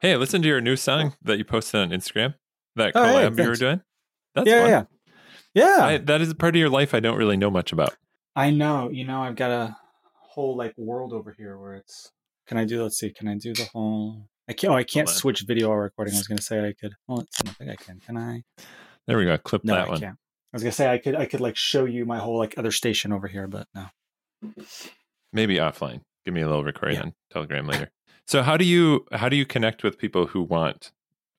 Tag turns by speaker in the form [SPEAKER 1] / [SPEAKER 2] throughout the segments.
[SPEAKER 1] Hey, listen to your new song that you posted on Instagram. That
[SPEAKER 2] Oh, hey,
[SPEAKER 1] collab you were
[SPEAKER 2] thanks.
[SPEAKER 1] doing. That's
[SPEAKER 2] yeah,
[SPEAKER 1] fun.
[SPEAKER 2] yeah, yeah.
[SPEAKER 1] I, that is a part of your life I don't really know much about.
[SPEAKER 2] I know. You know, I've got a whole like world over here where it's. Can I do? Let's see. Can I do the whole? I can't. Oh, I can't
[SPEAKER 1] Hold on.
[SPEAKER 2] switch video while recording. I was gonna say I could. Well, it's, I don't think I can. Can I?
[SPEAKER 1] There we go. Clip
[SPEAKER 2] No,
[SPEAKER 1] that
[SPEAKER 2] I
[SPEAKER 1] one.
[SPEAKER 2] can't. I was gonna say I could. I could like show you my whole like other station over here, but no.
[SPEAKER 1] Maybe offline. Give me a little recording on Telegram later. So how do you how do you connect with people who want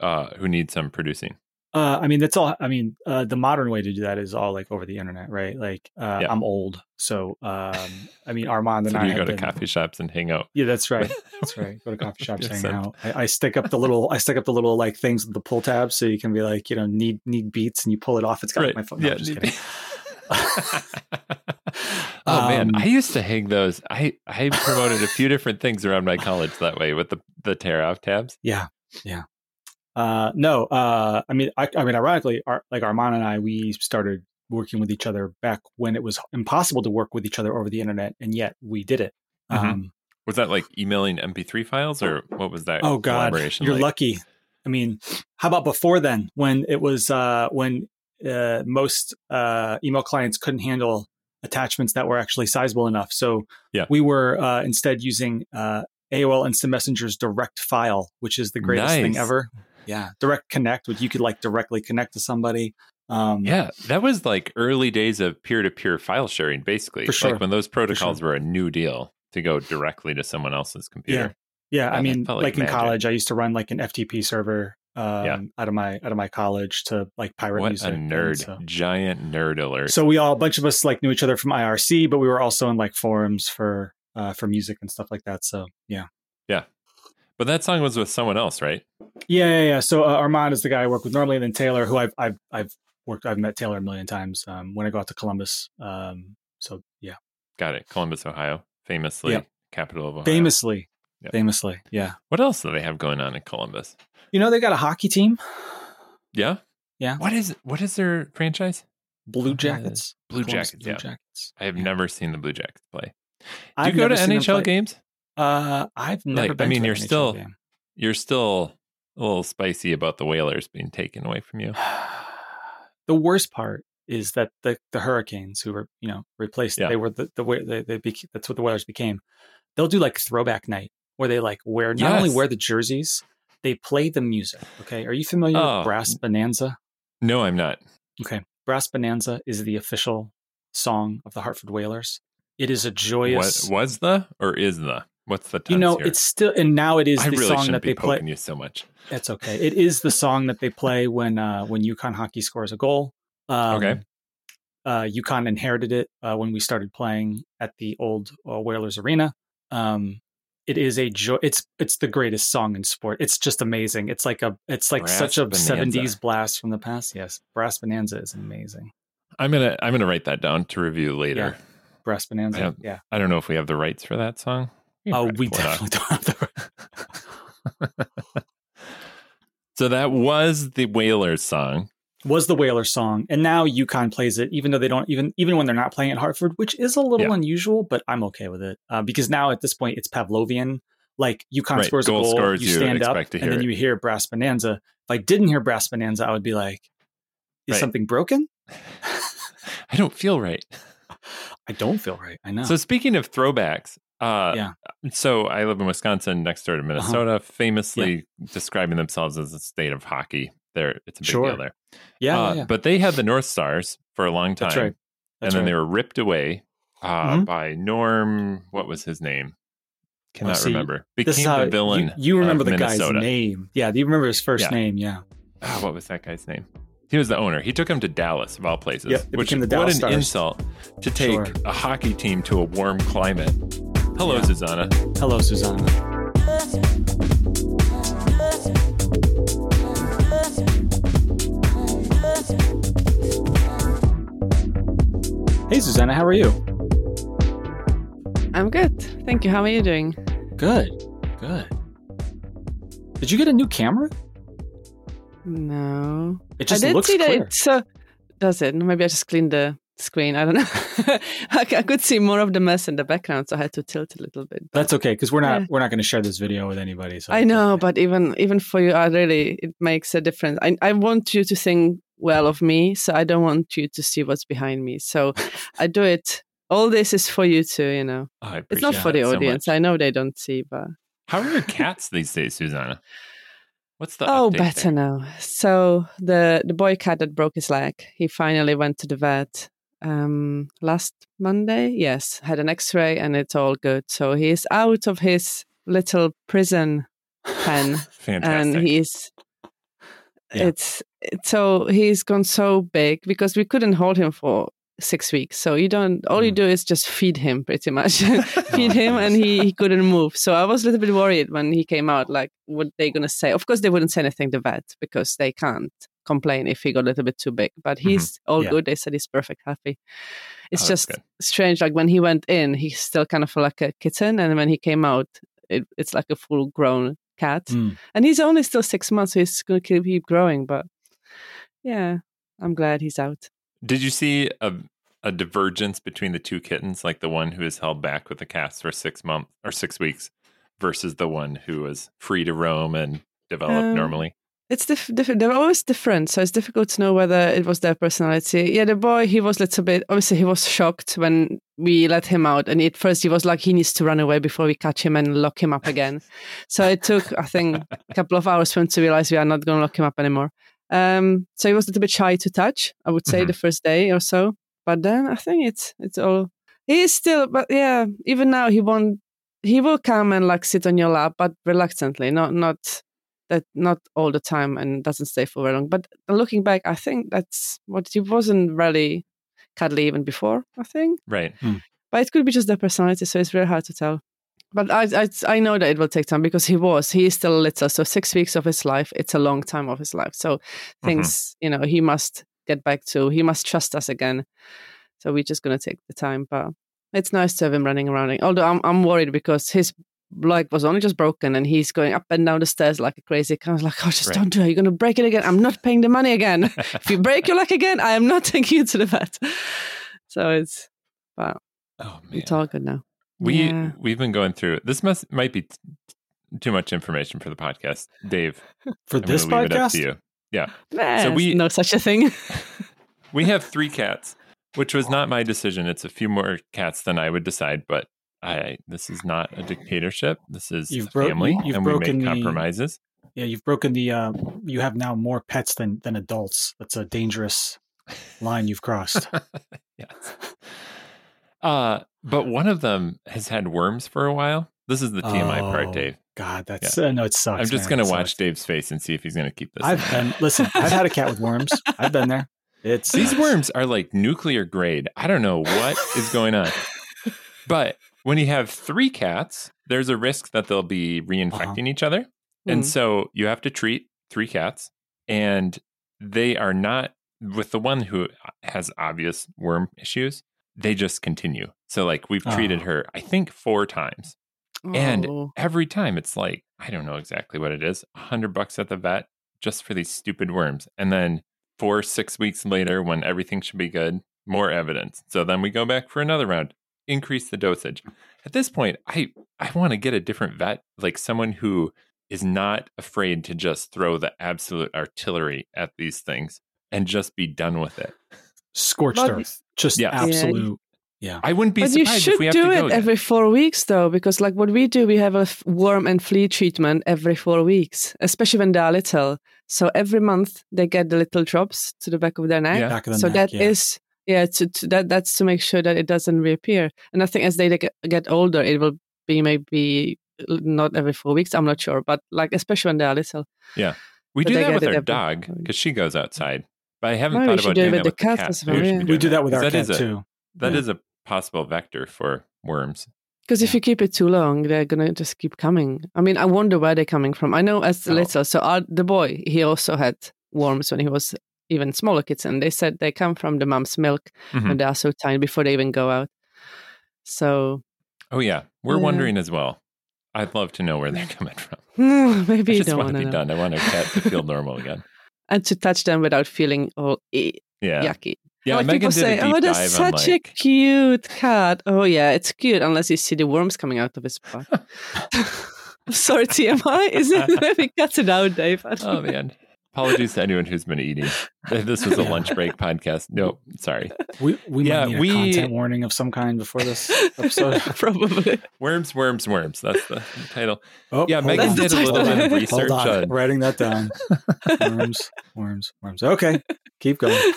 [SPEAKER 1] uh who need some producing?
[SPEAKER 2] Uh, I mean, that's all. I mean, uh, the modern way to do that is all like over the internet, right? Like, uh,
[SPEAKER 1] Yeah.
[SPEAKER 2] I'm old, so um, I mean, Armand and
[SPEAKER 1] So
[SPEAKER 2] I
[SPEAKER 1] do you
[SPEAKER 2] have
[SPEAKER 1] go to
[SPEAKER 2] been-
[SPEAKER 1] coffee shops and hang out?
[SPEAKER 2] Yeah, that's right. That's right. Go to coffee shops,
[SPEAKER 1] Yes,
[SPEAKER 2] hang
[SPEAKER 1] I'm-
[SPEAKER 2] out. I, I stick up the little, I stick up the little like things with the pull tabs, so you can be like, you know, need need beats, and you pull it off. It's got
[SPEAKER 1] Right.
[SPEAKER 2] my phone. No, I'm just kidding.
[SPEAKER 1] oh man,
[SPEAKER 2] Um,
[SPEAKER 1] I used to hang those. I I promoted a few different things around my college that way with the the tear off tabs.
[SPEAKER 2] Yeah, yeah. Uh, no, uh, I mean, I, I mean, ironically, our, like Armand and I, we started working with each other back when it was impossible to work with each other over the internet, and yet we did it.
[SPEAKER 1] Mhm.
[SPEAKER 2] Um,
[SPEAKER 1] Was that like emailing MP3 files or what was that?
[SPEAKER 2] Oh God,
[SPEAKER 1] collaboration
[SPEAKER 2] you're
[SPEAKER 1] like?
[SPEAKER 2] lucky. I mean, how about before then when it was uh, when uh, most uh, email clients couldn't handle attachments that were actually sizable enough? So
[SPEAKER 1] Yeah.
[SPEAKER 2] we were uh, instead using uh, AOL Instant Messenger's direct file, which is the greatest thing
[SPEAKER 1] Nice.
[SPEAKER 2] ever. Yeah, direct connect, which you could like directly connect to somebody. Um,
[SPEAKER 1] Yeah, that was like early days of peer to peer file sharing, basically.
[SPEAKER 2] For sure.
[SPEAKER 1] Like when those protocols were a new deal to go directly to someone else's computer.
[SPEAKER 2] Yeah,
[SPEAKER 1] Yeah,
[SPEAKER 2] I
[SPEAKER 1] that
[SPEAKER 2] mean,
[SPEAKER 1] felt
[SPEAKER 2] like,
[SPEAKER 1] like
[SPEAKER 2] in
[SPEAKER 1] magic.
[SPEAKER 2] college, I used to run like an FTP server um,
[SPEAKER 1] Yeah.
[SPEAKER 2] out of my out of my college to like pirate
[SPEAKER 1] What
[SPEAKER 2] music.
[SPEAKER 1] a
[SPEAKER 2] and
[SPEAKER 1] nerd.
[SPEAKER 2] so-
[SPEAKER 1] Giant nerd alert.
[SPEAKER 2] So we all a bunch of us like knew each other from IRC, but we were also in like forums for uh, for music and stuff like that. So yeah,
[SPEAKER 1] but that song was with someone else, right?
[SPEAKER 2] yeah, yeah. yeah. So uh, Armand is the guy I work with normally, and then Taylor, who I've I've I've worked I've met Taylor a million times um, when I go out to Columbus. Um, so yeah,
[SPEAKER 1] Got it. Columbus, Ohio. Famously,
[SPEAKER 2] Yeah.
[SPEAKER 1] capital of Ohio.
[SPEAKER 2] famously,
[SPEAKER 1] Yeah.
[SPEAKER 2] famously, yeah.
[SPEAKER 1] What else do they have going on in Columbus?
[SPEAKER 2] You know they got a hockey team,
[SPEAKER 1] Yeah.
[SPEAKER 2] Yeah.
[SPEAKER 1] What is what is their franchise?
[SPEAKER 2] Blue
[SPEAKER 1] Uh,
[SPEAKER 2] Jackets.
[SPEAKER 1] Blue
[SPEAKER 2] Columbus
[SPEAKER 1] Jackets,
[SPEAKER 2] Blue
[SPEAKER 1] yeah.
[SPEAKER 2] Jackets.
[SPEAKER 1] I have
[SPEAKER 2] Yeah.
[SPEAKER 1] never seen the Blue Jackets play. Do
[SPEAKER 2] I've
[SPEAKER 1] you go to
[SPEAKER 2] never seen them
[SPEAKER 1] NHL
[SPEAKER 2] play.
[SPEAKER 1] games?
[SPEAKER 2] Uh, I've never.
[SPEAKER 1] Like, I
[SPEAKER 2] been
[SPEAKER 1] mean,
[SPEAKER 2] to an
[SPEAKER 1] you're
[SPEAKER 2] NHL
[SPEAKER 1] still-
[SPEAKER 2] game.
[SPEAKER 1] You're still a little spicy about the Whalers being taken away from you.
[SPEAKER 2] the worst part is that the the Hurricanes, who were you know replaced,
[SPEAKER 1] Yeah.
[SPEAKER 2] they were the the way they, they became, that's what the Weathers became. They'll do like throwback night where they like wear not only
[SPEAKER 1] Yes.
[SPEAKER 2] wear the jerseys, they play the music. Okay, are you familiar
[SPEAKER 1] Oh.
[SPEAKER 2] with Brass Bonanza?
[SPEAKER 1] No, I'm not.
[SPEAKER 2] Okay, Brass Bonanza is the official song of the Hartford Whalers. It is a
[SPEAKER 1] What
[SPEAKER 2] joyous.
[SPEAKER 1] was the or is the? What's the?
[SPEAKER 2] You
[SPEAKER 1] tense
[SPEAKER 2] know,
[SPEAKER 1] here?
[SPEAKER 2] it's still, and now it is
[SPEAKER 1] I
[SPEAKER 2] the
[SPEAKER 1] really
[SPEAKER 2] song
[SPEAKER 1] shouldn't
[SPEAKER 2] that
[SPEAKER 1] be
[SPEAKER 2] they play.
[SPEAKER 1] poking you so much.
[SPEAKER 2] That's okay. It is the song that they play when uh, when UConn hockey scores a goal. Um,
[SPEAKER 1] Okay.
[SPEAKER 2] Uh, UConn inherited it uh, when we started playing at the old uh, Whalers Arena. Um, it is a joy. It's it's the greatest song in sport. It's just amazing. It's like a it's like
[SPEAKER 1] Brass
[SPEAKER 2] such a
[SPEAKER 1] Bonanza.
[SPEAKER 2] seventies blast from the past. Yes, Brass Bonanza is amazing.
[SPEAKER 1] I'm gonna I'm gonna write that down to review later.
[SPEAKER 2] Brass
[SPEAKER 1] I
[SPEAKER 2] Bonanza.
[SPEAKER 1] don't-
[SPEAKER 2] Yeah.
[SPEAKER 1] I don't know if we have the rights for that song. can
[SPEAKER 2] Oh,
[SPEAKER 1] probably
[SPEAKER 2] we
[SPEAKER 1] pull it off.
[SPEAKER 2] definitely don't have the.
[SPEAKER 1] So that was the Whalers song.
[SPEAKER 2] was the Whaler song, and now UConn plays it, even though they don't even even when they're not playing at Hartford, which is a little
[SPEAKER 1] Yeah.
[SPEAKER 2] unusual, but I'm okay with it uh, because now at this point it's Pavlovian. Like UConn
[SPEAKER 1] Right,
[SPEAKER 2] scores a
[SPEAKER 1] goal
[SPEAKER 2] goal,
[SPEAKER 1] scores,
[SPEAKER 2] you
[SPEAKER 1] you
[SPEAKER 2] stand up,
[SPEAKER 1] expect to
[SPEAKER 2] and then
[SPEAKER 1] hear
[SPEAKER 2] you hear Brass Bonanza. If I didn't hear Brass Bonanza, I would be like, "Is
[SPEAKER 1] Right.
[SPEAKER 2] something broken?
[SPEAKER 1] I don't feel right.
[SPEAKER 2] I don't feel right. I know."
[SPEAKER 1] So speaking of throwbacks, uh,
[SPEAKER 2] Yeah. Uh-huh.
[SPEAKER 1] So I live in Wisconsin, next door to Minnesota. Famously describing themselves as a state of hockey. There, it's a big
[SPEAKER 2] Sure.
[SPEAKER 1] deal there.
[SPEAKER 2] yeah,
[SPEAKER 1] Uh,
[SPEAKER 2] yeah, yeah.
[SPEAKER 1] But they had the North Stars for a long time.
[SPEAKER 2] That's right. That's
[SPEAKER 1] and then
[SPEAKER 2] right.
[SPEAKER 1] they were ripped away uh,
[SPEAKER 2] Mhm.
[SPEAKER 1] by Norm. What was his name? Cannot
[SPEAKER 2] see,
[SPEAKER 1] remember.
[SPEAKER 2] this is
[SPEAKER 1] Became
[SPEAKER 2] how
[SPEAKER 1] the villain.
[SPEAKER 2] You, you remember
[SPEAKER 1] of
[SPEAKER 2] the
[SPEAKER 1] Minnesota.
[SPEAKER 2] guy's name? Yeah, do you remember his first
[SPEAKER 1] Yeah.
[SPEAKER 2] name? Yeah,
[SPEAKER 1] Ah, what was that guy's name? He was the owner. He took him to Dallas, of all places.
[SPEAKER 2] Yep, they
[SPEAKER 1] which
[SPEAKER 2] became the
[SPEAKER 1] what
[SPEAKER 2] Dallas
[SPEAKER 1] an
[SPEAKER 2] Stars.
[SPEAKER 1] insult to take
[SPEAKER 2] Sure.
[SPEAKER 1] a hockey team to a warm climate. Hello,
[SPEAKER 2] Yeah.
[SPEAKER 1] Susanna.
[SPEAKER 2] hello, Susanna. Hey, Susanna, how are you?
[SPEAKER 3] I'm good. Thank you. How are you doing?
[SPEAKER 2] Good, good. Did you get a new camera?
[SPEAKER 3] No.
[SPEAKER 2] It just
[SPEAKER 3] I did
[SPEAKER 2] looks
[SPEAKER 3] see
[SPEAKER 2] clear.
[SPEAKER 3] that it's uh, does it? Maybe I just cleaned the screen. I don't know. I c- I could see more of the mess in the background, so I had to tilt a little bit.
[SPEAKER 2] That's okay because we're not
[SPEAKER 3] Yeah.
[SPEAKER 2] we're not going to share this video with anybody. So
[SPEAKER 3] I know, but even even for you, I really it makes a difference. I I want you to think well of me, so I don't want you to see what's behind me. So I do it. All this is for you too, you know.
[SPEAKER 1] I
[SPEAKER 3] It's not
[SPEAKER 1] appreciate
[SPEAKER 3] for the
[SPEAKER 1] that so
[SPEAKER 3] audience.
[SPEAKER 1] much.
[SPEAKER 3] I know they don't see, but
[SPEAKER 1] How are your cats these days, Susanna? What's the
[SPEAKER 3] oh,
[SPEAKER 1] update
[SPEAKER 3] better
[SPEAKER 1] there?
[SPEAKER 3] now. So the the boy cat that broke his leg, he finally went to the vet um last Monday. Yes, had an X-ray, and it's all good. So he is out of his little prison pen.
[SPEAKER 1] Fantastic.
[SPEAKER 3] and he's
[SPEAKER 2] Yeah.
[SPEAKER 3] it's it's- so he's gone so big because we couldn't hold him for six weeks so you don't all you
[SPEAKER 2] Mm.
[SPEAKER 3] do is just feed him pretty much feed him and he, he couldn't move so i was a little bit worried when he came out like what they gonna say of course they wouldn't say anything to vet because they can't complain if he got a little bit too big but he's all
[SPEAKER 2] Yeah.
[SPEAKER 3] good they said he's perfect happy
[SPEAKER 1] Mm-hmm. Oh,
[SPEAKER 3] it's
[SPEAKER 1] that's
[SPEAKER 3] just
[SPEAKER 1] good.
[SPEAKER 3] strange like when he went in he still kind of like a kitten and when he came out it, it's like a full grown cat
[SPEAKER 2] Mm.
[SPEAKER 3] and he's only still six months, so he's going to keep growing. But yeah, I'm glad he's out.
[SPEAKER 1] Did you see a a divergence between the two kittens, like the one who is held back with the cast for six months or six weeks, versus the one who was free to roam and develop
[SPEAKER 3] Um,
[SPEAKER 1] normally?
[SPEAKER 3] It's diff- different. They're always different, so it's difficult to know whether it was their personality. Yeah, the boy, he was a little bit. Obviously, he was shocked when we let him out, and at first he was like, he needs to run away before we catch him and lock him up again. so it took, I think, a couple of hours for him to realize we are not going to lock him up anymore. Um, so he was a little bit shy to touch, I would say,
[SPEAKER 1] Mhm.
[SPEAKER 3] the first day or so. But then I think it's it's all. He is still, but yeah, even now he won't. He will come and like sit on your lap, but reluctantly, not not that not all the time and doesn't stay for very long. But looking back, I think that's what he wasn't really cuddly even before. I think,
[SPEAKER 1] Right.
[SPEAKER 3] but it could be just their personality, so it's really hard to tell. But I, I I know that it will take time because he was he is still little, so six weeks of his life it's a long time of his life. So things you know he must get back to he must trust us again. So we're just gonna take the time, but it's nice to have him running around. Although I'm I'm worried because his leg was only just broken and he's going up and down the stairs like a crazy. I was like, oh, just
[SPEAKER 1] Right.
[SPEAKER 3] don't do it. You're gonna break it again. I'm not paying the money again. if you break your leg again, I am not taking you to the vet. So it's
[SPEAKER 1] Oh man.
[SPEAKER 3] it's all good now.
[SPEAKER 1] We
[SPEAKER 3] Yeah.
[SPEAKER 1] we've been going through this. Must might be t- too much information for the podcast, Dave.
[SPEAKER 2] for
[SPEAKER 1] I'm gonna
[SPEAKER 2] this
[SPEAKER 1] leave it up
[SPEAKER 2] podcast,
[SPEAKER 1] to you.
[SPEAKER 3] There's
[SPEAKER 1] we-
[SPEAKER 3] no such a thing.
[SPEAKER 1] We have three cats, which was not my decision. It's a few more cats than I would decide, but I this is not a dictatorship. This is
[SPEAKER 2] You've
[SPEAKER 1] a
[SPEAKER 2] bro-
[SPEAKER 1] family,
[SPEAKER 2] you've
[SPEAKER 1] and we
[SPEAKER 2] broken
[SPEAKER 1] make
[SPEAKER 2] the-
[SPEAKER 1] compromises.
[SPEAKER 2] yeah, you've broken the. Uh, you have now more pets than than adults. That's a dangerous line you've crossed.
[SPEAKER 1] yes. Uh, but one of them has had worms for a while. This is the TMI
[SPEAKER 2] Oh,
[SPEAKER 1] part, Dave.
[SPEAKER 2] God, that's uh, no, it sucks.
[SPEAKER 1] I'm just
[SPEAKER 2] man.
[SPEAKER 1] going
[SPEAKER 2] It
[SPEAKER 1] to watch
[SPEAKER 2] sucks.
[SPEAKER 1] Dave's face and see if he's going to keep this.
[SPEAKER 2] I've been listen. I've had a cat with worms. I've been there. It's
[SPEAKER 1] These worms are like nuclear grade. I don't know what is going on. But when you have three cats, there's a risk that they'll be
[SPEAKER 2] Uh-huh.
[SPEAKER 1] reinfecting each other. And
[SPEAKER 3] Mm.
[SPEAKER 1] so you have to treat three cats, and they are not with the one who has obvious worm issues. They just continue. So, like, we've treated
[SPEAKER 2] Oh.
[SPEAKER 1] her, I think, four times. And-
[SPEAKER 3] Oh.
[SPEAKER 1] Every time it's like, I don't know exactly what it is, 100 bucks at the vet just for these stupid worms. And then four, six weeks later, when everything should be good, more evidence. So then we go back for another round, increase the dosage. At this point, I, I want to get a different vet, like someone who is not afraid to just throw the absolute artillery at these things and just be done with it.
[SPEAKER 2] scorched
[SPEAKER 3] But-
[SPEAKER 2] earth. Just
[SPEAKER 1] Yeah.
[SPEAKER 2] absolute.
[SPEAKER 1] I wouldn't be
[SPEAKER 3] but you
[SPEAKER 1] surprised if
[SPEAKER 3] should
[SPEAKER 1] we have
[SPEAKER 3] do
[SPEAKER 1] to go
[SPEAKER 3] it
[SPEAKER 1] again.
[SPEAKER 3] every four weeks though because like what we do we have a f- worm and flea treatment every four weeks especially when they are little so every month they get the little drops to the back of their neck
[SPEAKER 1] Yeah.
[SPEAKER 2] Back of the
[SPEAKER 3] so
[SPEAKER 2] neck,
[SPEAKER 3] that
[SPEAKER 2] yeah.
[SPEAKER 3] is yeah to, to that that's to make sure that it doesn't reappear and i think as they get, get older it will be maybe not every four weeks i'm not sure but like especially when they are little
[SPEAKER 1] We
[SPEAKER 3] But
[SPEAKER 1] do
[SPEAKER 3] they
[SPEAKER 1] that
[SPEAKER 3] get
[SPEAKER 1] with
[SPEAKER 3] it
[SPEAKER 1] our
[SPEAKER 3] every-
[SPEAKER 1] dog because she goes outside. But I haven't
[SPEAKER 3] Oh, Maybe we
[SPEAKER 1] thought
[SPEAKER 3] should
[SPEAKER 1] about
[SPEAKER 3] do it
[SPEAKER 1] doing
[SPEAKER 3] with
[SPEAKER 1] that
[SPEAKER 3] the
[SPEAKER 1] with
[SPEAKER 3] cat
[SPEAKER 1] the cat.
[SPEAKER 3] as
[SPEAKER 1] Maybe
[SPEAKER 3] well,
[SPEAKER 1] should
[SPEAKER 3] yeah.
[SPEAKER 1] be
[SPEAKER 2] We
[SPEAKER 1] doing
[SPEAKER 2] do that with our
[SPEAKER 1] because
[SPEAKER 2] cat
[SPEAKER 1] is a,
[SPEAKER 2] too.
[SPEAKER 1] That
[SPEAKER 3] Yeah.
[SPEAKER 1] is a possible vector for worms.
[SPEAKER 3] Because if
[SPEAKER 2] Yeah.
[SPEAKER 3] you keep it too long, they're gonna just keep coming. I mean, I wonder where they're coming from. I know as
[SPEAKER 1] Oh.
[SPEAKER 3] little, so our, the boy he also had worms when he was even smaller kids, and they said they come from the mom's milk
[SPEAKER 1] Mhm.
[SPEAKER 3] when they are so tiny before they even go out. So
[SPEAKER 1] Oh yeah, we're
[SPEAKER 3] Yeah.
[SPEAKER 1] wondering as well. I'd love to know where they're coming from. I
[SPEAKER 3] maybe you
[SPEAKER 1] just
[SPEAKER 3] don't
[SPEAKER 1] want
[SPEAKER 3] want
[SPEAKER 1] to be
[SPEAKER 3] to know,
[SPEAKER 1] done. I want our cat to feel normal again.
[SPEAKER 3] and to touch them without feeling all eh,
[SPEAKER 1] Yeah,
[SPEAKER 3] yucky.
[SPEAKER 1] Yeah,
[SPEAKER 3] like
[SPEAKER 1] Megan
[SPEAKER 3] people
[SPEAKER 1] did
[SPEAKER 3] say,
[SPEAKER 1] a deep
[SPEAKER 3] "Oh, that's
[SPEAKER 1] dive on,
[SPEAKER 3] such a
[SPEAKER 1] like-
[SPEAKER 3] cute cat." Oh yeah, it's cute unless you see the worms coming out of his butt. Sorry, TMI. Is it? we cut it out, Dave. I don't
[SPEAKER 1] Oh man. Apologies to anyone who's been eating. This was a lunch break podcast. Nope, sorry.
[SPEAKER 2] We we
[SPEAKER 1] Yeah,
[SPEAKER 2] might need
[SPEAKER 1] we-
[SPEAKER 2] a content warning of some kind before this episode.
[SPEAKER 3] Probably.
[SPEAKER 1] Worms, worms, worms. That's the title.
[SPEAKER 2] Oh,
[SPEAKER 1] Yeah,
[SPEAKER 2] hold
[SPEAKER 1] Megan
[SPEAKER 2] on.
[SPEAKER 1] did
[SPEAKER 3] a
[SPEAKER 2] Hold
[SPEAKER 3] little
[SPEAKER 2] on.
[SPEAKER 3] bit of
[SPEAKER 1] research
[SPEAKER 2] Hold on.
[SPEAKER 1] on-
[SPEAKER 2] writing that down. worms, worms, worms. Okay, keep going.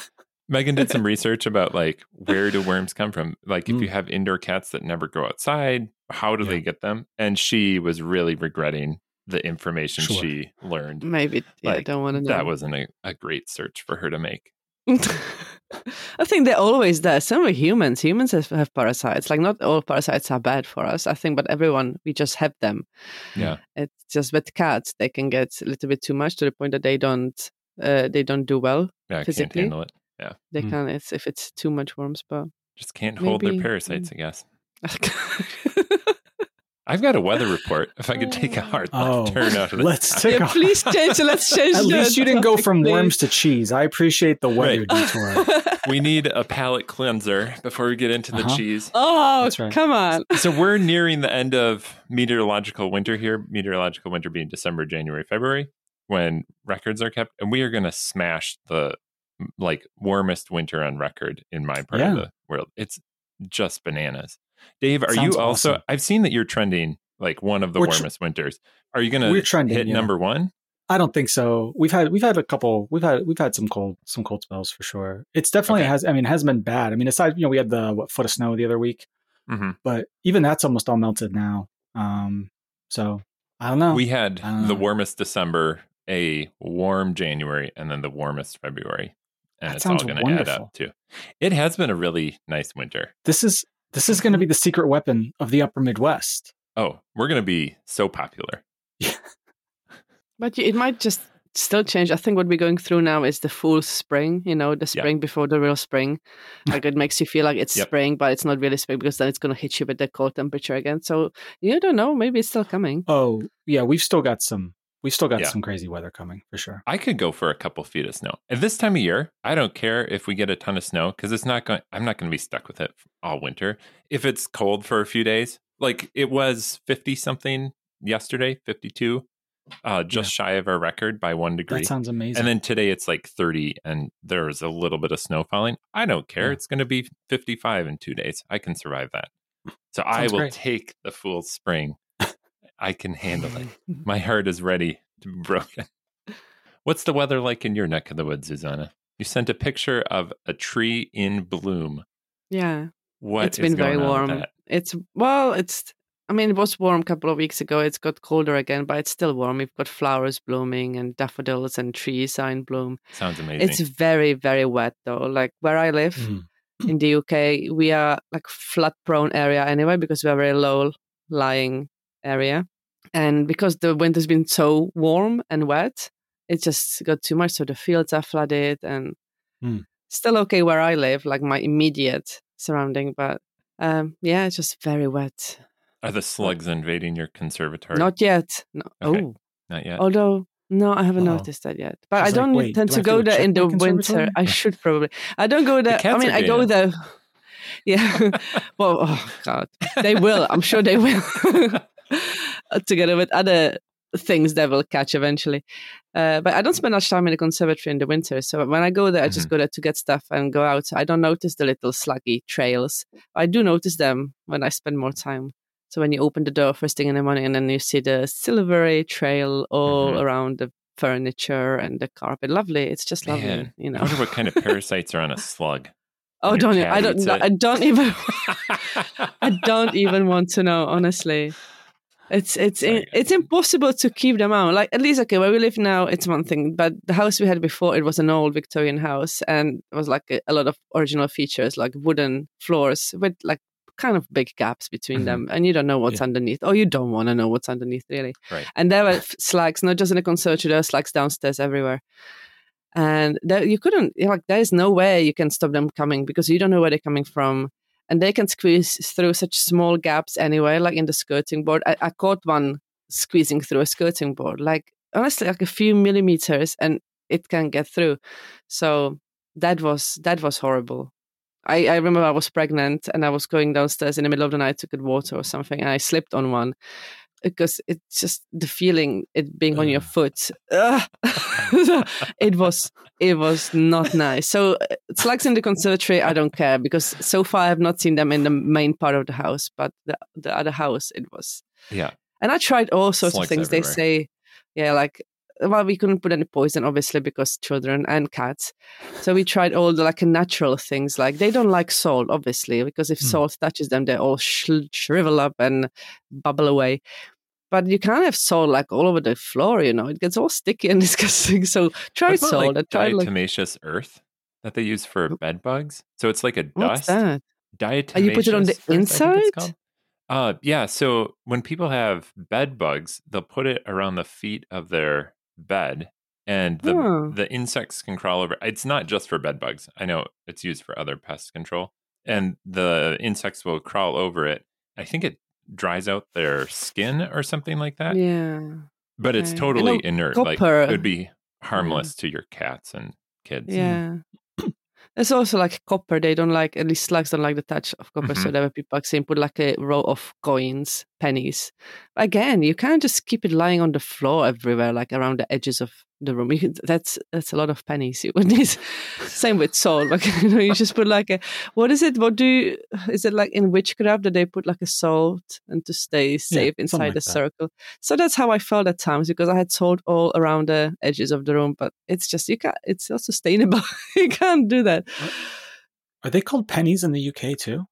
[SPEAKER 1] Megan did some research about like where do worms come from? Like if you have indoor cats that never go outside, how do
[SPEAKER 2] Yeah.
[SPEAKER 1] they get them? And she was really regretting the information
[SPEAKER 2] Sure.
[SPEAKER 1] she learned.
[SPEAKER 3] Maybe. Yeah,
[SPEAKER 1] Like,
[SPEAKER 3] Mm, I don't want to know.
[SPEAKER 1] That wasn't a, a great search for her to make.
[SPEAKER 3] I think they're always there. Same with humans. Humans have, have parasites. Like not all parasites are bad for us. I think, but everyone we just have them.
[SPEAKER 1] Yeah.
[SPEAKER 3] It's just with cats they can get a little bit too much to the point that they don't uh, they don't do well.
[SPEAKER 1] Yeah, I can't
[SPEAKER 3] Physically?
[SPEAKER 1] handle it. Yeah.
[SPEAKER 3] They
[SPEAKER 2] Hmm.
[SPEAKER 3] can it's if it's too much worms, but
[SPEAKER 1] Just can't hold their
[SPEAKER 3] Maybe-
[SPEAKER 1] parasites, I guess. I've got a weather report. If I could take a hard
[SPEAKER 2] Oh,
[SPEAKER 1] left turn out of the
[SPEAKER 2] let's take
[SPEAKER 3] yeah,
[SPEAKER 2] a-
[SPEAKER 3] please change. Let's change.
[SPEAKER 2] At
[SPEAKER 3] the
[SPEAKER 2] least you didn't go
[SPEAKER 3] topic,
[SPEAKER 2] from
[SPEAKER 3] please.
[SPEAKER 2] worms to cheese. I appreciate the weather detour.
[SPEAKER 1] we need a palate cleanser before we get into the
[SPEAKER 2] Uh-huh.
[SPEAKER 1] cheese.
[SPEAKER 3] oh,
[SPEAKER 2] That's right.
[SPEAKER 3] come on.
[SPEAKER 1] So we're nearing the end of meteorological winter here. Meteorological winter being December, January, February, when records are kept, and we are going to smash the like warmest winter on record in my part of
[SPEAKER 2] Yeah.
[SPEAKER 1] the world. It's just bananas. Dave, are
[SPEAKER 2] Sounds
[SPEAKER 1] you also?
[SPEAKER 2] awesome.
[SPEAKER 1] I've seen that you're trending like one of the
[SPEAKER 2] We're tr-
[SPEAKER 1] warmest winters. Are you going to
[SPEAKER 2] We're
[SPEAKER 1] hit
[SPEAKER 2] trending. yeah.
[SPEAKER 1] number one?
[SPEAKER 2] I don't think so. We've had we've had a couple. We've had we've had some cold some cold spells for sure. It's definitely
[SPEAKER 1] Okay.
[SPEAKER 2] has. I mean, it hasn't been bad. I mean, aside you know we had the what foot of snow the other week,
[SPEAKER 1] hmm
[SPEAKER 2] but even that's almost all melted now. Um, so I don't know.
[SPEAKER 1] we had
[SPEAKER 2] Oh, I don't
[SPEAKER 1] the
[SPEAKER 2] know.
[SPEAKER 1] warmest December, a warm January, and then the warmest February. And
[SPEAKER 2] That
[SPEAKER 1] it's all
[SPEAKER 2] sounds
[SPEAKER 1] going to add
[SPEAKER 2] wonderful.
[SPEAKER 1] up too. It has been a really nice winter.
[SPEAKER 2] this is this is going to be the secret weapon of the Upper Midwest.
[SPEAKER 1] Oh, we're going to be so popular.
[SPEAKER 3] But you- it might just still change. I think what we're going through now is the full spring, you know, the
[SPEAKER 1] Yeah.
[SPEAKER 3] spring before the real spring. Like it makes you feel like it's
[SPEAKER 1] Yep.
[SPEAKER 3] spring, but it's not really spring because then it's going to hit you with the cold temperature again. So you don't know. Maybe it's still coming.
[SPEAKER 2] Oh yeah, we've still got some. We've still got
[SPEAKER 1] Yeah.
[SPEAKER 2] some crazy weather coming for sure.
[SPEAKER 1] I could go for a couple feet of snow. At this time of year, I don't care if we get a ton of snow because it's not going. I'm not going to be stuck with it all winter. If it's cold for a few days, like it was fifty something yesterday, fifty two, uh, just shy of our record by one degree.
[SPEAKER 2] That sounds amazing.
[SPEAKER 1] And then today it's like 30 and there's a little bit of snow falling. I don't care.
[SPEAKER 2] Yeah.
[SPEAKER 1] It's going to be 55 in two days. I can survive that. So I
[SPEAKER 2] Sounds
[SPEAKER 1] will
[SPEAKER 2] great.
[SPEAKER 1] take the full spring. I can handle it. My heart is ready to be broken. What's the weather like in your neck of the woods, Susanna? You sent a picture of a tree in bloom.
[SPEAKER 3] Yeah.
[SPEAKER 1] What
[SPEAKER 3] it's been
[SPEAKER 1] is going
[SPEAKER 3] very
[SPEAKER 1] on with
[SPEAKER 3] warm.
[SPEAKER 1] that?
[SPEAKER 3] It's, well, it's, I mean, it was warm a couple of weeks ago. It's got colder again, but it's still warm. We've got flowers blooming and daffodils and trees are in bloom.
[SPEAKER 1] Sounds amazing.
[SPEAKER 3] It's very, very wet though. Like where I live,
[SPEAKER 2] Mm.
[SPEAKER 3] in the UK, we are like flood prone area anyway because we are very low lying area. And because the winter's been so warm and wet, it just got too much. So the fields are flooded and
[SPEAKER 2] Hmm.
[SPEAKER 3] still okay where I live, like my immediate surrounding. But um, yeah, it's just very wet.
[SPEAKER 1] Are the slugs invading your conservatory?
[SPEAKER 3] Oh. Not yet. No.
[SPEAKER 1] Okay.
[SPEAKER 3] Oh,
[SPEAKER 1] Not yet.
[SPEAKER 3] although. No, I haven't
[SPEAKER 2] Uh-oh.
[SPEAKER 3] noticed that yet. But
[SPEAKER 2] I
[SPEAKER 3] I,
[SPEAKER 2] was Oh. like,
[SPEAKER 3] don't
[SPEAKER 2] wait,
[SPEAKER 3] tend
[SPEAKER 2] do I
[SPEAKER 3] to
[SPEAKER 2] have to
[SPEAKER 3] go
[SPEAKER 2] go
[SPEAKER 3] there
[SPEAKER 2] check
[SPEAKER 3] in
[SPEAKER 2] the
[SPEAKER 3] the winter.
[SPEAKER 2] conservatory?
[SPEAKER 3] I should probably. I don't go there. I
[SPEAKER 1] cats
[SPEAKER 3] mean,
[SPEAKER 1] are
[SPEAKER 3] I go
[SPEAKER 1] doing
[SPEAKER 3] there. Yeah. well, oh God, they will. I'm sure they will. Together with other things that will catch eventually. Uh, but I don't spend much time in the conservatory in the winter. So when I go there, I
[SPEAKER 2] Mm-hmm.
[SPEAKER 3] just go there to get stuff and go out. I don't notice the little sluggy trails. I do notice them when I spend more time. So when you open the door first thing in the morning and then you see the silvery trail all
[SPEAKER 1] Mhm.
[SPEAKER 3] around the furniture and the carpet. Lovely. It's just lovely,
[SPEAKER 1] Man,
[SPEAKER 3] you know.
[SPEAKER 1] I wonder what kind of parasites are on a slug.
[SPEAKER 3] oh,
[SPEAKER 1] your
[SPEAKER 3] don't
[SPEAKER 1] cat
[SPEAKER 3] I don't
[SPEAKER 1] eats it.
[SPEAKER 3] I don't even I don't even want to know, honestly. It's it's
[SPEAKER 1] Very
[SPEAKER 3] in,
[SPEAKER 1] good.
[SPEAKER 3] it's impossible to keep them out. Like at least okay, where we live now, it's one thing. But the house we had before, it was an old Victorian house, and it was like a, a lot of original features, like wooden floors with like kind of big gaps between
[SPEAKER 1] Mhm.
[SPEAKER 3] them, and you don't know what's underneath, or you don't want to know what's underneath, really.
[SPEAKER 1] Right.
[SPEAKER 3] And there were f- slags, not just in the conservatory, there were slags downstairs everywhere. And there, you couldn't like there is no way you can stop them coming because you don't know where they're coming from and they can squeeze through such small gaps anyway, like in the skirting board. I, I caught one squeezing through a skirting board, like honestly, like a few millimeters, and it can get through. So that was that was horrible. I, I remember I was pregnant and I was going downstairs in the middle of the night to get water or something and I slipped on one because it's just the feeling it being on your foot. Ugh. it was it was not nice. So uh, slugs in the conservatory, I don't care because so far I have not seen them in the main part of the house, but the the other house it was.
[SPEAKER 1] Yeah.
[SPEAKER 3] And I tried all sorts
[SPEAKER 1] Slugs
[SPEAKER 3] of things. They
[SPEAKER 1] everywhere.
[SPEAKER 3] say, yeah, like well, we couldn't put any poison, obviously, because children and cats. So we tried all the like natural things. Like they don't like salt, obviously, because if
[SPEAKER 2] Hmm.
[SPEAKER 3] salt touches them, they all sh- shrivel up and bubble away but you can't have salt like all over the floor, you know. It gets all sticky and disgusting. So try
[SPEAKER 1] What about,
[SPEAKER 3] salt and try like
[SPEAKER 1] diatomaceous earth that they use for bed bugs. So it's like a dust.
[SPEAKER 3] what's that? Oh,
[SPEAKER 1] Diatomaceous.
[SPEAKER 3] you put it on the
[SPEAKER 1] earth, I think it's
[SPEAKER 3] inside?
[SPEAKER 1] called. Uh, yeah. So when people have bed bugs, they'll put it around the feet of their bed, and the
[SPEAKER 3] Huh.
[SPEAKER 1] the insects can crawl over. It's not just for bed bugs. I know it's used for other pest control, and the insects will crawl over it. I think it dries out their skin or something like that.
[SPEAKER 3] Yeah.
[SPEAKER 1] But it's
[SPEAKER 3] okay.
[SPEAKER 1] totally
[SPEAKER 3] And
[SPEAKER 1] inert.
[SPEAKER 3] Mm. copper. Mm.
[SPEAKER 1] Like it would be harmless to your cats and kids.
[SPEAKER 3] Yeah. There's also like copper. They don't like at least slugs don't like the touch of copper. So
[SPEAKER 1] Mhm.
[SPEAKER 3] there were people actually put like a row of coins, pennies. Again, you can't just keep it lying on the floor everywhere, like around the edges of the room. You could, that's that's a lot of pennies you would need. Same with salt. Like you, know, you just put like a what is it? What do you, is it like in witchcraft that they put like a salt and to stay safe
[SPEAKER 2] something
[SPEAKER 3] inside
[SPEAKER 2] like
[SPEAKER 3] the
[SPEAKER 2] that.
[SPEAKER 3] circle? So that's how I felt at times because I had salt all around the edges of the room, but it's just you can't. It's not sustainable. you can't do that.
[SPEAKER 2] Are they called pennies in the UK too?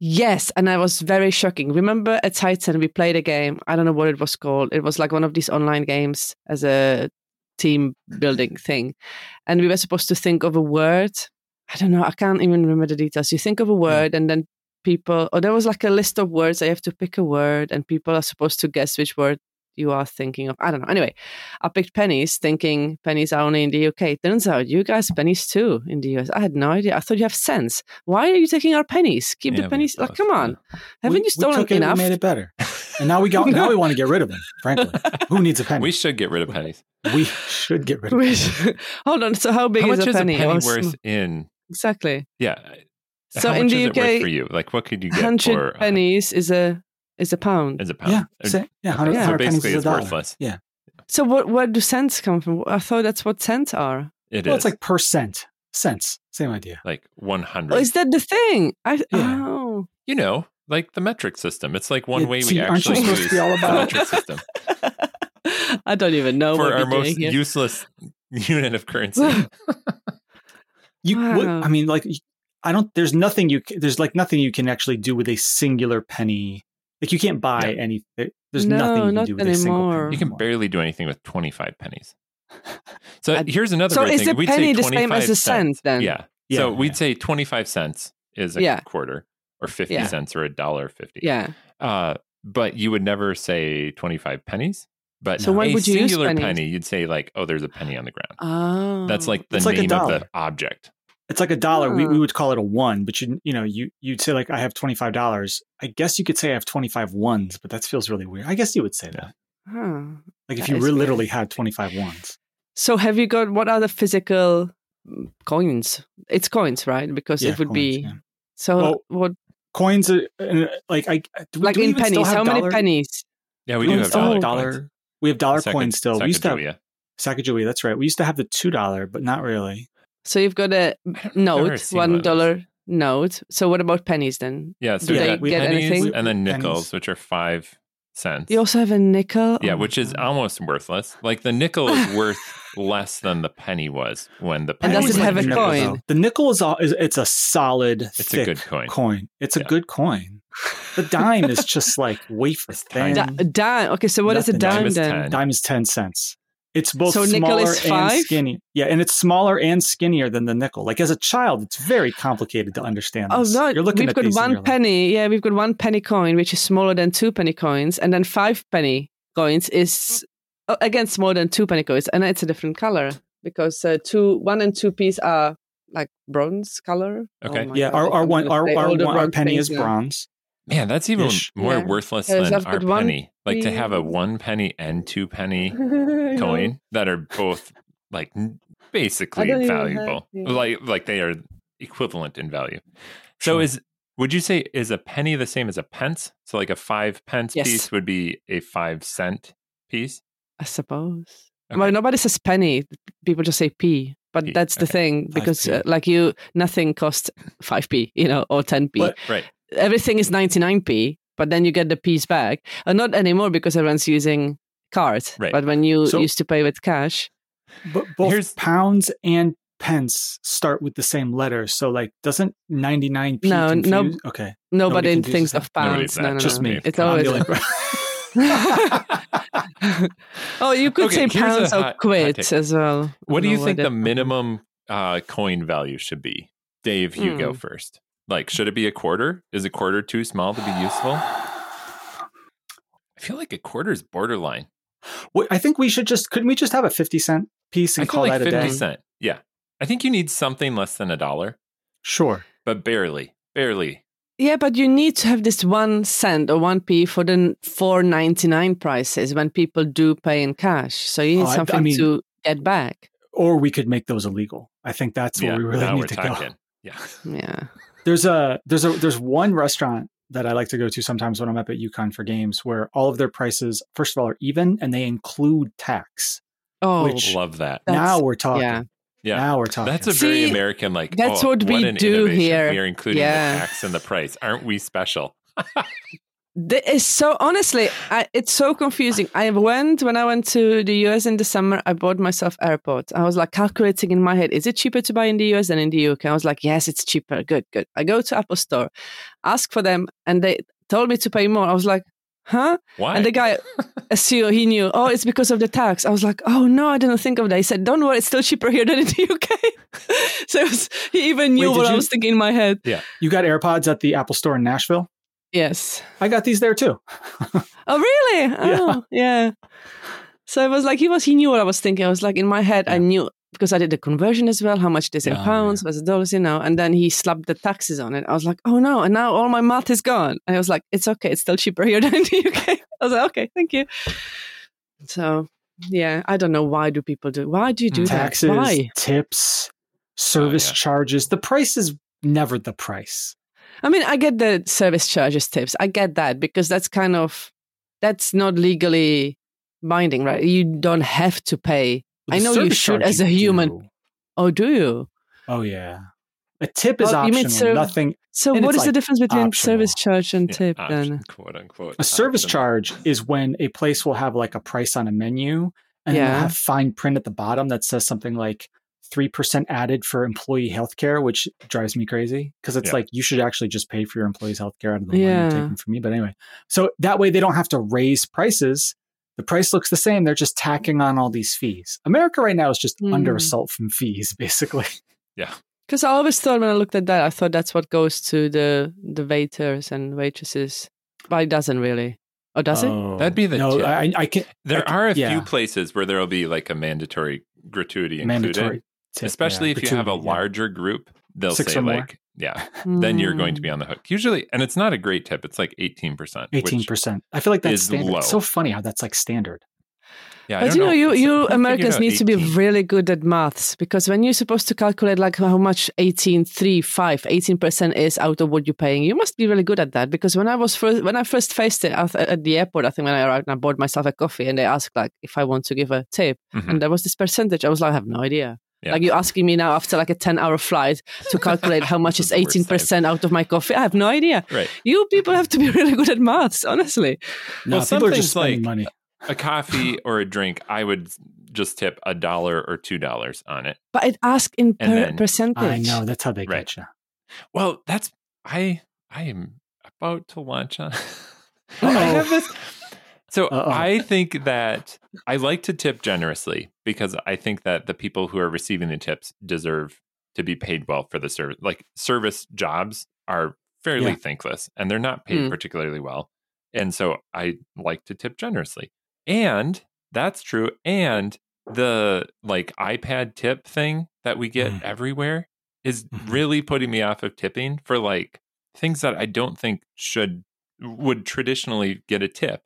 [SPEAKER 3] Yes, and I was very shocking. Remember at Titan we played a game. I don't know what it was called. It was like one of these online games as a team building thing, and we were supposed to think of a word. I don't know. I can't even remember the details. You think of a word, and then people. Or there was like a list of words. I have to pick a word, and people are supposed to guess which word you are thinking of. I don't know. Anyway, I picked pennies, thinking pennies are only in the UK. Turns out you guys pennies too in the US. I had no idea. I thought you have cents. Why are you taking our pennies? Keep
[SPEAKER 1] Yeah,
[SPEAKER 3] the
[SPEAKER 1] we
[SPEAKER 3] pennies. Like,
[SPEAKER 1] both,
[SPEAKER 3] come on. Haven't
[SPEAKER 2] We-
[SPEAKER 3] you
[SPEAKER 2] we
[SPEAKER 3] stolen
[SPEAKER 2] took it,
[SPEAKER 3] enough?
[SPEAKER 2] We made it better, and now we got now we want to get rid of them. Frankly, who needs a penny?
[SPEAKER 1] We
[SPEAKER 2] We,
[SPEAKER 1] should get rid of pennies.
[SPEAKER 2] should get rid of. them.
[SPEAKER 3] Wait, Hold on. So how big
[SPEAKER 1] How
[SPEAKER 3] is
[SPEAKER 1] much
[SPEAKER 3] a
[SPEAKER 1] is
[SPEAKER 3] penny?
[SPEAKER 1] a penny
[SPEAKER 3] Or
[SPEAKER 1] worth
[SPEAKER 3] sm-
[SPEAKER 1] in?
[SPEAKER 3] Exactly.
[SPEAKER 1] Yeah.
[SPEAKER 3] So
[SPEAKER 1] How
[SPEAKER 3] in
[SPEAKER 1] much
[SPEAKER 3] the
[SPEAKER 1] is it worth for
[SPEAKER 3] UK,
[SPEAKER 1] you? Like, what could you get for
[SPEAKER 3] hundred
[SPEAKER 1] a-
[SPEAKER 3] pennies is a is a pound.
[SPEAKER 1] as a pound?
[SPEAKER 2] Yeah,
[SPEAKER 1] Uh,
[SPEAKER 2] say, yeah,
[SPEAKER 1] okay,
[SPEAKER 2] 100,
[SPEAKER 1] so
[SPEAKER 2] 100 pennies
[SPEAKER 1] basically
[SPEAKER 2] is a
[SPEAKER 1] it's
[SPEAKER 2] dollar.
[SPEAKER 1] worthless.
[SPEAKER 2] Yeah,
[SPEAKER 3] So what where do cents come from? I thought that's what cents are.
[SPEAKER 1] It
[SPEAKER 2] well,
[SPEAKER 1] is.
[SPEAKER 2] it's like percent cents. Same idea.
[SPEAKER 1] like one hundred.
[SPEAKER 3] Oh, is that the thing? I
[SPEAKER 2] Yeah.
[SPEAKER 3] oh.
[SPEAKER 1] you know, like the metric system. It's like one
[SPEAKER 2] Yeah,
[SPEAKER 1] way
[SPEAKER 2] see,
[SPEAKER 1] we
[SPEAKER 2] aren't you
[SPEAKER 1] actually
[SPEAKER 2] supposed to
[SPEAKER 1] use
[SPEAKER 2] be all
[SPEAKER 1] the
[SPEAKER 2] about-
[SPEAKER 1] metric system
[SPEAKER 3] I don't even know
[SPEAKER 1] for
[SPEAKER 3] what
[SPEAKER 1] our
[SPEAKER 3] Oh, we're doing
[SPEAKER 1] most
[SPEAKER 3] here.
[SPEAKER 1] useless unit of currency.
[SPEAKER 2] You, what,
[SPEAKER 3] Wow.
[SPEAKER 2] I mean, like, you- I don't. There's nothing you. c- There's like nothing you can actually do with a singular penny. Like you can't buy
[SPEAKER 1] Yeah.
[SPEAKER 2] any. there- There's
[SPEAKER 3] No,
[SPEAKER 2] nothing you can
[SPEAKER 3] not
[SPEAKER 2] do with a single
[SPEAKER 3] anymore.
[SPEAKER 2] penny.
[SPEAKER 1] You can
[SPEAKER 2] anymore.
[SPEAKER 1] barely do anything with 25 pennies. So
[SPEAKER 3] I-
[SPEAKER 1] here's another
[SPEAKER 3] So
[SPEAKER 1] weird
[SPEAKER 3] is
[SPEAKER 1] thing.
[SPEAKER 3] a
[SPEAKER 1] We'd
[SPEAKER 3] penny
[SPEAKER 1] say
[SPEAKER 3] the same
[SPEAKER 1] 25
[SPEAKER 3] as a
[SPEAKER 1] cents.
[SPEAKER 3] cent then?
[SPEAKER 1] Yeah.
[SPEAKER 2] Yeah,
[SPEAKER 1] So
[SPEAKER 2] yeah.
[SPEAKER 1] we'd say 25 cents is a
[SPEAKER 3] Yeah.
[SPEAKER 1] quarter or 50
[SPEAKER 3] Yeah.
[SPEAKER 1] cents or a dollar 50.
[SPEAKER 3] Yeah.
[SPEAKER 1] Uh, but you would never say 25 pennies. But
[SPEAKER 3] So when
[SPEAKER 1] a
[SPEAKER 3] would you use
[SPEAKER 1] singular
[SPEAKER 3] pennies?
[SPEAKER 1] penny, you'd say like, oh, there's a penny on the ground.
[SPEAKER 3] Oh.
[SPEAKER 1] That's like the
[SPEAKER 2] It's like a
[SPEAKER 1] name of the
[SPEAKER 2] dollar.
[SPEAKER 1] object.
[SPEAKER 2] It's like a dollar. We, we
[SPEAKER 3] Huh.
[SPEAKER 2] would call it a one, but you you know you you'd say like I have twenty five dollars. I guess you could say I have twenty five ones, but that feels really weird. I guess you would say that.
[SPEAKER 3] Huh.
[SPEAKER 2] Like if
[SPEAKER 3] That
[SPEAKER 2] you
[SPEAKER 3] is
[SPEAKER 2] re-
[SPEAKER 3] weird.
[SPEAKER 2] literally had twenty five ones.
[SPEAKER 3] So have you got what are the physical mm, coins? It's coins, right? Because
[SPEAKER 2] Yeah,
[SPEAKER 3] it would
[SPEAKER 2] coins,
[SPEAKER 3] be
[SPEAKER 2] yeah.
[SPEAKER 3] so
[SPEAKER 2] Well,
[SPEAKER 3] what
[SPEAKER 2] coins. Are, uh, like I do we-
[SPEAKER 3] like
[SPEAKER 2] do we
[SPEAKER 3] in
[SPEAKER 2] even still
[SPEAKER 3] pennies.
[SPEAKER 2] have
[SPEAKER 3] How many
[SPEAKER 2] dollar-
[SPEAKER 3] pennies?
[SPEAKER 1] Yeah, we do
[SPEAKER 2] do we
[SPEAKER 1] have
[SPEAKER 2] still
[SPEAKER 1] dollar.
[SPEAKER 2] have
[SPEAKER 1] coins.
[SPEAKER 2] dollar. We have dollar
[SPEAKER 1] Saca-
[SPEAKER 2] coins still. We used to have
[SPEAKER 1] Sacagawea.
[SPEAKER 2] Sacagawea. That's right. We used to have the two dollar, but not really.
[SPEAKER 3] So you've got a
[SPEAKER 1] I don't know if I've ever
[SPEAKER 3] note,
[SPEAKER 1] seen one
[SPEAKER 3] one
[SPEAKER 1] of those.
[SPEAKER 3] dollar note. So what about pennies then?
[SPEAKER 1] Yeah, so
[SPEAKER 3] Do
[SPEAKER 1] we
[SPEAKER 3] they
[SPEAKER 1] got
[SPEAKER 3] get
[SPEAKER 1] pennies
[SPEAKER 3] anything?
[SPEAKER 1] and then
[SPEAKER 2] Pennies.
[SPEAKER 1] nickels, which are five cents.
[SPEAKER 3] You also have a nickel.
[SPEAKER 1] yeah,
[SPEAKER 3] Oh my
[SPEAKER 1] which is
[SPEAKER 3] God.
[SPEAKER 1] almost worthless. Like the nickel is worth less than the penny was when the
[SPEAKER 3] And
[SPEAKER 1] penny
[SPEAKER 3] does
[SPEAKER 1] was
[SPEAKER 3] it
[SPEAKER 1] like
[SPEAKER 3] have a
[SPEAKER 1] triple.
[SPEAKER 3] coin?
[SPEAKER 2] The nickel is all. Is, it's a solid.
[SPEAKER 1] It's
[SPEAKER 2] thick
[SPEAKER 1] a good coin.
[SPEAKER 2] coin. It's a
[SPEAKER 1] Yeah.
[SPEAKER 2] good coin. The dime is just like wafer
[SPEAKER 1] It's tiny.
[SPEAKER 2] thin.
[SPEAKER 3] Di- a dime. Okay, so what is
[SPEAKER 2] Nothing.
[SPEAKER 3] a dime,
[SPEAKER 1] Dime is
[SPEAKER 3] then?
[SPEAKER 1] 10.
[SPEAKER 2] Dime is ten cents. It's both
[SPEAKER 3] So nickel
[SPEAKER 2] smaller
[SPEAKER 3] is five?
[SPEAKER 2] and skinny. Yeah, and it's smaller and skinnier than the nickel. Like as a child, it's very complicated to understand.
[SPEAKER 3] Oh
[SPEAKER 2] this.
[SPEAKER 3] no!
[SPEAKER 2] You're looking
[SPEAKER 3] we've
[SPEAKER 2] at
[SPEAKER 3] got
[SPEAKER 2] these and you're like,
[SPEAKER 3] one penny. yeah, we've got one penny coin, which is smaller than two penny coins, and then five penny coins is oh, again smaller than two penny coins, and it's a different color because uh, two, one and two piece are like bronze color. Oh
[SPEAKER 1] Okay.
[SPEAKER 3] my
[SPEAKER 2] yeah,
[SPEAKER 3] God,
[SPEAKER 2] our our
[SPEAKER 3] I'm
[SPEAKER 2] one
[SPEAKER 3] gonna
[SPEAKER 2] our
[SPEAKER 3] say
[SPEAKER 2] our,
[SPEAKER 3] all the
[SPEAKER 2] one, our
[SPEAKER 3] wrong
[SPEAKER 2] penny
[SPEAKER 3] things
[SPEAKER 2] is
[SPEAKER 3] now.
[SPEAKER 2] bronze.
[SPEAKER 1] Man, that's even
[SPEAKER 2] Ish.
[SPEAKER 1] more
[SPEAKER 3] Yeah.
[SPEAKER 1] worthless
[SPEAKER 3] Yeah, so
[SPEAKER 1] than
[SPEAKER 3] I've
[SPEAKER 1] our
[SPEAKER 3] got one
[SPEAKER 1] penny. Like to have a
[SPEAKER 3] three-
[SPEAKER 1] one penny and two penny
[SPEAKER 3] I know.
[SPEAKER 1] coin that are both like n- basically
[SPEAKER 3] I don't even have-
[SPEAKER 1] valuable.
[SPEAKER 3] yeah.
[SPEAKER 1] Like like they are equivalent in value. So
[SPEAKER 2] Sure.
[SPEAKER 1] is would you say is a penny the same as a pence? So like a five pence
[SPEAKER 3] Yes.
[SPEAKER 1] piece would be a five cent piece.
[SPEAKER 3] I suppose.
[SPEAKER 1] Okay.
[SPEAKER 3] Well, nobody says penny. People just say p. But
[SPEAKER 1] P,
[SPEAKER 3] that's the
[SPEAKER 1] okay.
[SPEAKER 3] thing because,
[SPEAKER 2] 5p.
[SPEAKER 3] uh, like you, nothing costs five p, you know, or ten p.
[SPEAKER 2] But-
[SPEAKER 1] Right.
[SPEAKER 3] Everything is ninety nine p, but then you get the p's back, and not anymore because everyone's using cards.
[SPEAKER 1] Right.
[SPEAKER 3] But when you
[SPEAKER 2] So-
[SPEAKER 3] used to pay with cash,
[SPEAKER 2] But both
[SPEAKER 1] Here's-
[SPEAKER 2] pounds and pence start with the same letter. So like doesn't 99p
[SPEAKER 3] No,
[SPEAKER 2] confuse?
[SPEAKER 3] no.
[SPEAKER 2] Okay.
[SPEAKER 3] nobody,
[SPEAKER 2] confuses
[SPEAKER 3] thinks
[SPEAKER 2] that.
[SPEAKER 3] of
[SPEAKER 1] Nobody
[SPEAKER 3] pounds.
[SPEAKER 1] does
[SPEAKER 3] No,
[SPEAKER 1] that.
[SPEAKER 3] no,
[SPEAKER 2] Just
[SPEAKER 3] no.
[SPEAKER 2] me.
[SPEAKER 3] It's
[SPEAKER 2] I'm
[SPEAKER 3] always.
[SPEAKER 2] the only-
[SPEAKER 3] oh, you could
[SPEAKER 1] Okay,
[SPEAKER 3] say
[SPEAKER 1] here's a
[SPEAKER 3] pounds
[SPEAKER 1] hot-
[SPEAKER 3] or
[SPEAKER 1] hot
[SPEAKER 3] quid
[SPEAKER 1] take.
[SPEAKER 3] as well. I
[SPEAKER 1] What do
[SPEAKER 3] don't
[SPEAKER 1] you
[SPEAKER 3] know why
[SPEAKER 1] think
[SPEAKER 3] that-
[SPEAKER 1] the minimum uh, coin value should be? Dave, you
[SPEAKER 3] Hmm.
[SPEAKER 1] go first. Like, should it be a quarter? Is a quarter too small to be useful? I feel like a quarter is borderline.
[SPEAKER 2] Wait, I think we should just couldn't we just have a 50 cent piece
[SPEAKER 1] I
[SPEAKER 2] and
[SPEAKER 1] feel
[SPEAKER 2] call
[SPEAKER 1] like
[SPEAKER 2] that a
[SPEAKER 1] fifty
[SPEAKER 2] day?
[SPEAKER 1] cent. Yeah, I think you need something less than a dollar,
[SPEAKER 2] Sure.
[SPEAKER 1] but barely, barely.
[SPEAKER 3] Yeah, but you need to have this one cent or one p for the four ninety nine prices when people do pay in cash. So you need
[SPEAKER 2] Oh, I- I
[SPEAKER 3] something
[SPEAKER 2] mean-
[SPEAKER 3] to get back.
[SPEAKER 2] Or we could make those illegal. I think that's where
[SPEAKER 1] yeah,
[SPEAKER 2] we really
[SPEAKER 1] now we're
[SPEAKER 2] need to go.
[SPEAKER 1] talking. Yeah,
[SPEAKER 3] Yeah.
[SPEAKER 2] There's a there's a there's one restaurant that I like to go to sometimes when I'm up at UConn for games where all of their prices first of all are even and they include tax.
[SPEAKER 3] Oh,
[SPEAKER 2] Which-
[SPEAKER 1] love that.
[SPEAKER 3] That's-
[SPEAKER 2] now we're talking.
[SPEAKER 3] yeah.
[SPEAKER 1] Yeah.
[SPEAKER 2] Now we're talking.
[SPEAKER 1] That's a very
[SPEAKER 3] See,
[SPEAKER 1] American like.
[SPEAKER 3] that's
[SPEAKER 1] oh,
[SPEAKER 3] what we
[SPEAKER 1] an
[SPEAKER 3] do
[SPEAKER 1] innovation.
[SPEAKER 3] here.
[SPEAKER 1] We are including
[SPEAKER 3] Yeah.
[SPEAKER 1] the tax and the price. Aren't we special?
[SPEAKER 3] Th- it's so honestly, I, it's so confusing. I went when I went to the US in the summer. I bought myself airport. I was like calculating in my head: is it cheaper to buy in the US than in the UK? I was like, yes, it's cheaper. Good, good. I go to Apple Store, ask for them, and they told me to pay more. I was like, huh?
[SPEAKER 1] Why?
[SPEAKER 3] And the guy, assumed he knew. Oh, it's because of the tax. I was like, oh no, I didn't think of that. He said, don't worry, it's still cheaper here than in the UK. so it was, he even knew
[SPEAKER 2] Wait,
[SPEAKER 3] what
[SPEAKER 2] did
[SPEAKER 3] I
[SPEAKER 2] you-
[SPEAKER 3] was thinking in my head.
[SPEAKER 2] you got AirPods at the Apple store in Nashville?
[SPEAKER 3] Yes.
[SPEAKER 2] I got these there too.
[SPEAKER 3] Oh really? Oh yeah. So it was like he was. He knew what I was thinking. I was like in my head, I
[SPEAKER 2] Yeah.
[SPEAKER 3] knew because I did the conversion as well. How much this in
[SPEAKER 1] Yeah,
[SPEAKER 3] pounds was dollars, you know. And then he slapped the taxes on it. I was like, oh no! And now all my math is gone. And I was like, it's okay. It's still cheaper here than in the UK. I was like, okay, thank you. So yeah, I don't know why do people do. Why do you do
[SPEAKER 2] Taxes,
[SPEAKER 3] that? Why?
[SPEAKER 2] tips, service
[SPEAKER 1] yeah.
[SPEAKER 2] charges. The price is never the price.
[SPEAKER 3] I mean, I get the service charges tips. I get that because that's kind of that's not legally binding, right? You don't have to pay I
[SPEAKER 2] The
[SPEAKER 3] know you
[SPEAKER 2] service
[SPEAKER 3] should
[SPEAKER 2] charge
[SPEAKER 3] as
[SPEAKER 2] you
[SPEAKER 3] a human.
[SPEAKER 2] do.
[SPEAKER 3] Oh, do you?
[SPEAKER 2] Oh yeah. A tip is
[SPEAKER 3] Well, Oh, you
[SPEAKER 2] optional.
[SPEAKER 3] mean serv-
[SPEAKER 2] Nothing.
[SPEAKER 3] So,
[SPEAKER 2] And
[SPEAKER 3] what
[SPEAKER 2] it's
[SPEAKER 3] is the
[SPEAKER 2] like
[SPEAKER 3] difference between service charge and
[SPEAKER 1] Yeah,
[SPEAKER 3] tip
[SPEAKER 1] option,
[SPEAKER 3] then?
[SPEAKER 1] Ah, quote unquote.
[SPEAKER 2] A service
[SPEAKER 1] option.
[SPEAKER 2] charge is when a place will have like a price on a menu and then
[SPEAKER 3] Yeah.
[SPEAKER 2] they'll have fine print at the bottom that says something like 3% added for employee healthcare, which drives me crazy because it's
[SPEAKER 1] Yeah.
[SPEAKER 2] like you should actually just pay for your employees' healthcare out of the money
[SPEAKER 3] Yeah.
[SPEAKER 2] you're taking from me. But anyway, so that way they don't have to raise prices. The price looks the same. They're just tacking on all these fees. America right now is just under
[SPEAKER 3] Hmm.
[SPEAKER 2] assault from fees, basically.
[SPEAKER 3] Because I always thought when I looked at that, I thought that's what goes to the the waiters and waitresses, but it doesn't really. Oh, does it?
[SPEAKER 1] That'd be the
[SPEAKER 2] no.
[SPEAKER 1] tip.
[SPEAKER 2] I, I can
[SPEAKER 1] There are a
[SPEAKER 2] yeah.
[SPEAKER 1] few places where there will be like a mandatory gratuity included,
[SPEAKER 2] mandatory, tip,
[SPEAKER 1] especially
[SPEAKER 2] yeah,
[SPEAKER 1] if you have a
[SPEAKER 2] gratuity, yeah.
[SPEAKER 1] larger group. They'll
[SPEAKER 2] Six
[SPEAKER 1] say
[SPEAKER 2] or more.
[SPEAKER 1] like, yeah, then
[SPEAKER 3] Hmm.
[SPEAKER 1] you're going to be on the hook. Usually, and it's not a great tip. It's like eighteen percent.
[SPEAKER 2] Eighteen percent. I feel like
[SPEAKER 1] is
[SPEAKER 2] that's standard.
[SPEAKER 1] low.
[SPEAKER 2] It's so funny how that's like standard.
[SPEAKER 1] Yeah, I
[SPEAKER 3] But
[SPEAKER 1] don't
[SPEAKER 3] you know, you,
[SPEAKER 1] It's- I
[SPEAKER 3] you
[SPEAKER 1] figured
[SPEAKER 3] Americans
[SPEAKER 1] out
[SPEAKER 3] need to be
[SPEAKER 1] 18.
[SPEAKER 3] really good at maths because when you're supposed to calculate like how much 18, 3, 5, 18% is out of what you're paying, you must be really good at that. Because when I was first, when I first faced it at, at the airport, I think when I arrived and I bought myself a coffee and they asked like if I want to give a tip
[SPEAKER 1] Mhm.
[SPEAKER 3] and there was this percentage, I was like, I have no idea.
[SPEAKER 1] Yeah.
[SPEAKER 3] Like you're asking me now after like a 10 hour flight to calculate how much
[SPEAKER 1] This
[SPEAKER 3] is
[SPEAKER 1] is the worst Mm-hmm.
[SPEAKER 3] 18% out of my coffee. I have no idea.
[SPEAKER 1] Right.
[SPEAKER 3] You people have to be really good at maths, honestly.
[SPEAKER 2] No,
[SPEAKER 1] Well,
[SPEAKER 2] people are just
[SPEAKER 1] something's
[SPEAKER 2] spending
[SPEAKER 1] like-
[SPEAKER 2] money.
[SPEAKER 1] a coffee or a drink, I would just tip a dollar or two dollars on it.
[SPEAKER 3] But it asked in per
[SPEAKER 1] And then-
[SPEAKER 3] percentage.
[SPEAKER 2] I know that's how they
[SPEAKER 1] Right.
[SPEAKER 2] get you.
[SPEAKER 1] Well, that's I I am about to launch on. I
[SPEAKER 2] Uh-oh.
[SPEAKER 1] have this. So
[SPEAKER 2] Oh. Uh-oh.
[SPEAKER 1] I think that I like to tip generously because I think that the people who are receiving the tips deserve to be paid well for the service. Like service jobs are fairly
[SPEAKER 2] Yeah.
[SPEAKER 1] thankless and they're not paid
[SPEAKER 3] Hmm.
[SPEAKER 1] particularly well. And so I like to tip generously. And that's true. And the like iPad tip thing that we get
[SPEAKER 2] Mm.
[SPEAKER 1] everywhere is
[SPEAKER 2] Mhm.
[SPEAKER 1] really putting me off of tipping for like things that I don't think should would traditionally get a tip.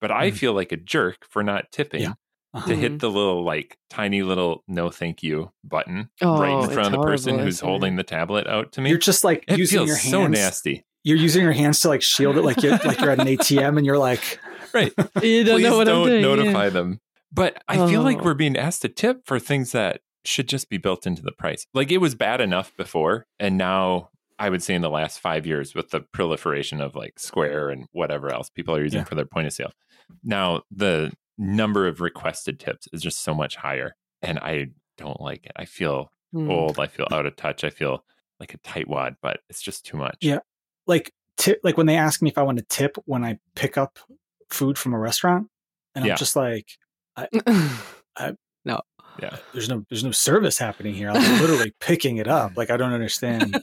[SPEAKER 1] But I
[SPEAKER 2] Mm.
[SPEAKER 1] feel like a jerk for not tipping.
[SPEAKER 2] Yeah.
[SPEAKER 1] to
[SPEAKER 3] Mm-hmm.
[SPEAKER 1] hit the little like tiny little no thank you button
[SPEAKER 3] Oh,
[SPEAKER 1] right in
[SPEAKER 3] it's
[SPEAKER 1] front of the person
[SPEAKER 3] horrible,
[SPEAKER 1] who's
[SPEAKER 3] isn't it?
[SPEAKER 1] holding the tablet out to me.
[SPEAKER 2] You're just like
[SPEAKER 1] it
[SPEAKER 2] using
[SPEAKER 1] feels
[SPEAKER 2] your hands.
[SPEAKER 1] so nasty.
[SPEAKER 2] You're using your hands to like shield it, like you're like you're at an ATM, and you're like,
[SPEAKER 1] Right.
[SPEAKER 3] You don't
[SPEAKER 1] Please
[SPEAKER 3] know what
[SPEAKER 1] don't
[SPEAKER 3] I'm doing.
[SPEAKER 1] notify them. But I feel like
[SPEAKER 3] Oh.
[SPEAKER 1] we're being asked to tip for things that should just be built into the price. Like it was bad enough before, and now I would say in the last five years with the proliferation of like Square and whatever else people are using
[SPEAKER 2] Yeah.
[SPEAKER 1] for their point of sale. Now the number of requested tips is just so much higher, and I don't like it. I feel
[SPEAKER 3] yeah. Mm.
[SPEAKER 1] old. I feel out of touch. I feel like a tightwad, but it's just too much.
[SPEAKER 2] Yeah. like tip, like when they ask me if I want to tip when I pick up food from a restaurant, and
[SPEAKER 1] Yeah.
[SPEAKER 2] I'm just like,
[SPEAKER 1] Yeah.
[SPEAKER 2] there's no there's no service happening here. I'm literally picking it up. Like I don't understand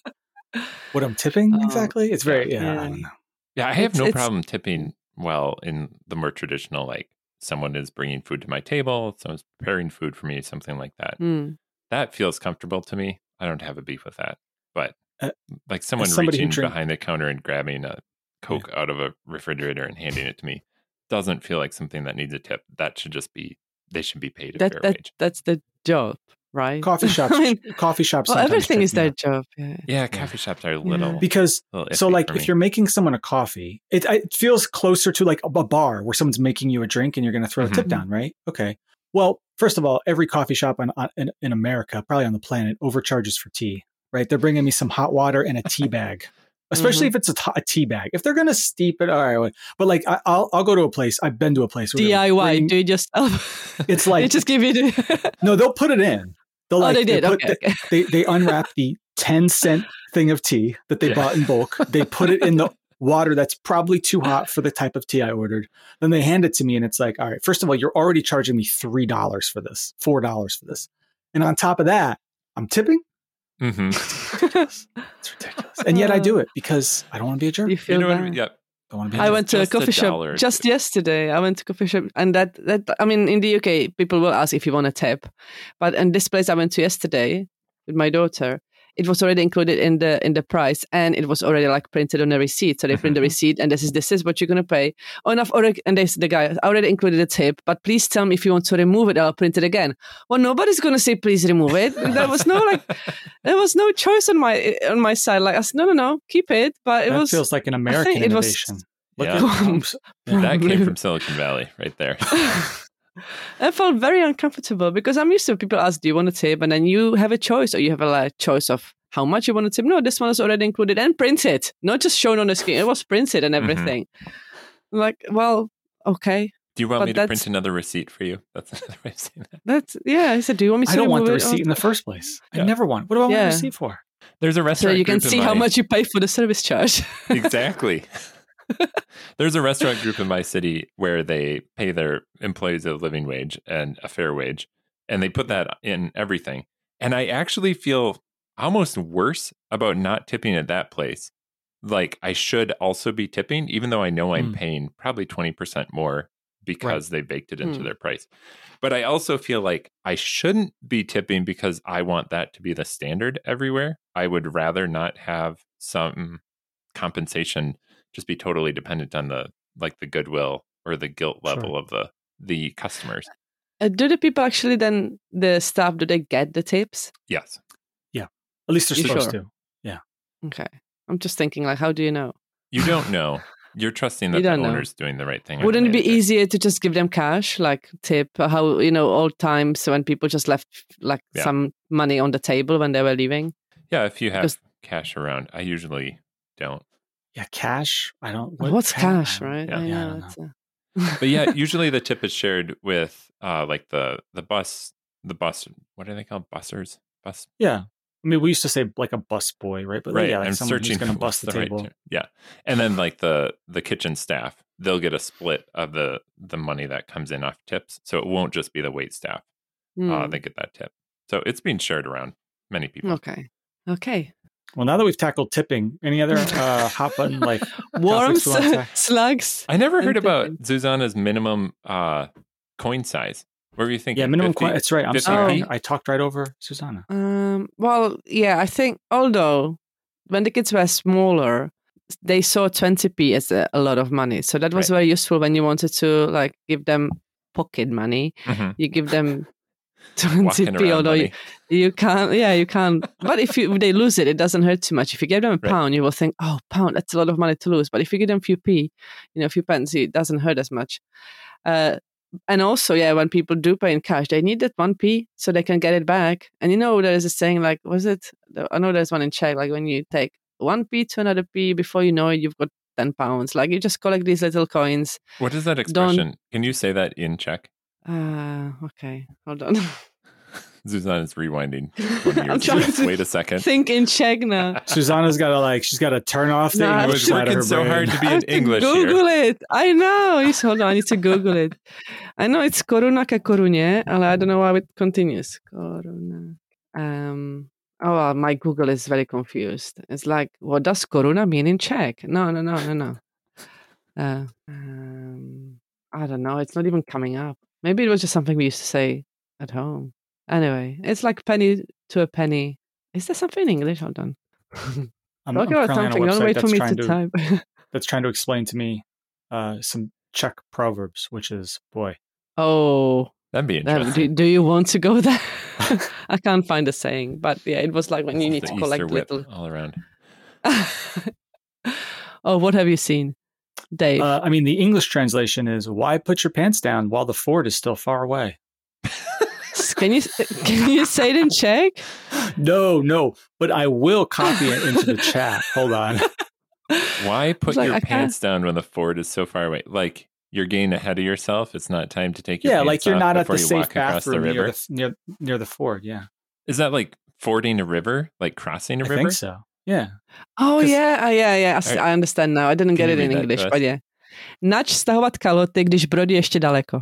[SPEAKER 2] what I'm tipping
[SPEAKER 3] Oh.
[SPEAKER 2] exactly. It's very yeah.
[SPEAKER 3] Yeah.
[SPEAKER 2] I don't know.
[SPEAKER 1] Yeah, I have
[SPEAKER 3] It's-
[SPEAKER 1] no
[SPEAKER 3] it's-
[SPEAKER 1] problem tipping well in the more traditional, like someone is bringing food to my table, someone's preparing food for me, something like that.
[SPEAKER 3] Mm.
[SPEAKER 1] That feels comfortable to me. I don't have a beef with that. But
[SPEAKER 2] Uh,
[SPEAKER 1] like someone
[SPEAKER 2] as somebody who
[SPEAKER 1] reaching
[SPEAKER 2] drink-
[SPEAKER 1] behind the counter and grabbing a Coke out of a refrigerator and handing it to me doesn't feel like something that needs a tip. That should just be, they should be paid a
[SPEAKER 3] That
[SPEAKER 1] fair
[SPEAKER 3] that
[SPEAKER 1] wage.
[SPEAKER 3] that's the job, right?
[SPEAKER 2] Coffee shops,
[SPEAKER 3] I mean,
[SPEAKER 2] coffee shops.
[SPEAKER 3] well,
[SPEAKER 2] sometimes
[SPEAKER 3] everything
[SPEAKER 2] trip
[SPEAKER 3] is
[SPEAKER 2] me
[SPEAKER 3] their
[SPEAKER 2] up.
[SPEAKER 3] job. Yeah.
[SPEAKER 1] Yeah, coffee shops are a little.
[SPEAKER 2] because
[SPEAKER 1] little
[SPEAKER 2] so
[SPEAKER 1] iffy
[SPEAKER 2] like
[SPEAKER 1] for me.
[SPEAKER 2] if you're making someone a coffee, it, I- it feels closer to like a a bar where someone's making you a drink and you're going to throw
[SPEAKER 1] Mhm.
[SPEAKER 2] a tip
[SPEAKER 3] Mm-hmm.
[SPEAKER 2] down, right? Okay. Well, first of all, every coffee shop on, on, in, in America, probably on the planet, overcharges for tea, right? They're bringing me some hot water and a tea bag. Especially
[SPEAKER 3] Mm-hmm.
[SPEAKER 2] if it's a t- a tea bag. If they're gonna steep it, all right. But like, I, I'll I'll go to a place. I've been to a place. where they'll
[SPEAKER 3] DIY,
[SPEAKER 2] bring-
[SPEAKER 3] do it yourself.
[SPEAKER 2] It's like-
[SPEAKER 3] they just give you. The,
[SPEAKER 2] No, they'll put it in. They'll
[SPEAKER 3] oh,
[SPEAKER 2] like,
[SPEAKER 3] they did.
[SPEAKER 2] put
[SPEAKER 3] Okay.
[SPEAKER 2] the-
[SPEAKER 3] okay.
[SPEAKER 2] they they unwrap the 10 cent thing of tea that they
[SPEAKER 1] Yeah.
[SPEAKER 2] bought in bulk they put it in the water that's probably too hot for the type of tea i ordered then they hand it to me and it's like all right first of all you're already charging me three dollars for this four dollars for this and on top of that i'm tipping
[SPEAKER 1] Mhm.
[SPEAKER 2] it's ridiculous and yet i do it because i don't want to be a jerk
[SPEAKER 3] you
[SPEAKER 1] You
[SPEAKER 3] feel
[SPEAKER 1] know what I mean?
[SPEAKER 3] bad.
[SPEAKER 1] Yeah.
[SPEAKER 2] i want to be a
[SPEAKER 3] Uh, I
[SPEAKER 2] jerk.
[SPEAKER 3] went to a
[SPEAKER 1] Just a
[SPEAKER 3] coffee
[SPEAKER 1] dollar or
[SPEAKER 3] shop just yesterday. I went to coffee shop, and that that I mean, in the UK, people will ask if you want a tip, but in this place I went to yesterday with my daughter, it was already included in the in the price, and it was already like printed on a receipt. So they print the
[SPEAKER 1] Mhm.
[SPEAKER 3] receipt, and this is this is what you're gonna pay. Oh, and I've already and they said the guy I already included a tip, but please tell me if you want to remove it. I'll print it again. Well, nobody's gonna say please remove it. There was no like, there was no choice on my on my side. Like I said, no, no, no, keep it. But it
[SPEAKER 2] that
[SPEAKER 3] was
[SPEAKER 2] feels like an american
[SPEAKER 3] it was-
[SPEAKER 2] innovation
[SPEAKER 1] Yeah.
[SPEAKER 2] at-
[SPEAKER 1] That came
[SPEAKER 3] Probably.
[SPEAKER 1] from Silicon Valley right there.
[SPEAKER 3] I felt very uncomfortable because I'm used to people ask, "Do you want a tip?" and then you have a choice, or you have a like, choice of how much you want a tip. No, this one is already included and printed, not just shown on the screen. It was printed and
[SPEAKER 2] Mm-hmm.
[SPEAKER 3] everything. Like, well, okay,
[SPEAKER 1] Do you want
[SPEAKER 3] But
[SPEAKER 1] me to print
[SPEAKER 3] that's-
[SPEAKER 1] another receipt for you? That's another way of saying that.
[SPEAKER 3] that's yeah. I said, "Do you want me to
[SPEAKER 2] i don't want the
[SPEAKER 3] remove it?" Oh,
[SPEAKER 2] receipt in the first place
[SPEAKER 1] Yeah.
[SPEAKER 2] i never want what do i want the
[SPEAKER 3] Yeah.
[SPEAKER 2] receipt for
[SPEAKER 1] There's a
[SPEAKER 3] So
[SPEAKER 1] restaurant.
[SPEAKER 3] you can
[SPEAKER 1] group in
[SPEAKER 3] see how
[SPEAKER 1] my-
[SPEAKER 3] much you pay for the service charge.
[SPEAKER 1] exactly. There's a restaurant group in my city where they pay their employees a living wage and a fair wage, and they put that in everything. And I actually feel almost worse about not tipping at that place. Like I should also be tipping, even though I know I'm
[SPEAKER 2] Mm.
[SPEAKER 1] paying probably 20% more because they baked it into
[SPEAKER 3] Mm.
[SPEAKER 1] their price. But I also feel like I shouldn't be tipping because I want that to be the standard everywhere. I would rather not have some compensation just be totally dependent on the like the goodwill or the guilt
[SPEAKER 2] Sure.
[SPEAKER 1] level of the the customers.
[SPEAKER 3] Uh, do the people actually then the staff do they get the tips?
[SPEAKER 1] Yes.
[SPEAKER 2] at least they're
[SPEAKER 3] You
[SPEAKER 2] supposed
[SPEAKER 3] sure?
[SPEAKER 2] to
[SPEAKER 3] Okay, I'm just thinking like, how do you know?
[SPEAKER 1] You don't know. You're trusting that
[SPEAKER 3] You
[SPEAKER 1] the
[SPEAKER 3] don't know.
[SPEAKER 1] owner's doing the right thing. or the
[SPEAKER 3] Wouldn't it be
[SPEAKER 1] manager.
[SPEAKER 3] easier to just give them cash, like tip? How you know old times when people just left like
[SPEAKER 1] Yeah.
[SPEAKER 3] some money on the table when they were leaving?
[SPEAKER 1] Yeah, if you have
[SPEAKER 3] Because-
[SPEAKER 1] cash around. I usually don't.
[SPEAKER 2] yeah cash i don't
[SPEAKER 3] What's
[SPEAKER 2] I don't- I
[SPEAKER 3] cash,
[SPEAKER 2] don't-
[SPEAKER 3] right?
[SPEAKER 1] yeah.
[SPEAKER 2] Yeah,
[SPEAKER 3] I
[SPEAKER 2] I
[SPEAKER 3] know,
[SPEAKER 2] don't
[SPEAKER 3] it's a-
[SPEAKER 1] But yeah, oh, usually the tip is shared with uh like the the bus the bus what are they called? Bussers? Bus
[SPEAKER 2] Yeah. I mean, we used to say like a bus boy, right? But yeah, like
[SPEAKER 1] I'm
[SPEAKER 2] someone who's going to
[SPEAKER 1] for
[SPEAKER 2] bust the,
[SPEAKER 1] right
[SPEAKER 2] table.
[SPEAKER 1] term. yeah, and then like the the kitchen staff, they'll get a split of the the money that comes in off tips, so it won't just be the wait staff. Uh,
[SPEAKER 3] Hmm.
[SPEAKER 1] they get that tip, so it's being shared around many people.
[SPEAKER 3] okay. Okay.
[SPEAKER 2] Well, now that we've tackled tipping, any other uh, hot button like
[SPEAKER 3] Worms,
[SPEAKER 2] we wanna tackle?
[SPEAKER 3] slugs.
[SPEAKER 1] I never
[SPEAKER 3] I'm
[SPEAKER 1] heard about Zuzana's minimum uh coin size. What were you thinking?
[SPEAKER 2] yeah minimum?
[SPEAKER 1] 50?
[SPEAKER 2] Qu- it's right. I'm
[SPEAKER 1] 50,
[SPEAKER 2] sorry,
[SPEAKER 1] right?
[SPEAKER 2] I talked right over Susanna.
[SPEAKER 3] Um, well, yeah, I think although when the kids were smaller, they saw 20p as a, a lot of money. So that was very useful when you wanted to like give them pocket money.
[SPEAKER 1] Mhm.
[SPEAKER 3] You give them
[SPEAKER 1] Walking
[SPEAKER 3] 20p,
[SPEAKER 1] around
[SPEAKER 3] although you,
[SPEAKER 1] money.
[SPEAKER 3] you can't. Yeah, you can't. But if you, they lose it, it doesn't hurt too much. If you give them a
[SPEAKER 1] Right.
[SPEAKER 3] pound, you will think, oh, pound, that's a lot of money to lose. But if you give them a few p, you know, a few pence, it doesn't hurt as much. Uh, and also, yeah, when people do pay in cash, they need that one p so they can get it back. And you know, there is a saying like, was it? I know there's one in Czech, like when you take one p to another p, before you know it, you've got ten pounds. Like you just collect these little coins.
[SPEAKER 1] What is that expression? Can you say that in Czech?
[SPEAKER 3] Uh, okay, hold on.
[SPEAKER 1] Zuzan is rewinding. 20
[SPEAKER 3] I'm
[SPEAKER 1] years
[SPEAKER 3] trying
[SPEAKER 1] ago.
[SPEAKER 3] to
[SPEAKER 1] Wait a second.
[SPEAKER 3] think in Czech now.
[SPEAKER 2] Susanna's got to like, she's got to turn off the
[SPEAKER 3] No, I
[SPEAKER 1] I
[SPEAKER 2] English
[SPEAKER 1] was
[SPEAKER 2] side of her
[SPEAKER 1] working so
[SPEAKER 2] brain.
[SPEAKER 1] hard to be
[SPEAKER 3] I
[SPEAKER 1] in
[SPEAKER 3] have to
[SPEAKER 1] English
[SPEAKER 3] Google
[SPEAKER 1] here.
[SPEAKER 3] it. I know. Just hold on. I need to Google it. I know it's koruna ke koruně, ale I don't know how it continues. Koruna. Um, oh, well, my Google is very confused. It's like, what does koruna mean in Czech? No, no, no, no, no. Uh, um, I don't know. It's not even coming up. Maybe it was just something we used to say at home. Anyway, it's like penny to a penny. Is there something in English? Hold on.
[SPEAKER 2] I'm, I'm
[SPEAKER 3] Talk about
[SPEAKER 2] currently on a
[SPEAKER 3] something. Don't
[SPEAKER 2] website
[SPEAKER 3] wait for
[SPEAKER 2] that's
[SPEAKER 3] me
[SPEAKER 2] trying
[SPEAKER 3] to type.
[SPEAKER 2] that's trying to explain to me uh, some Czech proverbs, which is boy.
[SPEAKER 3] oh.
[SPEAKER 1] That'd be
[SPEAKER 3] That-
[SPEAKER 1] interesting.
[SPEAKER 3] do, do you want to go there? I can't find a saying, but yeah, it was like when you need
[SPEAKER 1] the
[SPEAKER 3] to
[SPEAKER 1] Easter
[SPEAKER 3] collect
[SPEAKER 1] whip
[SPEAKER 3] little.
[SPEAKER 1] all around.
[SPEAKER 3] oh, what have you seen, Dave?
[SPEAKER 2] Uh, I mean, the English translation is "Why put your pants down while the fort is still far away?"
[SPEAKER 3] can you can you say it in Czech?
[SPEAKER 2] No, no, but I will copy it into the chat. Hold on.
[SPEAKER 1] Why put
[SPEAKER 3] like,
[SPEAKER 1] your
[SPEAKER 3] I can't-
[SPEAKER 1] pants down when the Ford is so far away? Like you're getting ahead of yourself. It's not time to take your
[SPEAKER 2] yeah,
[SPEAKER 1] pants
[SPEAKER 2] like you're
[SPEAKER 1] off
[SPEAKER 2] not at
[SPEAKER 1] before
[SPEAKER 2] the
[SPEAKER 1] you
[SPEAKER 2] safe
[SPEAKER 1] walk across the
[SPEAKER 2] bathroom near,
[SPEAKER 1] river.
[SPEAKER 2] the, near near the ford. Yeah,
[SPEAKER 1] Is that like fording a river? Like crossing a
[SPEAKER 2] I
[SPEAKER 1] river?
[SPEAKER 2] think so. Yeah,
[SPEAKER 3] Oh
[SPEAKER 1] 'Cause-
[SPEAKER 3] yeah, oh, yeah, yeah. I, s-
[SPEAKER 1] Alright.
[SPEAKER 3] I understand now. I didn't
[SPEAKER 1] Can
[SPEAKER 3] get
[SPEAKER 1] you
[SPEAKER 3] it
[SPEAKER 1] read
[SPEAKER 3] in
[SPEAKER 1] that to
[SPEAKER 3] English,
[SPEAKER 1] us?
[SPEAKER 3] but yeah. Nač stahovat kaloty, když brodí ještě daleko.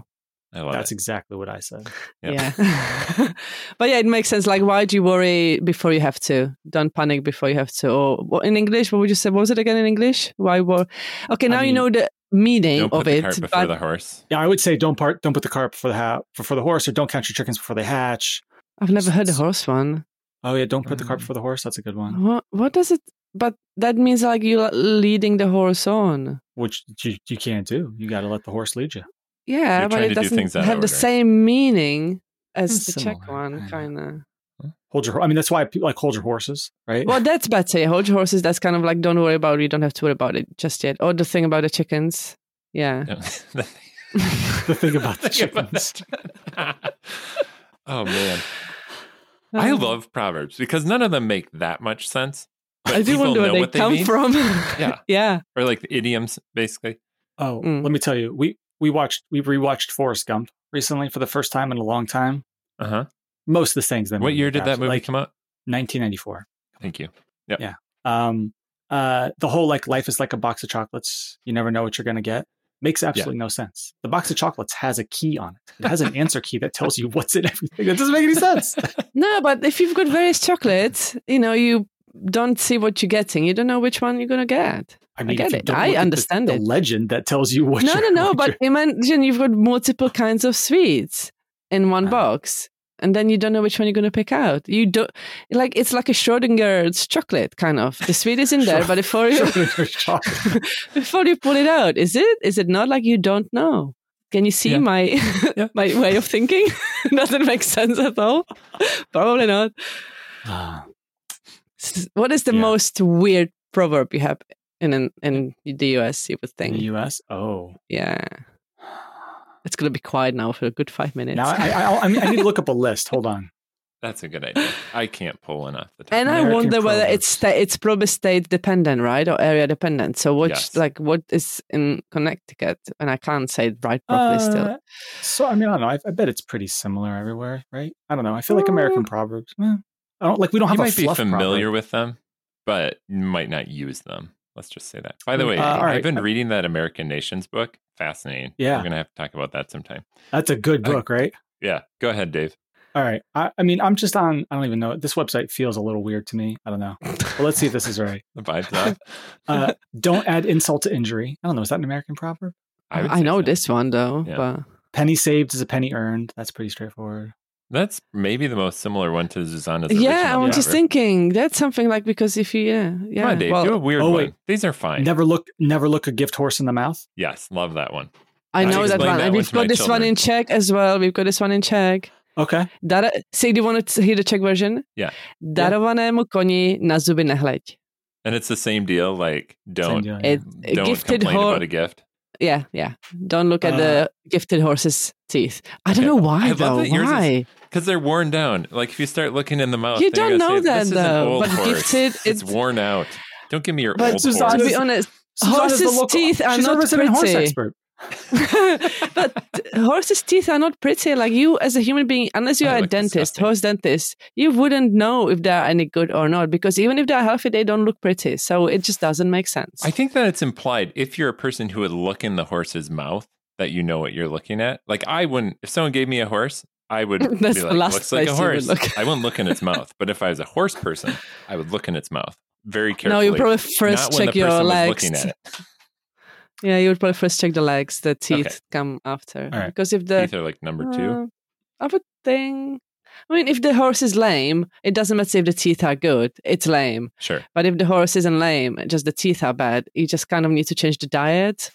[SPEAKER 1] I love
[SPEAKER 2] that's
[SPEAKER 1] it.
[SPEAKER 2] exactly what I said.
[SPEAKER 1] Yeah.
[SPEAKER 3] Yeah. but yeah, it makes sense. Like, why do you worry before you have to? Don't panic before you have to. Or what, in English, what would you say? What was it again in English? Why wor? Okay,
[SPEAKER 2] I
[SPEAKER 3] now you
[SPEAKER 2] mean,
[SPEAKER 3] know the meaning
[SPEAKER 1] Don't put
[SPEAKER 3] of
[SPEAKER 1] the
[SPEAKER 3] it.
[SPEAKER 1] cart before
[SPEAKER 3] but
[SPEAKER 1] the horse.
[SPEAKER 2] Yeah, I would say don't part, don't put the cart before the ha- before the horse, or don't count your chickens before they hatch.
[SPEAKER 3] I've never heard the horse one.
[SPEAKER 2] Oh yeah, don't put the cart
[SPEAKER 1] Mm.
[SPEAKER 2] before the horse. That's a good one.
[SPEAKER 3] What, what does it? But that means like you're leading the horse on.
[SPEAKER 2] Which you, you can't do. You got to let the horse lead you.
[SPEAKER 3] Yeah,
[SPEAKER 1] You're
[SPEAKER 3] but
[SPEAKER 1] trying
[SPEAKER 3] it
[SPEAKER 1] to do things
[SPEAKER 3] doesn't
[SPEAKER 1] out of
[SPEAKER 3] have the
[SPEAKER 1] order.
[SPEAKER 3] same meaning as
[SPEAKER 2] It's
[SPEAKER 3] the Czech
[SPEAKER 2] similar,
[SPEAKER 3] one, kind
[SPEAKER 2] kinda.
[SPEAKER 3] of.
[SPEAKER 2] Hold your. I mean, that's why people like hold your horses, right?
[SPEAKER 3] Well, that's better. Yeah, hold your horses. That's kind of like don't worry about it. You don't have to worry about it just yet. Or the thing about the chickens. Yeah.
[SPEAKER 1] No.
[SPEAKER 2] The thing about the
[SPEAKER 1] Think about
[SPEAKER 2] chickens.
[SPEAKER 1] that. oh man, I
[SPEAKER 3] Um,
[SPEAKER 1] love proverbs because none of them make that much sense. But
[SPEAKER 3] I do
[SPEAKER 1] people
[SPEAKER 3] wonder
[SPEAKER 1] know
[SPEAKER 3] where they
[SPEAKER 1] what
[SPEAKER 3] come
[SPEAKER 1] mean.
[SPEAKER 3] from.
[SPEAKER 1] Yeah,
[SPEAKER 3] yeah.
[SPEAKER 1] or like the idioms, basically.
[SPEAKER 2] Oh,
[SPEAKER 3] Mm.
[SPEAKER 2] let me tell you, we we watched we rewatched Forrest Gump recently for the first time in a long time.
[SPEAKER 1] Uh huh.
[SPEAKER 2] Most of the things. Then
[SPEAKER 1] What year did that movie come out?
[SPEAKER 2] 1994.
[SPEAKER 1] Thank you.
[SPEAKER 2] Um, uh, the whole like life is like a box of chocolates. You never know what you're gonna get. Makes absolutely no sense. The box of chocolates has a key on it. It has an answer key that tells you what's in everything. That doesn't make any sense.
[SPEAKER 3] No, but if you've got various chocolates, you know, you don't see what you're getting. You don't know which one you're going to get.
[SPEAKER 2] I
[SPEAKER 3] get
[SPEAKER 2] if you
[SPEAKER 3] it.
[SPEAKER 2] don't
[SPEAKER 3] I
[SPEAKER 2] look at the-
[SPEAKER 3] understand
[SPEAKER 2] the,
[SPEAKER 3] it.
[SPEAKER 2] legend that tells you what.
[SPEAKER 3] No,
[SPEAKER 2] you're-
[SPEAKER 3] no, no.
[SPEAKER 2] what
[SPEAKER 3] But
[SPEAKER 2] you're-
[SPEAKER 3] imagine you've got multiple kinds of sweets in one
[SPEAKER 2] Ah.
[SPEAKER 3] box. And then you don't know which one you're going to pick out. You don't like it's like a Schrodinger's chocolate kind of. The sweet is in there, but before you
[SPEAKER 2] Schrodinger's chocolate.
[SPEAKER 3] before you pull it out, is it? Is it not like you don't know? Can you see
[SPEAKER 1] Yeah.
[SPEAKER 3] my
[SPEAKER 1] Yeah.
[SPEAKER 3] my way of thinking? Doesn't make sense at all. Probably not.
[SPEAKER 2] Ah.
[SPEAKER 3] S- What is the
[SPEAKER 2] Yeah.
[SPEAKER 3] most weird proverb you have in an, in the US? You would
[SPEAKER 2] in the
[SPEAKER 3] think,
[SPEAKER 2] U.S. Oh,
[SPEAKER 3] yeah, it's gonna be quiet now for a good five minutes.
[SPEAKER 2] now I, I, I, I mean, I need to look up a list. Hold on.
[SPEAKER 1] That's a good idea. I can't pull one off the top.
[SPEAKER 3] and I
[SPEAKER 2] American
[SPEAKER 3] wonder whether
[SPEAKER 2] proverbs.
[SPEAKER 3] it's sta- it's probably state dependent, right, or area dependent. So what,
[SPEAKER 1] Yes.
[SPEAKER 3] like, what is in Connecticut? And I can't say it right properly still.
[SPEAKER 2] Uh, So I mean, I don't know. I, I bet it's pretty similar everywhere, right? I don't know. I feel like American
[SPEAKER 3] Uh,
[SPEAKER 2] proverbs. eh, I don't like. We don't
[SPEAKER 1] you
[SPEAKER 2] have.
[SPEAKER 1] might
[SPEAKER 2] a
[SPEAKER 1] be
[SPEAKER 2] fluff
[SPEAKER 1] familiar
[SPEAKER 2] proverb.
[SPEAKER 1] with them, but you might not use them. Let's just say that. By the
[SPEAKER 3] Mm,
[SPEAKER 1] way,
[SPEAKER 3] uh, all
[SPEAKER 1] I've
[SPEAKER 2] right.
[SPEAKER 1] been reading that American Nations book. Fascinating.
[SPEAKER 2] Yeah.
[SPEAKER 1] We're gonna have to talk about that sometime.
[SPEAKER 2] That's a good
[SPEAKER 1] I-
[SPEAKER 2] book, right?
[SPEAKER 1] Yeah. Go ahead, Dave.
[SPEAKER 2] All right. I, I mean, I'm just on. I don't even know. This website feels a little weird to me. I don't know. Well, let's see if this is right.
[SPEAKER 1] The vibes off.
[SPEAKER 2] Uh, don't add insult to injury. I don't know. Is that an American proverb?
[SPEAKER 1] would
[SPEAKER 3] I,
[SPEAKER 1] say
[SPEAKER 3] know
[SPEAKER 1] so.
[SPEAKER 3] this one though,
[SPEAKER 1] Yeah.
[SPEAKER 3] but.
[SPEAKER 2] Penny saved is a penny earned. That's pretty straightforward.
[SPEAKER 1] That's maybe the most similar one to Susanna's.
[SPEAKER 3] yeah, I
[SPEAKER 1] original
[SPEAKER 3] was just
[SPEAKER 1] proverb.
[SPEAKER 3] thinking that's something like because if you yeah yeah
[SPEAKER 1] Come on, Dave. do a
[SPEAKER 3] well
[SPEAKER 1] weird
[SPEAKER 2] Oh,
[SPEAKER 1] one.
[SPEAKER 2] wait.
[SPEAKER 1] These are fine.
[SPEAKER 2] Never look. Never look a gift horse in the mouth.
[SPEAKER 1] Yes, love that one.
[SPEAKER 3] I
[SPEAKER 1] Can I
[SPEAKER 3] know that
[SPEAKER 1] explain
[SPEAKER 3] one.
[SPEAKER 1] that
[SPEAKER 3] and
[SPEAKER 1] one
[SPEAKER 3] we've
[SPEAKER 1] to my
[SPEAKER 3] got this one
[SPEAKER 1] children?
[SPEAKER 3] in Czech as well. We've got this one in Czech.
[SPEAKER 2] Okay.
[SPEAKER 3] Dara, say, do you want to hear the Czech version?
[SPEAKER 1] Yeah.
[SPEAKER 3] Darovanému koni na zuby nehleď.
[SPEAKER 1] And it's the same deal. Like,
[SPEAKER 2] Same
[SPEAKER 1] don't
[SPEAKER 2] deal, yeah.
[SPEAKER 3] It,
[SPEAKER 1] don't
[SPEAKER 3] gifted
[SPEAKER 1] complain
[SPEAKER 3] horse.
[SPEAKER 1] about a gift.
[SPEAKER 3] Yeah, yeah. Don't look at the gifted horse's teeth. I don't
[SPEAKER 1] Uh, Okay.
[SPEAKER 3] know why
[SPEAKER 1] I love
[SPEAKER 3] though.
[SPEAKER 1] that yours is-
[SPEAKER 3] Why?
[SPEAKER 1] Because they're worn down. Like if you start looking in the mouth,
[SPEAKER 3] You
[SPEAKER 1] then
[SPEAKER 3] don't
[SPEAKER 1] gotta
[SPEAKER 3] know
[SPEAKER 1] say,
[SPEAKER 3] that,
[SPEAKER 1] this Is an
[SPEAKER 3] though,
[SPEAKER 1] old
[SPEAKER 3] but
[SPEAKER 1] horse.
[SPEAKER 3] gifted,
[SPEAKER 1] it's,
[SPEAKER 3] it's-
[SPEAKER 1] worn out. Don't give me your
[SPEAKER 3] But
[SPEAKER 1] old
[SPEAKER 2] Suzanne-
[SPEAKER 1] horse.
[SPEAKER 3] To be
[SPEAKER 2] Horses-
[SPEAKER 3] honest,
[SPEAKER 2] Susanna's the
[SPEAKER 3] Horses'
[SPEAKER 2] local-
[SPEAKER 3] teeth are
[SPEAKER 2] She's
[SPEAKER 3] not
[SPEAKER 2] our resident horse
[SPEAKER 3] pretty.
[SPEAKER 2] expert.
[SPEAKER 3] but horses' teeth are not pretty. Like you, as a human being, unless you
[SPEAKER 1] They
[SPEAKER 3] are a
[SPEAKER 1] look
[SPEAKER 3] dentist,
[SPEAKER 1] disgusting.
[SPEAKER 3] horse dentist, you wouldn't know if they are any good or not. Because even if they are healthy, they don't look pretty. So it just doesn't make sense.
[SPEAKER 1] I think that it's implied if you're a person who would look in the horse's mouth that you know what you're looking at. Like I wouldn't. If someone gave me a horse, I would
[SPEAKER 3] That's
[SPEAKER 1] be
[SPEAKER 3] the
[SPEAKER 1] like,
[SPEAKER 3] last
[SPEAKER 1] looks like a
[SPEAKER 3] place you would
[SPEAKER 1] horse.
[SPEAKER 3] look.
[SPEAKER 1] I wouldn't look in its mouth. But if I was a horse person, I would look in its mouth very
[SPEAKER 3] no,
[SPEAKER 1] carefully.
[SPEAKER 3] you probably
[SPEAKER 1] Not
[SPEAKER 3] first
[SPEAKER 1] when
[SPEAKER 3] check
[SPEAKER 1] the
[SPEAKER 3] your
[SPEAKER 1] person was
[SPEAKER 3] legs.
[SPEAKER 1] Looking at it.
[SPEAKER 3] Yeah, you would probably first check the legs. The teeth
[SPEAKER 1] Okay.
[SPEAKER 3] come after.
[SPEAKER 2] All right.
[SPEAKER 3] Because if the
[SPEAKER 1] Teeth are like number two.
[SPEAKER 3] Uh, I would think. I mean, if the horse is lame, it doesn't matter if the teeth are good. It's lame.
[SPEAKER 1] Sure.
[SPEAKER 3] But if the horse isn't lame, just the teeth are bad. You just kind of need to change the diet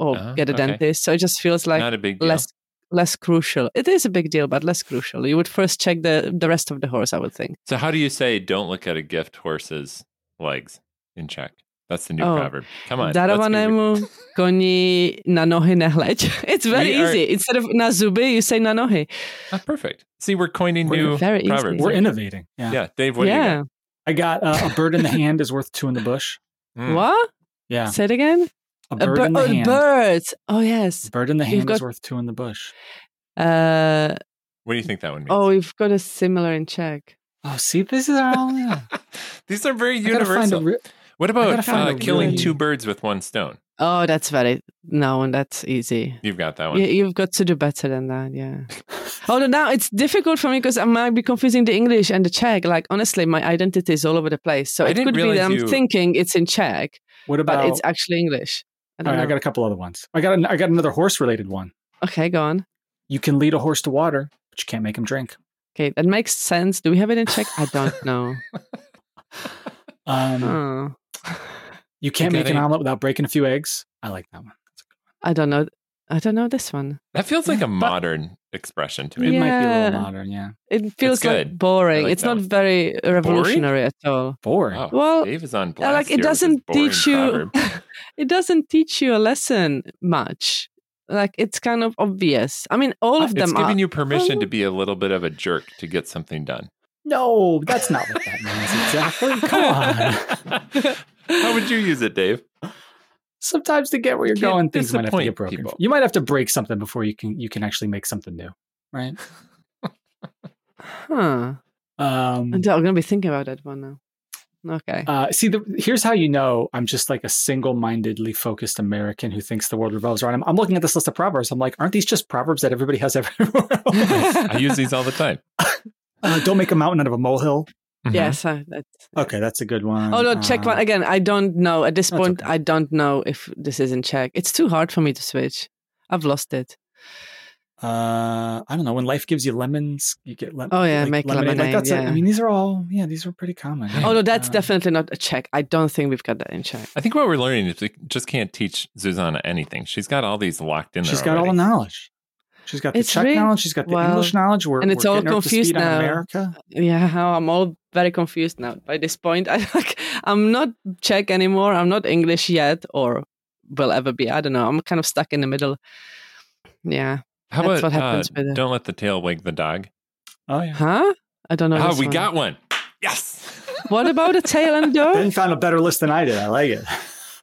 [SPEAKER 3] or
[SPEAKER 1] Ah,
[SPEAKER 3] get a
[SPEAKER 1] okay.
[SPEAKER 3] dentist. So it just feels like
[SPEAKER 1] Not a big deal.
[SPEAKER 3] less less crucial. It is a big deal, but less crucial. You would first check the the rest of the horse. I would think.
[SPEAKER 1] So how do you say don't look at a gift horse's legs in Czech? That's the new
[SPEAKER 3] Oh.
[SPEAKER 1] proverb. Come on. let's be re-
[SPEAKER 3] Darovanému koni na nohy nehleď. It's very
[SPEAKER 1] We are-
[SPEAKER 3] easy. Instead of na zuby, you say na nohy.
[SPEAKER 1] Ah, perfect. See, we're coining
[SPEAKER 2] We're
[SPEAKER 1] new
[SPEAKER 3] very easy.
[SPEAKER 1] proverbs.
[SPEAKER 2] We're
[SPEAKER 1] here.
[SPEAKER 2] innovating. Yeah.
[SPEAKER 1] Yeah, Dave, what do you
[SPEAKER 3] yeah.
[SPEAKER 2] I got uh, a bird in the hand is worth two in the bush.
[SPEAKER 1] got? Mm.
[SPEAKER 3] What?
[SPEAKER 2] Yeah.
[SPEAKER 3] Say it again.
[SPEAKER 2] A
[SPEAKER 3] A
[SPEAKER 2] bird in
[SPEAKER 3] bir-
[SPEAKER 2] the
[SPEAKER 3] oh,
[SPEAKER 2] hand.
[SPEAKER 3] birds. Oh yes.
[SPEAKER 2] Bird in the
[SPEAKER 3] You've
[SPEAKER 2] hand is
[SPEAKER 3] got-
[SPEAKER 2] worth two in the bush.
[SPEAKER 3] Uh,
[SPEAKER 1] What do you think that one means?
[SPEAKER 3] oh, we've got a similar in Czech.
[SPEAKER 2] Oh, see, this is all. Yeah.
[SPEAKER 1] These are very
[SPEAKER 2] I gotta find a
[SPEAKER 1] universal.
[SPEAKER 2] re-
[SPEAKER 1] what
[SPEAKER 2] gotta
[SPEAKER 1] about
[SPEAKER 2] find
[SPEAKER 1] uh,
[SPEAKER 2] a
[SPEAKER 1] killing
[SPEAKER 3] really-
[SPEAKER 1] two birds with one stone?
[SPEAKER 3] Oh, that's very no, and that's easy.
[SPEAKER 1] You've got that one.
[SPEAKER 3] You, you've got to do better than that, yeah. Although now it's difficult for me because I might be confusing the English and the Czech. Like honestly, my identity is all over the place. So
[SPEAKER 1] I
[SPEAKER 3] it
[SPEAKER 1] didn't
[SPEAKER 3] could be that
[SPEAKER 1] realize
[SPEAKER 3] I'm
[SPEAKER 1] you-
[SPEAKER 3] thinking it's in Czech,
[SPEAKER 2] what
[SPEAKER 3] but
[SPEAKER 2] about?
[SPEAKER 3] it's actually English. I
[SPEAKER 2] all
[SPEAKER 3] don't
[SPEAKER 2] right, I
[SPEAKER 3] know.
[SPEAKER 2] got a couple other ones. I got an, I got another horse related one.
[SPEAKER 3] Okay, go on.
[SPEAKER 2] You can lead a horse to water, but you can't make him drink.
[SPEAKER 3] Okay, that makes sense. Do we have it in Czech? I don't know.
[SPEAKER 2] Um,
[SPEAKER 3] Oh,
[SPEAKER 2] You can't
[SPEAKER 1] got
[SPEAKER 2] make an
[SPEAKER 1] it.
[SPEAKER 2] omelet without breaking a few eggs. I like that one.
[SPEAKER 3] I don't know. I don't know this one.
[SPEAKER 1] That feels like
[SPEAKER 2] Yeah,
[SPEAKER 1] a
[SPEAKER 2] but-
[SPEAKER 1] modern expression to me.
[SPEAKER 2] It might be a
[SPEAKER 3] Yeah.
[SPEAKER 2] little modern, yeah.
[SPEAKER 3] It feels like
[SPEAKER 1] good.
[SPEAKER 3] boring.
[SPEAKER 1] like
[SPEAKER 3] it's
[SPEAKER 1] that
[SPEAKER 3] not
[SPEAKER 1] one.
[SPEAKER 3] very revolutionary at all.
[SPEAKER 2] Boring.
[SPEAKER 1] Wow,
[SPEAKER 3] Well,
[SPEAKER 1] Oh, Dave is on
[SPEAKER 3] Yeah,
[SPEAKER 1] blast
[SPEAKER 3] like
[SPEAKER 1] here with
[SPEAKER 3] it
[SPEAKER 1] his
[SPEAKER 3] doesn't
[SPEAKER 1] boring
[SPEAKER 3] teach you
[SPEAKER 1] proverb.
[SPEAKER 3] it doesn't teach you a lesson much like it's kind of obvious i mean all of
[SPEAKER 1] It's
[SPEAKER 3] them are
[SPEAKER 1] giving you permission to be a little bit of a jerk to get something done.
[SPEAKER 2] No, that's not what that means exactly. Come on.
[SPEAKER 1] How would you use it, Dave?
[SPEAKER 2] Sometimes to get where you're
[SPEAKER 1] You can't
[SPEAKER 2] going, things might have to
[SPEAKER 1] disappoint
[SPEAKER 2] get broken.
[SPEAKER 1] people.
[SPEAKER 2] You might have to break something before you can you can actually make something new, right?
[SPEAKER 3] huh
[SPEAKER 2] Um,
[SPEAKER 3] i'm
[SPEAKER 1] Mm.
[SPEAKER 3] gonna be thinking about that one now okay
[SPEAKER 1] Uh-huh.
[SPEAKER 2] uh, see, the, here's how you know I'm just like a single-mindedly focused American who thinks the world revolves around him. I'm looking at this list of proverbs. I'm like, aren't these just proverbs that everybody has everywhere? else?
[SPEAKER 1] I use these all the time. Mm-hmm.
[SPEAKER 2] uh, don't make a mountain out of a molehill.
[SPEAKER 3] yes I, that's Oh,
[SPEAKER 2] Okay, that's a good one.
[SPEAKER 1] Ah.
[SPEAKER 3] although czech one
[SPEAKER 2] Uh,
[SPEAKER 3] again i don't know at this
[SPEAKER 2] That's
[SPEAKER 3] point
[SPEAKER 2] okay.
[SPEAKER 3] i don't know if this is in czech it's too hard for me to switch i've lost it
[SPEAKER 2] uh i don't know when life gives you lemons you get lemon
[SPEAKER 3] Oh, yeah, make
[SPEAKER 2] like
[SPEAKER 3] lemonade,
[SPEAKER 2] that's it. I
[SPEAKER 3] yeah.
[SPEAKER 2] mean these are all yeah these are pretty common
[SPEAKER 1] Yeah.
[SPEAKER 3] although Oh, that's
[SPEAKER 2] Uh,
[SPEAKER 3] definitely not a czech i don't think we've got that in czech
[SPEAKER 1] I think what we're learning is we just can't teach Susanna anything. She's got all these locked in there.
[SPEAKER 2] she's got all the
[SPEAKER 1] already.
[SPEAKER 2] knowledge she's got the
[SPEAKER 3] It's
[SPEAKER 2] czech
[SPEAKER 3] really-
[SPEAKER 2] knowledge she's got the
[SPEAKER 3] well,
[SPEAKER 2] english knowledge we're,
[SPEAKER 3] and it's
[SPEAKER 2] we're
[SPEAKER 3] all
[SPEAKER 2] getting her up to
[SPEAKER 3] confused
[SPEAKER 2] speed on
[SPEAKER 3] now.
[SPEAKER 2] america
[SPEAKER 3] yeah how i'm all very confused now by this point i like i'm not czech anymore i'm not english yet or will ever be i don't know i'm kind of stuck in the middle yeah
[SPEAKER 1] How
[SPEAKER 3] That's
[SPEAKER 1] about
[SPEAKER 3] what happens
[SPEAKER 1] uh,
[SPEAKER 3] with it.
[SPEAKER 1] don't let the tail wag the dog?
[SPEAKER 2] oh yeah
[SPEAKER 3] huh i don't know
[SPEAKER 1] oh,
[SPEAKER 3] this
[SPEAKER 1] we
[SPEAKER 3] one.
[SPEAKER 1] got one. Yes.
[SPEAKER 3] what about a tail and a
[SPEAKER 2] ben
[SPEAKER 3] dog
[SPEAKER 2] found a better list than i did i like it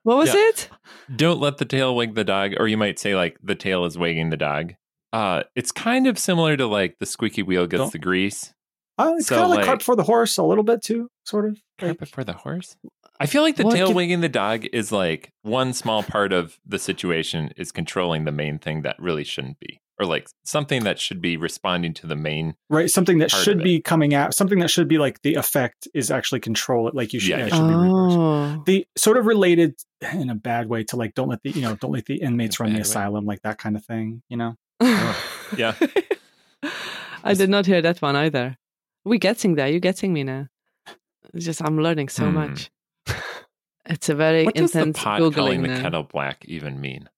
[SPEAKER 3] what was
[SPEAKER 1] Yeah.
[SPEAKER 3] it
[SPEAKER 1] don't let the tail wag the dog, or you might say like the tail is wagging the dog. Uh, it's kind of similar to like the squeaky wheel gets
[SPEAKER 2] Don't-
[SPEAKER 1] the grease.
[SPEAKER 2] oh it's
[SPEAKER 1] So,
[SPEAKER 2] kind of like,
[SPEAKER 1] like-
[SPEAKER 2] cart before the horse a little bit too sort of
[SPEAKER 1] Cart before the horse. I feel like the
[SPEAKER 3] What
[SPEAKER 1] tail
[SPEAKER 3] did-
[SPEAKER 1] wagging the dog is like one small part of the situation is controlling the main thing that really shouldn't be, or like something that should be responding to the main.
[SPEAKER 2] right something that
[SPEAKER 1] Part of
[SPEAKER 2] should
[SPEAKER 1] it.
[SPEAKER 2] be coming out something that should be like the effect is actually control it like you should
[SPEAKER 1] Yeah,
[SPEAKER 2] yeah, it
[SPEAKER 1] yeah.
[SPEAKER 2] should be reversed
[SPEAKER 3] oh
[SPEAKER 2] the sort of related in a bad way to like don't let the you know don't let the inmates
[SPEAKER 1] In a
[SPEAKER 2] run the
[SPEAKER 1] bad way.
[SPEAKER 2] asylum like that kind of thing you know
[SPEAKER 1] Yeah.
[SPEAKER 3] Oh. i did not hear that one either we getting there you're getting me now it's just i'm learning so
[SPEAKER 1] Hmm.
[SPEAKER 3] much it's a very
[SPEAKER 1] What does
[SPEAKER 3] intense
[SPEAKER 1] the pot
[SPEAKER 3] googling
[SPEAKER 1] calling the
[SPEAKER 3] now.
[SPEAKER 1] kettle black even mean?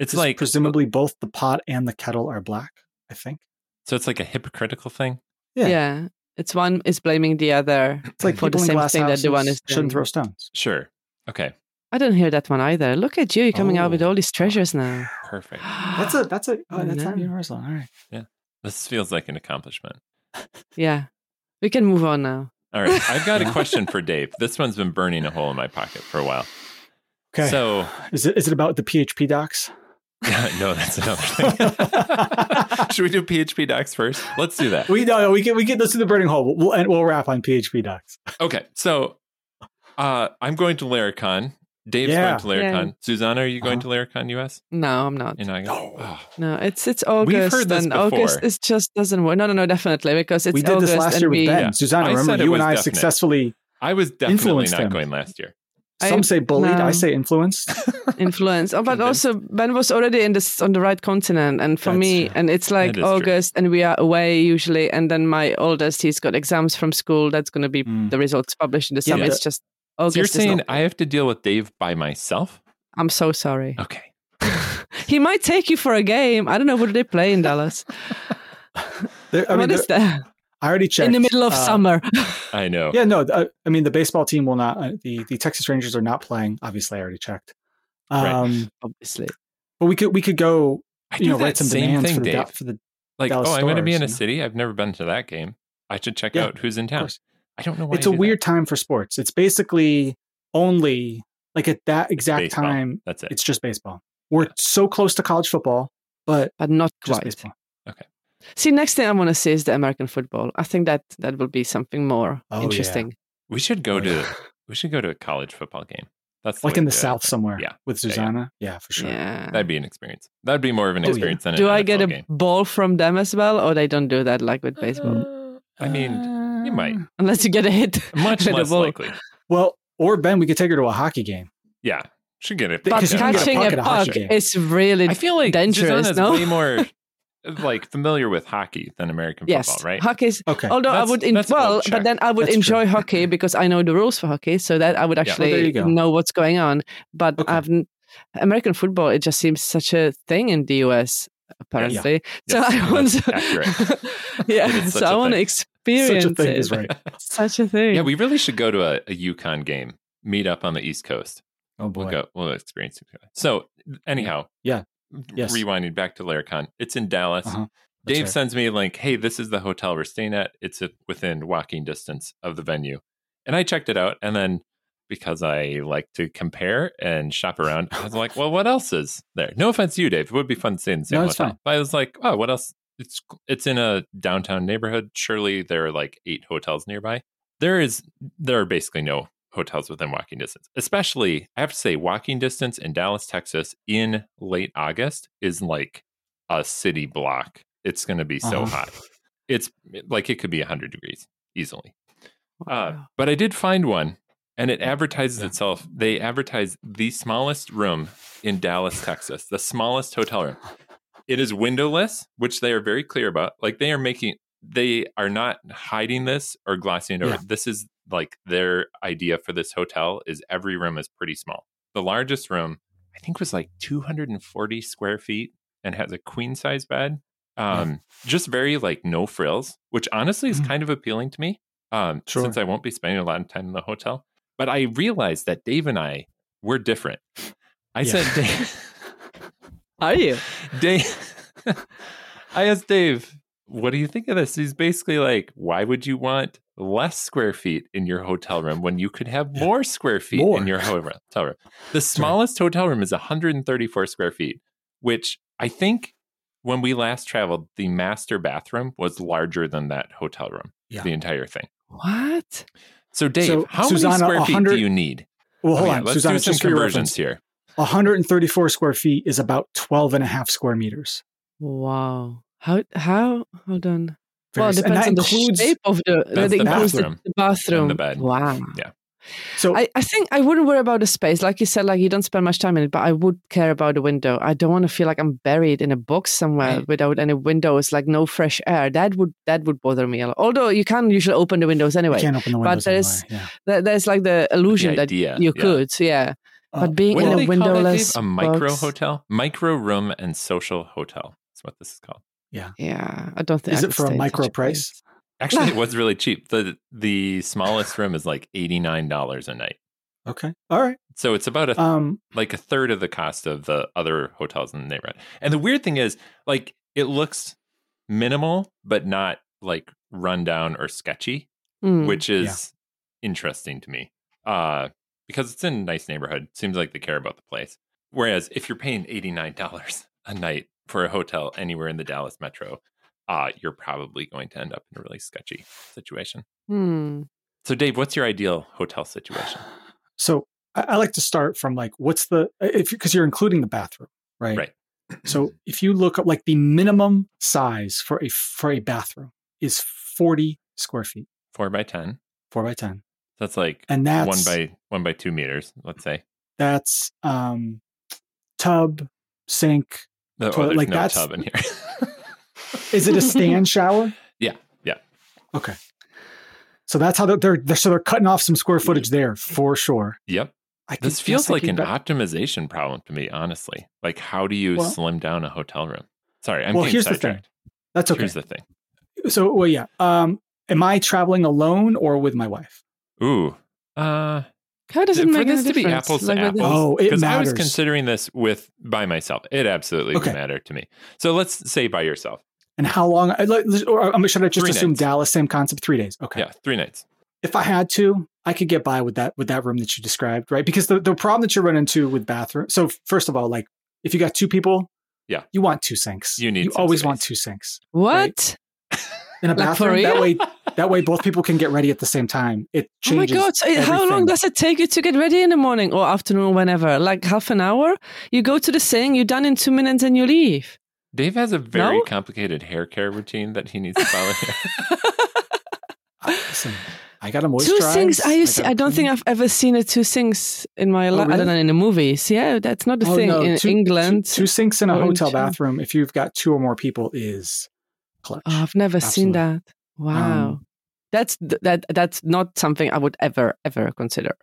[SPEAKER 1] It's
[SPEAKER 2] 'Cause
[SPEAKER 1] like uh
[SPEAKER 2] presumably both the pot and the kettle are black. I think
[SPEAKER 1] so. It's like a hypocritical thing.
[SPEAKER 2] Yeah.
[SPEAKER 3] Yeah. It's one is blaming the other.
[SPEAKER 2] it's like
[SPEAKER 3] For the
[SPEAKER 2] people in
[SPEAKER 3] same
[SPEAKER 2] glass
[SPEAKER 3] thing that the one
[SPEAKER 2] houses
[SPEAKER 3] is
[SPEAKER 2] shouldn't throw
[SPEAKER 3] doing.
[SPEAKER 2] stones.
[SPEAKER 1] Sure. Okay.
[SPEAKER 3] I don't hear that one either. Look at you you're coming out with
[SPEAKER 1] Oh.
[SPEAKER 3] all these treasures now.
[SPEAKER 1] Perfect.
[SPEAKER 2] That's a that's a oh, that's not
[SPEAKER 3] No.
[SPEAKER 2] universal. All right.
[SPEAKER 1] This feels like an accomplishment.
[SPEAKER 3] Yeah. We can move on now.
[SPEAKER 1] All right. I've got a
[SPEAKER 2] Yeah.
[SPEAKER 1] question for Dave. This one's been burning a hole in my pocket for a while.
[SPEAKER 2] Okay.
[SPEAKER 1] So
[SPEAKER 2] is it is it about the PHP docs?
[SPEAKER 1] no, that's another thing. Should we do PHP docs first? Let's do that.
[SPEAKER 2] We no, no we get we get let's do the burning hole. We'll and we'll wrap on PHP docs.
[SPEAKER 1] Okay. So uh, I'm going to Laricon. Dave's
[SPEAKER 2] Yeah.
[SPEAKER 1] going
[SPEAKER 2] Uh-huh.
[SPEAKER 1] to Laricon. Susanna, are you going to Laricon US
[SPEAKER 3] No, I'm not.
[SPEAKER 1] in August?
[SPEAKER 2] No.
[SPEAKER 1] Oh,
[SPEAKER 3] No, it's it's August.
[SPEAKER 1] heard this
[SPEAKER 3] and August
[SPEAKER 1] before.
[SPEAKER 3] it just doesn't work. No, no, no, definitely because it's
[SPEAKER 2] we did
[SPEAKER 3] August
[SPEAKER 2] this last
[SPEAKER 3] and
[SPEAKER 2] year with
[SPEAKER 3] we,
[SPEAKER 2] Ben.
[SPEAKER 1] Yeah.
[SPEAKER 2] Susanna,
[SPEAKER 1] I said
[SPEAKER 2] remember
[SPEAKER 1] it
[SPEAKER 2] you
[SPEAKER 1] was
[SPEAKER 2] and I
[SPEAKER 1] definite.
[SPEAKER 2] successfully
[SPEAKER 1] I was definitely
[SPEAKER 2] Influenced
[SPEAKER 1] not
[SPEAKER 2] him.
[SPEAKER 1] going last year.
[SPEAKER 2] some
[SPEAKER 3] I-
[SPEAKER 2] say bullied,
[SPEAKER 3] no.
[SPEAKER 2] I say influenced.
[SPEAKER 3] influence. Oh, but
[SPEAKER 1] Convinced.
[SPEAKER 3] also Ben was already in this on the right continent, and for
[SPEAKER 2] That's
[SPEAKER 3] me,
[SPEAKER 2] true.
[SPEAKER 3] and it's like
[SPEAKER 1] That is true.
[SPEAKER 3] August, and we are away usually, and then my oldest, he's got exams from school. That's going to be
[SPEAKER 2] Mm.
[SPEAKER 3] the results published in the
[SPEAKER 2] Yeah,
[SPEAKER 3] summer.
[SPEAKER 2] but-
[SPEAKER 3] It's just
[SPEAKER 1] So
[SPEAKER 3] August.
[SPEAKER 1] you're
[SPEAKER 3] is
[SPEAKER 1] saying
[SPEAKER 3] not-
[SPEAKER 1] I have to deal with Dave by myself?
[SPEAKER 3] I'm so sorry.
[SPEAKER 1] Okay.
[SPEAKER 3] He might take you for a game. I don't know what do they play in Dallas.
[SPEAKER 2] There- I
[SPEAKER 3] What
[SPEAKER 2] mean,
[SPEAKER 3] is
[SPEAKER 2] there-
[SPEAKER 3] that
[SPEAKER 2] I already checked
[SPEAKER 3] in the middle of
[SPEAKER 2] Uh,
[SPEAKER 3] summer?
[SPEAKER 1] I know.
[SPEAKER 2] Yeah, no, uh, I mean the baseball team will not. Uh, the the Texas Rangers are not playing. Obviously, I already checked. Um,
[SPEAKER 1] Right.
[SPEAKER 3] Obviously,
[SPEAKER 2] But we could we could go
[SPEAKER 1] I do
[SPEAKER 2] you know
[SPEAKER 1] that
[SPEAKER 2] write some
[SPEAKER 1] same
[SPEAKER 2] demands
[SPEAKER 1] thing,
[SPEAKER 2] for the,
[SPEAKER 1] Dave.
[SPEAKER 2] da- for the
[SPEAKER 1] like,
[SPEAKER 2] Dallas
[SPEAKER 1] oh, I'm going to be
[SPEAKER 2] Stars,
[SPEAKER 1] in a
[SPEAKER 2] you know?
[SPEAKER 1] city. I've never been to that game. I should check
[SPEAKER 2] Yeah,
[SPEAKER 1] out who's in
[SPEAKER 2] of
[SPEAKER 1] town.
[SPEAKER 2] course.
[SPEAKER 1] I don't know why.
[SPEAKER 2] It's
[SPEAKER 1] I
[SPEAKER 2] a
[SPEAKER 1] do that.
[SPEAKER 2] weird time for sports. It's basically only like at that exact
[SPEAKER 1] baseball.
[SPEAKER 2] time.
[SPEAKER 1] That's it.
[SPEAKER 2] It's just baseball. We're so close to college football, but
[SPEAKER 3] but not
[SPEAKER 2] just
[SPEAKER 3] quite.
[SPEAKER 2] baseball.
[SPEAKER 3] See, next thing I want to see is the American football. I think that that will be something more
[SPEAKER 2] Oh, yeah.
[SPEAKER 3] interesting.
[SPEAKER 1] we should go
[SPEAKER 2] Oh,
[SPEAKER 1] to
[SPEAKER 2] yeah.
[SPEAKER 1] we should go to a college football game. That's
[SPEAKER 2] like
[SPEAKER 1] way
[SPEAKER 2] in
[SPEAKER 1] to
[SPEAKER 2] the
[SPEAKER 1] do it.
[SPEAKER 2] South somewhere.
[SPEAKER 1] Yeah.
[SPEAKER 2] with
[SPEAKER 1] Yeah, yeah.
[SPEAKER 2] Susanna. Yeah, for sure.
[SPEAKER 3] Yeah.
[SPEAKER 1] That'd be an experience. That'd be more of an
[SPEAKER 2] Oh, yeah.
[SPEAKER 1] experience than an
[SPEAKER 3] do I
[SPEAKER 1] NFL
[SPEAKER 3] get a
[SPEAKER 1] game.
[SPEAKER 3] ball from them as well, or they don't do that like with baseball? Uh,
[SPEAKER 1] I mean, you might.
[SPEAKER 2] Uh,
[SPEAKER 3] Unless you get a hit.
[SPEAKER 1] much
[SPEAKER 3] with a
[SPEAKER 1] less
[SPEAKER 3] ball.
[SPEAKER 1] likely.
[SPEAKER 2] Well, or Ben, we could take her to a hockey game.
[SPEAKER 1] Yeah, should get it.
[SPEAKER 2] But
[SPEAKER 3] But
[SPEAKER 2] Because you can get a
[SPEAKER 3] catching
[SPEAKER 2] puck
[SPEAKER 3] a
[SPEAKER 2] at a hockey
[SPEAKER 3] puck
[SPEAKER 2] game.
[SPEAKER 3] is really
[SPEAKER 1] I feel like
[SPEAKER 3] dangerous,
[SPEAKER 1] Susanna's
[SPEAKER 3] no?
[SPEAKER 1] way more like familiar with hockey than American
[SPEAKER 3] yes.
[SPEAKER 1] football, right?
[SPEAKER 3] Hockey is.
[SPEAKER 2] Okay.
[SPEAKER 3] Although I
[SPEAKER 1] That's-
[SPEAKER 3] would in,
[SPEAKER 1] that's a
[SPEAKER 3] well,
[SPEAKER 1] bold check.
[SPEAKER 3] but then I would
[SPEAKER 2] That's true.
[SPEAKER 3] enjoy hockey because I know the rules for hockey, so that I would
[SPEAKER 1] Yeah. Oh, Well,
[SPEAKER 2] there you
[SPEAKER 3] actually
[SPEAKER 2] go.
[SPEAKER 3] know what's going on. But
[SPEAKER 2] Okay.
[SPEAKER 3] I've n- American football, it just seems such a thing in the US apparently. So
[SPEAKER 1] Yes,
[SPEAKER 3] I want
[SPEAKER 1] that's
[SPEAKER 3] to,
[SPEAKER 1] accurate. It
[SPEAKER 3] yeah.
[SPEAKER 1] is such
[SPEAKER 3] So
[SPEAKER 1] a
[SPEAKER 3] I want to
[SPEAKER 1] thing.
[SPEAKER 3] experience
[SPEAKER 2] Such a thing
[SPEAKER 3] it.
[SPEAKER 2] is right.
[SPEAKER 3] Such a thing.
[SPEAKER 1] Yeah, we really should go to a, a Yukon game. Meet up on the East Coast.
[SPEAKER 2] Oh
[SPEAKER 1] We'll
[SPEAKER 2] boy.
[SPEAKER 1] go. We'll experience it. together. So, anyhow,
[SPEAKER 2] Yeah. Yes.
[SPEAKER 1] Rewinding back to Laricon, it's in Dallas.
[SPEAKER 2] Uh-huh. That's
[SPEAKER 1] Dave
[SPEAKER 2] right.
[SPEAKER 1] sends me a link. Hey, this is the hotel we're staying at. It's uh, within walking distance of the venue, and I checked it out. And then because I like to compare and shop around, I was like, well, what else is there? No offense to you, Dave. It would be fun to stay in the same
[SPEAKER 2] No, it's
[SPEAKER 1] hotel.
[SPEAKER 2] fine.
[SPEAKER 1] But I was like, oh, what else? It's it's in a downtown neighborhood. Surely there are like eight hotels nearby. There is there are basically no hotels within walking distance. Especially, I have to say, walking distance in Dallas, Texas, in late August is like a city block. It's going to be so
[SPEAKER 2] Uh-huh.
[SPEAKER 1] hot. It's like it could be 100 degrees easily. Uh,
[SPEAKER 3] Wow.
[SPEAKER 1] but I did find one and it advertises itself. They advertise the smallest room in Dallas, Texas, the smallest hotel room. It is windowless, which they are very clear about. Like they are making, they are not hiding this or glossing it over.
[SPEAKER 2] Yeah.
[SPEAKER 1] This is like their idea for this hotel is every room is pretty small. The largest room, I think, was like 240 square feet and has a queen size bed. Um, Just very like no frills, which honestly is
[SPEAKER 2] Mm.
[SPEAKER 1] kind of appealing to me um,
[SPEAKER 2] Sure.
[SPEAKER 1] since I won't be spending a lot of time in the hotel. But I realized that Dave and I were different. I
[SPEAKER 2] Yeah.
[SPEAKER 1] said, Dave,
[SPEAKER 3] Are you?
[SPEAKER 1] Dave, I asked Dave, what do you think of this? He's basically like, why would you want less square feet in your hotel room when you could have
[SPEAKER 2] Yeah.
[SPEAKER 1] more square feet in
[SPEAKER 2] More.
[SPEAKER 1] your ho- hotel room? The smallest hotel room is 134 square feet, which I think when we last traveled, the master bathroom was larger than that hotel room,
[SPEAKER 2] Yeah.
[SPEAKER 1] the entire thing.
[SPEAKER 3] What?
[SPEAKER 1] So, Dave,
[SPEAKER 2] So,
[SPEAKER 1] how
[SPEAKER 2] Susanna,
[SPEAKER 1] many square feet
[SPEAKER 2] 100
[SPEAKER 1] do you need?
[SPEAKER 2] Well, hold
[SPEAKER 1] Oh, yeah,
[SPEAKER 2] on.
[SPEAKER 1] let's
[SPEAKER 2] Susanna,
[SPEAKER 1] do some
[SPEAKER 2] just for your
[SPEAKER 1] conversions
[SPEAKER 2] reference,
[SPEAKER 1] here.
[SPEAKER 2] 134 square feet is about 12 and a half square meters.
[SPEAKER 3] Wow. How? How? Hold on. Well,
[SPEAKER 2] Various-
[SPEAKER 3] it depends on
[SPEAKER 2] and
[SPEAKER 3] the
[SPEAKER 2] that includes
[SPEAKER 3] shape of the.
[SPEAKER 1] That's
[SPEAKER 3] that
[SPEAKER 1] the
[SPEAKER 3] includes the-
[SPEAKER 1] bathroom
[SPEAKER 3] The bathroom.
[SPEAKER 1] and the bed.
[SPEAKER 3] Wow.
[SPEAKER 2] so
[SPEAKER 3] I, I think I wouldn't worry about the space. Like you said, like you don't spend much time in it, but I would care about the window. I don't want to feel like I'm buried in a box somewhere
[SPEAKER 1] Right.
[SPEAKER 3] without any windows, like no fresh air. That would that would bother me a lot. Although you can't usually open the windows
[SPEAKER 2] you
[SPEAKER 3] anyway.
[SPEAKER 2] can't open the windows.
[SPEAKER 3] but there's-
[SPEAKER 2] anyway, yeah.
[SPEAKER 3] There- There's like the illusion
[SPEAKER 1] The idea,
[SPEAKER 3] that you
[SPEAKER 1] yeah.
[SPEAKER 3] could. Yeah.
[SPEAKER 2] Uh,
[SPEAKER 3] but being
[SPEAKER 1] What
[SPEAKER 3] in
[SPEAKER 1] do
[SPEAKER 3] a
[SPEAKER 1] they call that,
[SPEAKER 3] windowless
[SPEAKER 1] Dave? A micro
[SPEAKER 3] box-
[SPEAKER 1] hotel, micro room, and social hotel. That's what this is called.
[SPEAKER 3] Yeah, I don't think
[SPEAKER 2] Is
[SPEAKER 3] I
[SPEAKER 2] it
[SPEAKER 3] could
[SPEAKER 2] for a
[SPEAKER 3] stay in such
[SPEAKER 2] micro
[SPEAKER 3] place.
[SPEAKER 1] Actually, it was really cheap. the The smallest room is like eighty nine dollars a night,
[SPEAKER 2] Okay. All right.
[SPEAKER 1] so it's about a
[SPEAKER 3] Uh.
[SPEAKER 2] Um,
[SPEAKER 1] like a third of the cost of the other hotels in the neighborhood. And the weird thing is, like, it looks minimal, but not like rundown or sketchy,
[SPEAKER 3] Mm.
[SPEAKER 1] which is interesting to me. Uh, because it's in a nice neighborhood. Seems like they care about the place. Whereas if you're paying $89 a night for a hotel anywhere in the Dallas metro, uh, you're probably going to end up in a really sketchy situation.
[SPEAKER 3] Hmm.
[SPEAKER 1] So, Dave, what's your ideal hotel situation?
[SPEAKER 2] so I, I like to start from like, what's the if because you're including the bathroom, right?
[SPEAKER 1] Right.
[SPEAKER 2] So if you look up like the minimum size for a for a bathroom is 40 square feet,
[SPEAKER 1] Four by 10.
[SPEAKER 2] four by ten,
[SPEAKER 1] That's like
[SPEAKER 2] and that's
[SPEAKER 1] one by one by two meters, let's say.
[SPEAKER 2] that's um tub, sink.
[SPEAKER 1] No,
[SPEAKER 2] Toilet,
[SPEAKER 1] Oh, there's
[SPEAKER 2] like,
[SPEAKER 1] no
[SPEAKER 2] that's-
[SPEAKER 1] tub in here.
[SPEAKER 2] Is it a stand shower?
[SPEAKER 1] Yeah, yeah.
[SPEAKER 2] Okay. So that's how they're, they're, they're so they're cutting off some square footage there for sure.
[SPEAKER 1] yep.
[SPEAKER 2] I can-
[SPEAKER 1] This feels
[SPEAKER 2] yes, I
[SPEAKER 1] like
[SPEAKER 2] can
[SPEAKER 1] an
[SPEAKER 2] bet-
[SPEAKER 1] optimization problem to me, honestly. Like, how do you
[SPEAKER 2] Well-
[SPEAKER 1] slim down a hotel room? Sorry, I'm
[SPEAKER 2] Well,
[SPEAKER 1] getting
[SPEAKER 2] here's the thing.
[SPEAKER 1] sidetracked.
[SPEAKER 2] That's okay.
[SPEAKER 1] Here's the thing.
[SPEAKER 2] So well, yeah. Um, am I traveling alone or with my wife?
[SPEAKER 1] Ooh. Uh,
[SPEAKER 3] How does it
[SPEAKER 1] for
[SPEAKER 3] make
[SPEAKER 1] this
[SPEAKER 3] any
[SPEAKER 1] to be
[SPEAKER 3] difference?
[SPEAKER 1] apples to
[SPEAKER 3] Like, what is-
[SPEAKER 1] apples,
[SPEAKER 2] Oh, it
[SPEAKER 1] because I was
[SPEAKER 2] matters.
[SPEAKER 1] considering this with by myself. It absolutely
[SPEAKER 2] Okay.
[SPEAKER 1] would matter to me. So let's say by yourself.
[SPEAKER 2] And how long? I like- Or um, should I just
[SPEAKER 1] Three
[SPEAKER 2] assume
[SPEAKER 1] nights.
[SPEAKER 2] Dallas? Same concept. Three days. Okay.
[SPEAKER 1] Yeah, three nights.
[SPEAKER 2] If I had to, I could get by with that with that room that you described, right? Because the the problem that you run into with bathroom. So first of all, like if you got two people,
[SPEAKER 1] Yeah.
[SPEAKER 2] you want two sinks.
[SPEAKER 1] You need
[SPEAKER 2] You
[SPEAKER 1] some
[SPEAKER 2] always
[SPEAKER 1] space.
[SPEAKER 2] want two sinks
[SPEAKER 3] What?
[SPEAKER 2] in a
[SPEAKER 3] Like, for
[SPEAKER 2] bathroom. That
[SPEAKER 3] real?
[SPEAKER 2] way, that way, both people can get ready at the same time. It
[SPEAKER 3] Oh my
[SPEAKER 2] changes.
[SPEAKER 3] god! So it- how long
[SPEAKER 2] everything.
[SPEAKER 3] does it take you to get ready in the morning or afternoon, whenever? Like half an hour? You go to the sink, you're done in two minutes, and you leave.
[SPEAKER 1] Dave has a very
[SPEAKER 3] No?
[SPEAKER 1] complicated hair care routine that he needs to follow.
[SPEAKER 2] I- Listen, I got to moisturize.
[SPEAKER 3] two things? Are you?
[SPEAKER 2] I
[SPEAKER 3] se-
[SPEAKER 2] gotta
[SPEAKER 3] I don't think
[SPEAKER 2] clean.
[SPEAKER 3] I've ever seen a two sinks in my life. I
[SPEAKER 2] really?
[SPEAKER 3] don't know in the movies. Yeah, that's not a
[SPEAKER 2] Oh,
[SPEAKER 3] thing
[SPEAKER 2] no,
[SPEAKER 3] in
[SPEAKER 2] two-
[SPEAKER 3] England.
[SPEAKER 2] Two, two sinks in a
[SPEAKER 3] Oh, in
[SPEAKER 2] hotel
[SPEAKER 3] two.
[SPEAKER 2] bathroom, if you've got two or more people, is clutch.
[SPEAKER 3] Oh, I've never seen
[SPEAKER 2] Absolutely.
[SPEAKER 3] that. Wow,
[SPEAKER 2] Um,
[SPEAKER 3] that's th- that. That's not something I would ever ever consider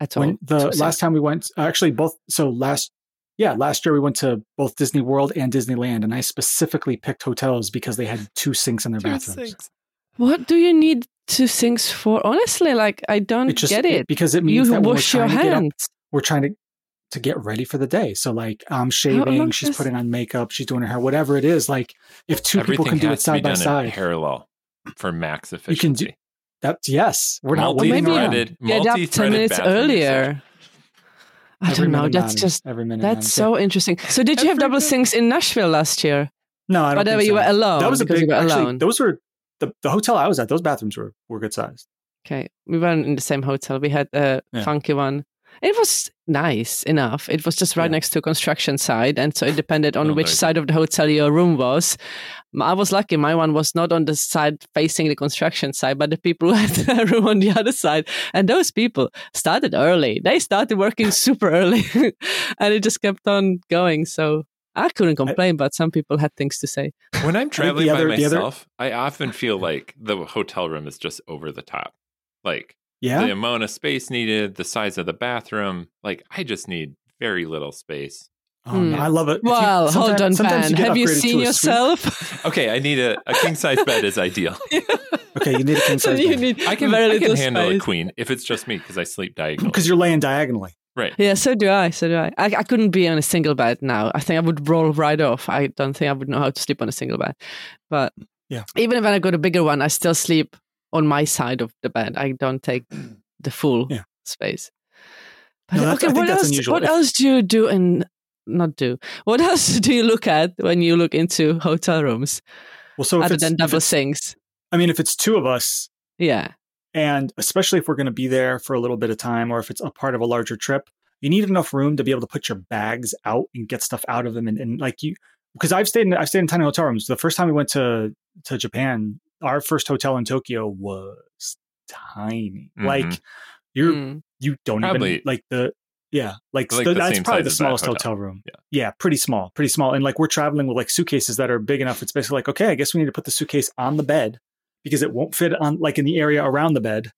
[SPEAKER 3] at all.
[SPEAKER 2] when the
[SPEAKER 3] Two
[SPEAKER 2] last
[SPEAKER 3] sinks.
[SPEAKER 2] time we went, actually both. So last, yeah, last year we went to both Disney World and Disneyland, and I specifically picked hotels because they had two sinks in their
[SPEAKER 1] Two
[SPEAKER 2] bathrooms.
[SPEAKER 1] sinks.
[SPEAKER 3] What do you need two sinks for? Honestly, like I don't
[SPEAKER 2] It just
[SPEAKER 3] get it.
[SPEAKER 2] because it means
[SPEAKER 3] You
[SPEAKER 2] that when we're
[SPEAKER 3] wash your
[SPEAKER 2] trying to get up,
[SPEAKER 3] hands.
[SPEAKER 2] we're trying to to get ready for the day. So like I'm shaving,
[SPEAKER 3] long
[SPEAKER 2] she's
[SPEAKER 3] does-
[SPEAKER 2] putting on makeup, she's doing her hair, whatever it is. Like if two people
[SPEAKER 1] Everything
[SPEAKER 2] can do it
[SPEAKER 1] has to be
[SPEAKER 2] side by
[SPEAKER 1] done in
[SPEAKER 2] side,
[SPEAKER 1] parallel for max
[SPEAKER 2] do-
[SPEAKER 1] efficiency.
[SPEAKER 2] that yes, we're not
[SPEAKER 1] Multi-
[SPEAKER 2] waiting
[SPEAKER 3] maybe
[SPEAKER 2] around.
[SPEAKER 1] threaded-
[SPEAKER 3] Get up ten
[SPEAKER 1] multi-threaded
[SPEAKER 3] minutes
[SPEAKER 1] bathroom
[SPEAKER 3] earlier. I
[SPEAKER 2] Every
[SPEAKER 3] don't know.
[SPEAKER 2] minute
[SPEAKER 3] That's
[SPEAKER 2] matters.
[SPEAKER 3] just
[SPEAKER 2] every minute.
[SPEAKER 3] that's
[SPEAKER 2] matters.
[SPEAKER 3] so interesting. So did you have
[SPEAKER 1] Every
[SPEAKER 3] double
[SPEAKER 1] minute.
[SPEAKER 3] sinks in Nashville last year?
[SPEAKER 2] Yeah. no. I don't
[SPEAKER 3] Whatever
[SPEAKER 2] think
[SPEAKER 3] you
[SPEAKER 2] so.
[SPEAKER 3] were alone.
[SPEAKER 2] That was a
[SPEAKER 3] because
[SPEAKER 2] big.
[SPEAKER 3] You were
[SPEAKER 2] Actually,
[SPEAKER 3] alone.
[SPEAKER 2] those were the, the hotel I was at. Those bathrooms were were good sized.
[SPEAKER 3] Okay, we weren't in the same hotel. We had a
[SPEAKER 2] Yeah.
[SPEAKER 3] funky one. It was nice enough. It was just right
[SPEAKER 2] Yeah.
[SPEAKER 3] next to a construction site, and so it depended on
[SPEAKER 1] Oh,
[SPEAKER 3] which
[SPEAKER 1] nice.
[SPEAKER 3] side of the hotel your room was. M- I was lucky; my one was not on the side facing the construction site, but the people who had a room on the other side. And those people started early; they started working super early, and it just kept on going. So I couldn't complain, but some people had things to say.
[SPEAKER 1] When I'm traveling by
[SPEAKER 2] other- the other-
[SPEAKER 1] myself, I often feel like the hotel room is just over the top. Like
[SPEAKER 2] Yeah.
[SPEAKER 1] the amount of space needed, the size of the bathroom. Like I just need very little space.
[SPEAKER 2] Oh, no,
[SPEAKER 3] Hmm.
[SPEAKER 2] I love it. If you-
[SPEAKER 3] Well, hold
[SPEAKER 2] sometimes-
[SPEAKER 3] on,
[SPEAKER 2] sometimes
[SPEAKER 3] Van.
[SPEAKER 2] get
[SPEAKER 3] Have you
[SPEAKER 2] upgraded to
[SPEAKER 3] seen
[SPEAKER 2] a suite.
[SPEAKER 3] yourself?
[SPEAKER 1] Okay, I need a, a king size bed is ideal.
[SPEAKER 2] Okay, you need a king
[SPEAKER 3] so
[SPEAKER 2] size
[SPEAKER 3] you
[SPEAKER 2] bed.
[SPEAKER 3] need
[SPEAKER 1] I can,
[SPEAKER 3] very
[SPEAKER 1] I
[SPEAKER 3] little
[SPEAKER 1] can handle
[SPEAKER 3] space.
[SPEAKER 1] a queen if it's just me because I sleep diagonally.
[SPEAKER 2] because you're laying diagonally.
[SPEAKER 1] Right.
[SPEAKER 3] Yeah, so do I. So do I. I. I couldn't be on a single bed now. I think I would roll right off. I don't think I would know how to sleep on a single bed. But
[SPEAKER 2] Yeah.
[SPEAKER 3] even when I got a bigger one, I still sleep on my side of the bed. I don't take the full
[SPEAKER 2] Hmm. Yeah.
[SPEAKER 3] space.
[SPEAKER 2] No, that's- I think
[SPEAKER 3] what
[SPEAKER 2] that's
[SPEAKER 3] else?
[SPEAKER 2] unusual.
[SPEAKER 3] What
[SPEAKER 2] If-
[SPEAKER 3] else do you do and not do? What else do you look at when you look into hotel rooms
[SPEAKER 2] Well, so if
[SPEAKER 3] other
[SPEAKER 2] it's,
[SPEAKER 3] than
[SPEAKER 2] if
[SPEAKER 3] double
[SPEAKER 2] it's-
[SPEAKER 3] sinks?
[SPEAKER 2] I mean, if it's two of us,
[SPEAKER 3] Yeah.
[SPEAKER 2] and especially if we're going to be there for a little bit of time, or if it's a part of a larger trip, you need enough room to be able to put your bags out and get stuff out of them, and, and like you, because I've stayed in I've stayed in tiny hotel rooms. The first time we went to to Japan, our first hotel in Tokyo was tiny.
[SPEAKER 1] Mhm.
[SPEAKER 2] Like you're
[SPEAKER 3] Mm.
[SPEAKER 2] you don't
[SPEAKER 1] Probably-
[SPEAKER 2] even like the yeah like,
[SPEAKER 1] Like
[SPEAKER 2] the-
[SPEAKER 1] the
[SPEAKER 2] that's
[SPEAKER 1] same
[SPEAKER 2] probably
[SPEAKER 1] size
[SPEAKER 2] the
[SPEAKER 1] as that
[SPEAKER 2] smallest
[SPEAKER 1] hotel.
[SPEAKER 2] hotel. room
[SPEAKER 1] Yeah.
[SPEAKER 2] pretty small pretty small and like we're traveling with like suitcases that are big enough it's basically like okay i guess we need to put the suitcase on the bed because it won't fit on like in the area around the bed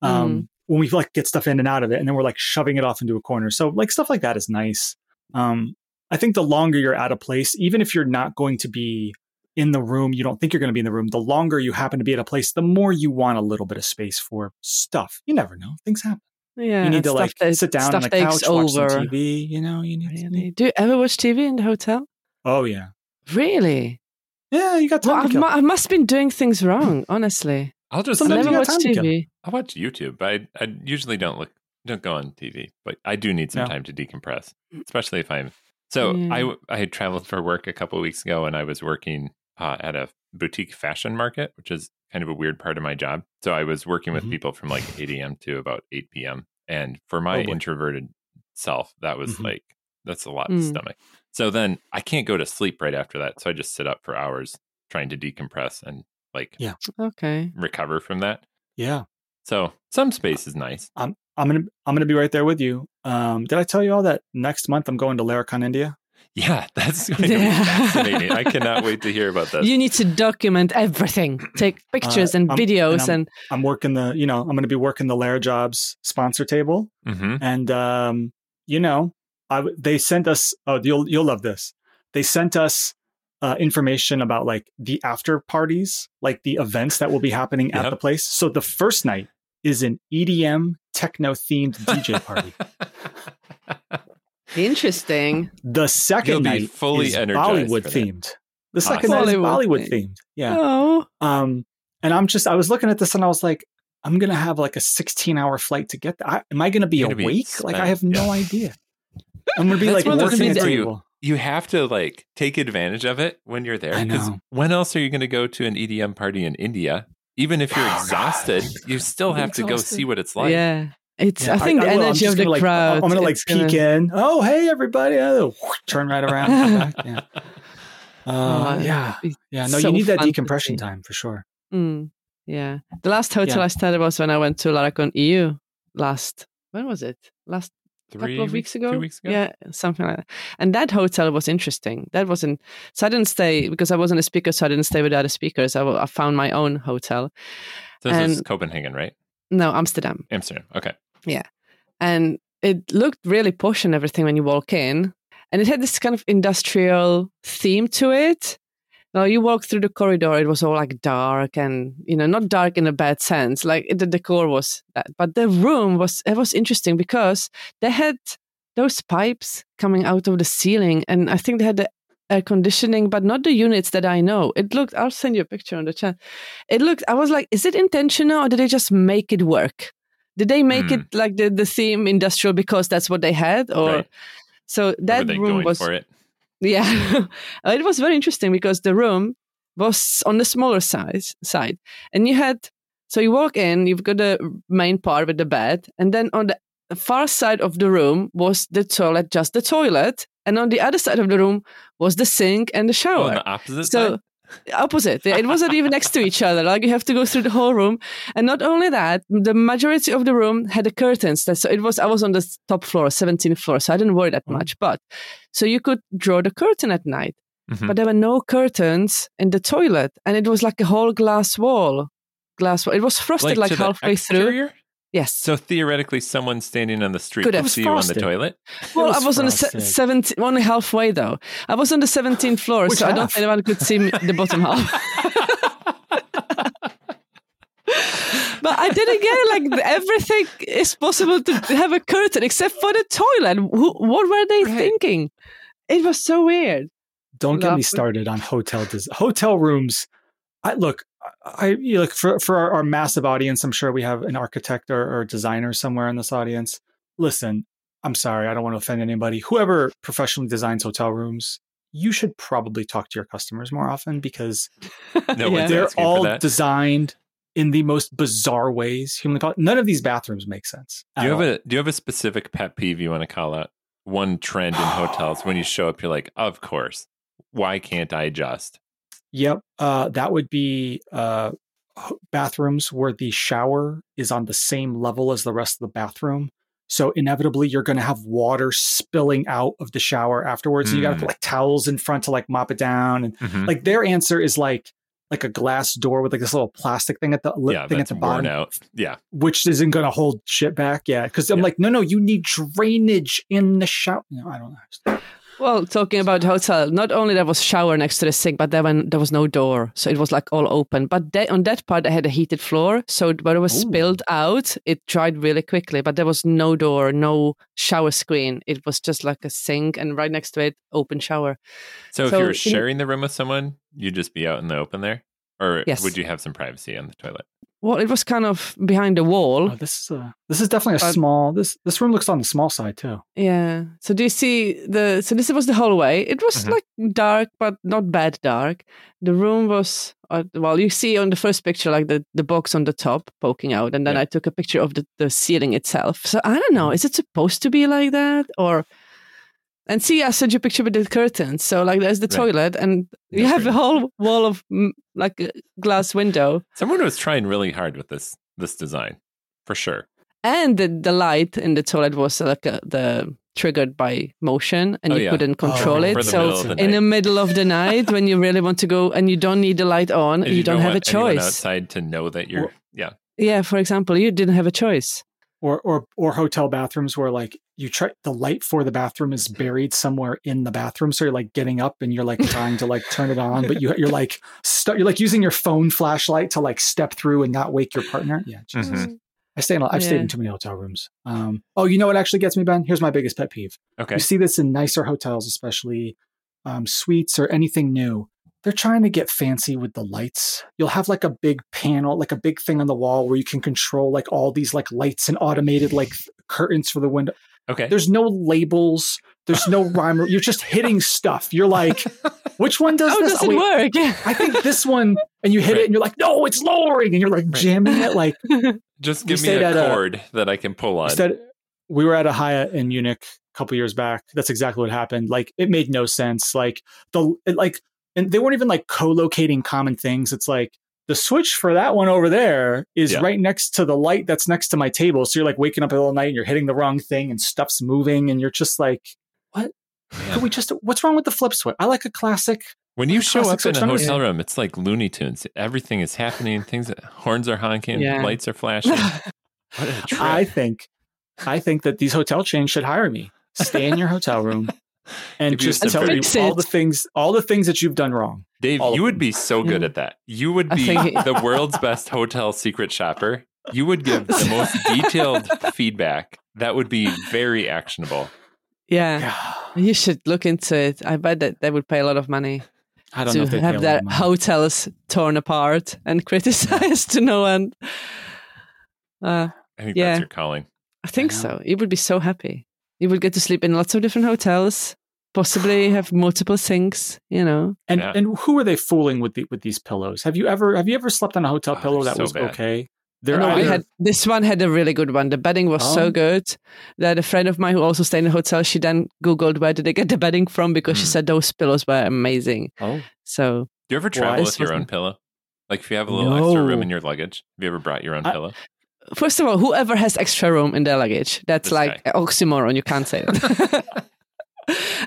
[SPEAKER 2] um when we like get stuff in and out of it, and then we're like shoving it off into a corner. So like stuff like that is nice. Um, I think the longer you're at a place, even if you're not going to be in the room, you don't think you're going to be in the room. The longer you happen to be at a place, the more you want a little bit of space for stuff. You never know; things happen.
[SPEAKER 3] Yeah,
[SPEAKER 2] you need to
[SPEAKER 3] stuff
[SPEAKER 2] like
[SPEAKER 3] that-
[SPEAKER 2] sit down on
[SPEAKER 3] stuff
[SPEAKER 2] the
[SPEAKER 3] takes
[SPEAKER 2] couch, watch some TV. You know, you need.
[SPEAKER 3] Really? Do you ever watch TV in the hotel?
[SPEAKER 2] Oh yeah,
[SPEAKER 3] Really?
[SPEAKER 2] yeah. You got
[SPEAKER 3] Well,
[SPEAKER 2] time.
[SPEAKER 3] I've
[SPEAKER 2] to kill.
[SPEAKER 3] mu- I must have been doing things wrong, honestly.
[SPEAKER 1] I'll just
[SPEAKER 2] Sometimes
[SPEAKER 3] I
[SPEAKER 2] you
[SPEAKER 3] never
[SPEAKER 2] got
[SPEAKER 3] watch
[SPEAKER 2] time to kill.
[SPEAKER 3] TV.
[SPEAKER 1] I watch YouTube, but I, I usually don't look don't go on TV. But I do need some
[SPEAKER 2] No. Mm.
[SPEAKER 1] time to decompress, especially if I'm. So
[SPEAKER 3] Yeah.
[SPEAKER 1] I I had traveled for work a couple weeks ago, and I was working uh, at a boutique fashion market, which is kind of a weird part of my job. So I was working with
[SPEAKER 2] Mhm.
[SPEAKER 1] people from like 8 a.m. to about 8 p.m. And for my
[SPEAKER 2] Oh, boy.
[SPEAKER 1] introverted self, that was
[SPEAKER 2] Mhm.
[SPEAKER 1] like that's a lot to
[SPEAKER 3] Mm.
[SPEAKER 1] stomach. So then I can't go to sleep right after that. So I just sit up for hours trying to decompress and like
[SPEAKER 2] Yeah.
[SPEAKER 3] Okay.
[SPEAKER 1] recover from that.
[SPEAKER 2] yeah.
[SPEAKER 1] So some space is nice.
[SPEAKER 2] I'm gonna I'm gonna be right there with you. Um, did I tell you all that next month I'm going to Laracon, India?
[SPEAKER 1] Yeah, that's going to be
[SPEAKER 3] Yeah.
[SPEAKER 1] fascinating. I cannot wait to hear about this.
[SPEAKER 3] You need to document everything. Take pictures and
[SPEAKER 2] Uh, I'm-
[SPEAKER 3] videos
[SPEAKER 2] and I'm-
[SPEAKER 3] and,
[SPEAKER 2] I'm working the you know I'm gonna be working the Lara Jobs sponsor table,
[SPEAKER 1] hmm
[SPEAKER 3] Mm-hmm.
[SPEAKER 2] and um, you know I w- they sent us oh you'll you'll love this. They sent us uh, information about like the after parties, like the events that will be happening at
[SPEAKER 1] Yep.
[SPEAKER 2] the place. So the first night is an E EDM techno themed DJ party.
[SPEAKER 3] interesting.
[SPEAKER 2] The 2nd
[SPEAKER 1] You'll be
[SPEAKER 2] night
[SPEAKER 1] fully
[SPEAKER 2] is
[SPEAKER 1] energized
[SPEAKER 2] Bollywood
[SPEAKER 1] for that.
[SPEAKER 2] themed. The second
[SPEAKER 1] Awesome.
[SPEAKER 2] night is
[SPEAKER 3] Bollywood
[SPEAKER 2] Bollywood
[SPEAKER 3] themed.
[SPEAKER 2] themed. Yeah.
[SPEAKER 3] Oh,
[SPEAKER 2] Um, and I'm just, I was looking at this and I was like, I'm going to have like a 16 hour flight to get there. I, am I going to be
[SPEAKER 1] You're gonna be
[SPEAKER 2] awake? like, I
[SPEAKER 1] spent,
[SPEAKER 2] have no
[SPEAKER 1] yeah.
[SPEAKER 2] idea. I'm going to be
[SPEAKER 1] That's
[SPEAKER 2] like
[SPEAKER 1] one of those
[SPEAKER 2] working at
[SPEAKER 1] things where you-
[SPEAKER 2] table.
[SPEAKER 1] you have to like take advantage of it when you're there.
[SPEAKER 2] I
[SPEAKER 1] 'cause
[SPEAKER 2] know.
[SPEAKER 1] When else are you going to go to an EDM party in India? Even if you're
[SPEAKER 2] Oh, God.
[SPEAKER 1] exhausted, you still
[SPEAKER 2] I'm
[SPEAKER 1] have to go
[SPEAKER 2] exhausted.
[SPEAKER 1] see what it's like.
[SPEAKER 3] yeah. It's.
[SPEAKER 2] Yeah,
[SPEAKER 3] I think the
[SPEAKER 2] will. I'm
[SPEAKER 3] energy
[SPEAKER 2] just
[SPEAKER 3] of the
[SPEAKER 2] gonna, like,
[SPEAKER 3] crowd.
[SPEAKER 2] I'm going to like
[SPEAKER 3] it's
[SPEAKER 2] peek in. Oh, hey, everybody. Oh, turn right around. come back. Yeah. Uh,
[SPEAKER 3] Oh,
[SPEAKER 2] yeah.
[SPEAKER 3] it's
[SPEAKER 2] Yeah. No,
[SPEAKER 3] so
[SPEAKER 2] you need that
[SPEAKER 3] fun to
[SPEAKER 2] decompression
[SPEAKER 3] see.
[SPEAKER 2] time for sure.
[SPEAKER 3] Mm, yeah. The last hotel
[SPEAKER 2] Yeah.
[SPEAKER 3] I stayed was when I went to Laracon EU last. When was it? Last
[SPEAKER 1] Three
[SPEAKER 3] couple of weeks ago.
[SPEAKER 1] Two weeks ago?
[SPEAKER 3] Yeah, something like that. And that hotel was interesting. That wasn't so I didn't stay because I wasn't a speaker, so I didn't stay with other speakers. I, wa- I found my own hotel.
[SPEAKER 1] So this is
[SPEAKER 3] And-
[SPEAKER 1] Copenhagen, right?
[SPEAKER 3] No, Amsterdam.
[SPEAKER 1] Amsterdam. Okay.
[SPEAKER 3] and it looked really posh and everything when you walk in and it had this kind of industrial theme to it now you walk through the corridor it was all like dark and you know not dark in a bad sense like the decor was that but the room was it was interesting because they had those pipes coming out of the ceiling and i think they had the air conditioning but not the units that i know it looked i'll send you a picture on the chat it looked i was like is it intentional or did they just make it work did they make
[SPEAKER 1] Hmm.
[SPEAKER 3] it like the, the theme industrial because that's what they had or
[SPEAKER 1] right.
[SPEAKER 3] so
[SPEAKER 1] Were
[SPEAKER 3] Oh, that
[SPEAKER 1] they
[SPEAKER 3] room
[SPEAKER 1] going
[SPEAKER 3] was
[SPEAKER 1] for it?
[SPEAKER 3] yeah it was very interesting because the room was on the smaller size side and you had so you walk in you've got the main part with the bed and then on the far side of the room was the toilet just the toilet and on the other side of the room was the sink and the
[SPEAKER 1] Oh,
[SPEAKER 3] shower
[SPEAKER 1] on the opposite
[SPEAKER 3] so
[SPEAKER 1] side?
[SPEAKER 3] opposite it wasn't even next to each other like you have to go through the whole room and not only that the majority of the room had the curtains that so it was i was on the top floor 17th floor so i didn't worry that
[SPEAKER 1] Mm-hmm.
[SPEAKER 2] Oh.
[SPEAKER 3] much but so you could draw the curtain at night
[SPEAKER 1] Mhm.
[SPEAKER 3] but there were no curtains in the toilet and it was like a whole glass wall glass wall it was frosted like,
[SPEAKER 1] to the
[SPEAKER 3] halfway through
[SPEAKER 1] exterior?
[SPEAKER 3] yes
[SPEAKER 1] So theoretically, someone standing on the street
[SPEAKER 3] Could
[SPEAKER 1] could
[SPEAKER 3] have
[SPEAKER 1] see you on the
[SPEAKER 2] frosted.
[SPEAKER 1] toilet.
[SPEAKER 3] Well,
[SPEAKER 2] It
[SPEAKER 3] I was on the se-
[SPEAKER 2] frosted.
[SPEAKER 3] 17, only halfway though. I was on the 17th floor,
[SPEAKER 2] Which
[SPEAKER 3] so I don't
[SPEAKER 2] half?
[SPEAKER 3] think anyone could see me, the bottom half. but I didn't get it. Like everything is possible to have a curtain except for the toilet. Who, what were they
[SPEAKER 1] Right.
[SPEAKER 3] thinking? It was so weird.
[SPEAKER 2] Don't get
[SPEAKER 3] Lovely.
[SPEAKER 2] me started on hotel des- hotel rooms. I look, I you look for for our, our massive audience. I'm sure we have an architect or, or designer somewhere in this audience. Listen, I'm sorry, I don't want to offend anybody. Whoever professionally designs hotel rooms, you should probably talk to your customers more often because
[SPEAKER 1] No one's
[SPEAKER 2] they're
[SPEAKER 1] asking for
[SPEAKER 2] all
[SPEAKER 1] that.
[SPEAKER 2] designed in the most bizarre ways. Humanly, possible. none of these bathrooms make sense.
[SPEAKER 1] Do you
[SPEAKER 2] at
[SPEAKER 1] have
[SPEAKER 2] all.
[SPEAKER 1] a Do you have a specific pet peeve you want to call out? One trend in hotels when you show up, you're like, of course. Why can't I just?
[SPEAKER 2] Yep. Uh, that would be uh, h- bathrooms where the shower is on the same level as the rest of the bathroom. So inevitably, you're going to have water spilling out of the shower afterwards. And you got to
[SPEAKER 1] Mm. Mm-hmm.
[SPEAKER 2] Mm-hmm. put like towels in front to like mop it down. And like their answer is like, like a glass door with like this little plastic thing at the
[SPEAKER 1] yeah,
[SPEAKER 2] thing at
[SPEAKER 1] that's
[SPEAKER 2] the
[SPEAKER 1] worn
[SPEAKER 2] bottom,
[SPEAKER 1] out. Yeah,
[SPEAKER 2] which isn't going to hold shit back. Yeah, because I'm
[SPEAKER 1] Yeah.
[SPEAKER 2] like, no, no, you need drainage in the shower. No, I don't know.
[SPEAKER 3] Well, talking about hotel, not only there was shower next to the sink, but there, when, there was no door, so it was like all open. But they, on that part, I had a heated floor, so when it was
[SPEAKER 2] Ooh.
[SPEAKER 3] spilled out, it dried really quickly. But there was no door, no shower screen. It was just like a sink, and right next to it, open shower.
[SPEAKER 1] So, if
[SPEAKER 3] So
[SPEAKER 1] you were
[SPEAKER 3] in-
[SPEAKER 1] sharing the room with someone, you'd just be out in the open there, or
[SPEAKER 3] Yes.
[SPEAKER 1] would you have some privacy on the toilet?
[SPEAKER 3] Well, it was kind of behind the wall.
[SPEAKER 2] Oh, this is uh, this is definitely a
[SPEAKER 3] Uh,
[SPEAKER 2] small. This this room looks on the small side too.
[SPEAKER 3] Yeah. So do you see the? So this was the hallway. It was
[SPEAKER 1] Mhm.
[SPEAKER 3] like dark, but not bad dark. The room was uh, well. You see on the first picture, like the the box on the top poking out, and then
[SPEAKER 1] Yeah. Mm-hmm.
[SPEAKER 3] I took a picture of the the ceiling itself. So I don't know. Is it supposed to be like that or? And see, I sent you a picture with the curtains. So like, there's the
[SPEAKER 1] Right.
[SPEAKER 3] toilet, and you
[SPEAKER 1] That's
[SPEAKER 3] have a
[SPEAKER 1] right.
[SPEAKER 3] whole wall of mm, like a glass window,
[SPEAKER 1] Someone was trying really hard with this this design, for sure.
[SPEAKER 3] and the, the light in the toilet was uh, like a, the triggered by motion, and
[SPEAKER 1] Oh,
[SPEAKER 3] you
[SPEAKER 1] yeah.
[SPEAKER 3] couldn't control
[SPEAKER 1] For
[SPEAKER 3] it.
[SPEAKER 1] the
[SPEAKER 3] So
[SPEAKER 1] middle of the
[SPEAKER 3] in
[SPEAKER 1] night.
[SPEAKER 3] the middle of the night when you really want to go and you don't need the light on,
[SPEAKER 1] And
[SPEAKER 3] you, don't, have a
[SPEAKER 1] want anyone
[SPEAKER 3] choice.
[SPEAKER 1] outside to know that you're.
[SPEAKER 2] Well-
[SPEAKER 1] Yeah,
[SPEAKER 3] Yeah, for example, you didn't have a choice.
[SPEAKER 2] or or or hotel bathrooms where like you try the light for the bathroom is buried somewhere in the bathroom so you're like getting up and you're like trying to like turn it on but you you're like stu you you're like using your phone flashlight to like step through and not wake your partner yeah Jesus.
[SPEAKER 1] Mhm.
[SPEAKER 2] i stay in i've stayed
[SPEAKER 3] Yeah.
[SPEAKER 2] in too many hotel rooms um oh you know what actually gets me ben here's my biggest pet peeve
[SPEAKER 1] okay.
[SPEAKER 2] you see this in nicer hotels especially um suites or anything new they're trying to get fancy with the lights. You'll have like a big panel, like a big thing on the wall where you can control like all these like lights and automated like th- curtains for the window.
[SPEAKER 1] Okay.
[SPEAKER 2] There's no labels. There's no rhyme. or- You're just hitting stuff. You're like, which one does
[SPEAKER 3] Oh,
[SPEAKER 2] this?
[SPEAKER 3] does it
[SPEAKER 2] wait,
[SPEAKER 3] work?
[SPEAKER 2] I think this one. And you hit
[SPEAKER 1] Right.
[SPEAKER 2] it, and you're like, no, it's lowering, and you're like jamming it. Like
[SPEAKER 1] Just
[SPEAKER 2] we
[SPEAKER 1] give me
[SPEAKER 2] stayed at
[SPEAKER 1] a
[SPEAKER 2] a-
[SPEAKER 1] cord that I can pull on.
[SPEAKER 2] instead, we were at a Hyatt in Munich a couple years back. That's exactly what happened. Like it made no sense. Like the it, like, and they weren't even like co-locating common things. It's like. The switch for that one over there is
[SPEAKER 1] Yeah.
[SPEAKER 2] right next to the light that's next to my table. So you're like waking up all night and you're hitting the wrong thing and stuff's moving and you're just like,
[SPEAKER 1] Man.
[SPEAKER 2] Could we just? What's wrong with the flip switch? I like a classic.
[SPEAKER 1] When you show up
[SPEAKER 2] Classic
[SPEAKER 1] in a
[SPEAKER 2] switch,
[SPEAKER 1] hotel room, it's like Looney Tunes. Everything is happening. Things, horns are honking,
[SPEAKER 3] Yeah.
[SPEAKER 1] lights are flashing.
[SPEAKER 3] Yeah.
[SPEAKER 1] What a trip.
[SPEAKER 2] I think, I think that these hotel chains should hire me. Stay in your hotel room and
[SPEAKER 1] Give you
[SPEAKER 2] just
[SPEAKER 1] some
[SPEAKER 2] tell me
[SPEAKER 3] Fix
[SPEAKER 2] all
[SPEAKER 3] it.
[SPEAKER 2] the things, all the things that you've done wrong.
[SPEAKER 1] Dave,
[SPEAKER 2] all of
[SPEAKER 1] you would
[SPEAKER 2] them.
[SPEAKER 1] be so good
[SPEAKER 3] Yeah.
[SPEAKER 1] at that. You would
[SPEAKER 3] I
[SPEAKER 1] be
[SPEAKER 3] think-
[SPEAKER 1] the world's best hotel secret shopper. You would give the most detailed feedback that would be very actionable.
[SPEAKER 3] yeah. You should look into it. I bet that they would pay a lot of money
[SPEAKER 2] I don't know
[SPEAKER 3] to
[SPEAKER 2] if they
[SPEAKER 3] have their hotels torn apart and criticized to no end. Uh,
[SPEAKER 1] I think
[SPEAKER 3] Yeah.
[SPEAKER 1] that's your calling.
[SPEAKER 3] I think
[SPEAKER 2] know.
[SPEAKER 3] so. You would be so happy. You would get to sleep in lots of different hotels, possibly have multiple sinks, you know.
[SPEAKER 2] And
[SPEAKER 1] Yeah.
[SPEAKER 2] and who are they fooling with the, with these pillows? Have you ever have you ever slept on a hotel
[SPEAKER 1] Oh,
[SPEAKER 2] pillow
[SPEAKER 1] they're
[SPEAKER 2] that
[SPEAKER 1] so
[SPEAKER 2] was
[SPEAKER 1] bad.
[SPEAKER 2] okay?
[SPEAKER 3] I
[SPEAKER 2] They're
[SPEAKER 3] know, we
[SPEAKER 2] either-
[SPEAKER 3] had this one had a really good one. The bedding was
[SPEAKER 2] Oh.
[SPEAKER 3] so good that a friend of mine who also stayed in a hotel, she then googled where did they get the bedding from because she
[SPEAKER 1] Mm.
[SPEAKER 3] said those pillows were amazing.
[SPEAKER 2] oh
[SPEAKER 3] So
[SPEAKER 1] Do you ever
[SPEAKER 2] Well, I
[SPEAKER 1] travel with
[SPEAKER 2] just
[SPEAKER 1] your own
[SPEAKER 2] wasn't-
[SPEAKER 1] pillow? Like if you have a little extra room
[SPEAKER 2] No.
[SPEAKER 1] in your luggage, have you ever brought your own
[SPEAKER 2] I-
[SPEAKER 1] pillow?
[SPEAKER 3] first of all, whoever has extra room in their luggage, that's
[SPEAKER 1] This
[SPEAKER 3] like an oxymoron. You can't say that.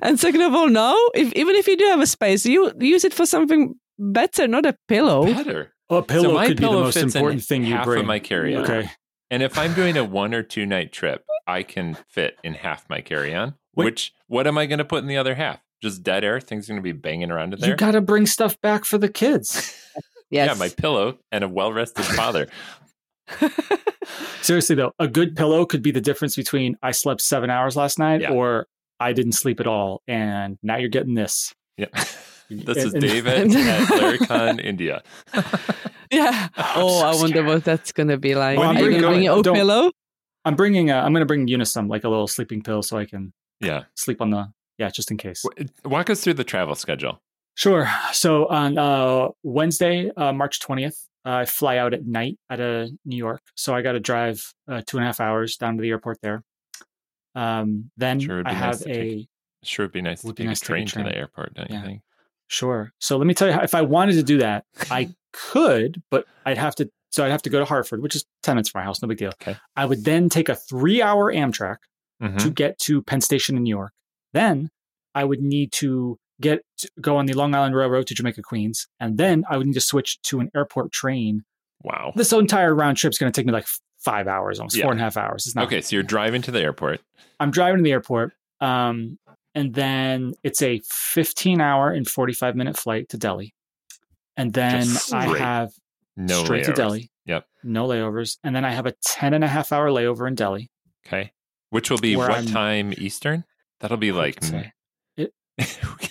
[SPEAKER 3] and second of all, no, if, even if you do have a space, you use it for something better, not a pillow.
[SPEAKER 1] Better.
[SPEAKER 2] a
[SPEAKER 1] So
[SPEAKER 2] pillow
[SPEAKER 1] my
[SPEAKER 2] could be
[SPEAKER 1] pillow
[SPEAKER 2] the most
[SPEAKER 1] fits in
[SPEAKER 2] important thing you
[SPEAKER 1] half
[SPEAKER 2] bring.
[SPEAKER 1] of my carry on.
[SPEAKER 2] okay,
[SPEAKER 1] And if I'm doing a one or two night trip, I can fit in half my carry on.
[SPEAKER 2] Wait.
[SPEAKER 1] Which what am I going to put in the other half? Just dead air? Things going to be banging around in there.
[SPEAKER 2] you got to bring stuff back for the kids.
[SPEAKER 3] Yes.
[SPEAKER 1] Yeah, my pillow and a well rested father.
[SPEAKER 2] Seriously though, a good pillow could be the difference between I slept seven hours last night
[SPEAKER 1] Yeah.
[SPEAKER 2] or I didn't sleep at all, and now you're getting this.
[SPEAKER 1] yeah. This
[SPEAKER 2] And-
[SPEAKER 1] is
[SPEAKER 2] and-
[SPEAKER 1] David at Laricon, India.
[SPEAKER 3] yeah. Oh, I wonder what that's gonna be like.
[SPEAKER 1] When
[SPEAKER 3] Are
[SPEAKER 1] are
[SPEAKER 3] you
[SPEAKER 1] you
[SPEAKER 3] gonna bring
[SPEAKER 1] going?
[SPEAKER 3] your own
[SPEAKER 2] Don't-
[SPEAKER 3] pillow?
[SPEAKER 2] I'm bringing. A, I'm going to bring Unisum, like a little sleeping pill, so I can
[SPEAKER 1] Yeah.
[SPEAKER 2] sleep on the yeah, just in case.
[SPEAKER 1] W- Walk us through the travel schedule.
[SPEAKER 2] Sure. So on uh, Wednesday, uh, March 20th, I fly out at night out of New York. So I got to drive uh, two and a half hours down to the airport there. Um, then
[SPEAKER 1] Sure would
[SPEAKER 2] I
[SPEAKER 1] be nice
[SPEAKER 2] have
[SPEAKER 1] to
[SPEAKER 2] a.
[SPEAKER 1] take Sure would be nice
[SPEAKER 2] Would
[SPEAKER 1] to
[SPEAKER 2] be
[SPEAKER 1] take
[SPEAKER 2] nice
[SPEAKER 1] a
[SPEAKER 2] to take a
[SPEAKER 1] train to, the
[SPEAKER 2] train.
[SPEAKER 1] airport, don't
[SPEAKER 2] Yeah.
[SPEAKER 1] you think?
[SPEAKER 2] Sure. So let me tell you, how, if I wanted to do that, I could, but I'd have to. So I'd have to go to Hartford, which is ten minutes from my house. No big deal.
[SPEAKER 1] Okay.
[SPEAKER 2] I would then take a three-hour Amtrak
[SPEAKER 1] Mhm.
[SPEAKER 2] to get to Penn Station in New York. Then I would need to get go on the Long Island Railroad to Jamaica Queens, and then I would need to switch to an airport train.
[SPEAKER 1] Wow.
[SPEAKER 2] This entire round trip is going to take me like five hours, almost
[SPEAKER 1] Yeah.
[SPEAKER 2] four and a half hours. It's not
[SPEAKER 1] Okay, so you're driving to the airport.
[SPEAKER 2] I'm driving to the airport, um, and then it's a 15 hour and 45 minute flight to Delhi, and then
[SPEAKER 1] Just
[SPEAKER 2] I
[SPEAKER 1] straight.
[SPEAKER 2] have
[SPEAKER 1] No
[SPEAKER 2] straight to
[SPEAKER 1] layovers.
[SPEAKER 2] Delhi.
[SPEAKER 1] Yep.
[SPEAKER 2] No layovers, and then I have a 10 and a half hour layover in Delhi.
[SPEAKER 1] Okay. Which will be
[SPEAKER 2] Where
[SPEAKER 1] what
[SPEAKER 2] I'm-
[SPEAKER 1] time Eastern? That'll be like
[SPEAKER 2] I'd say.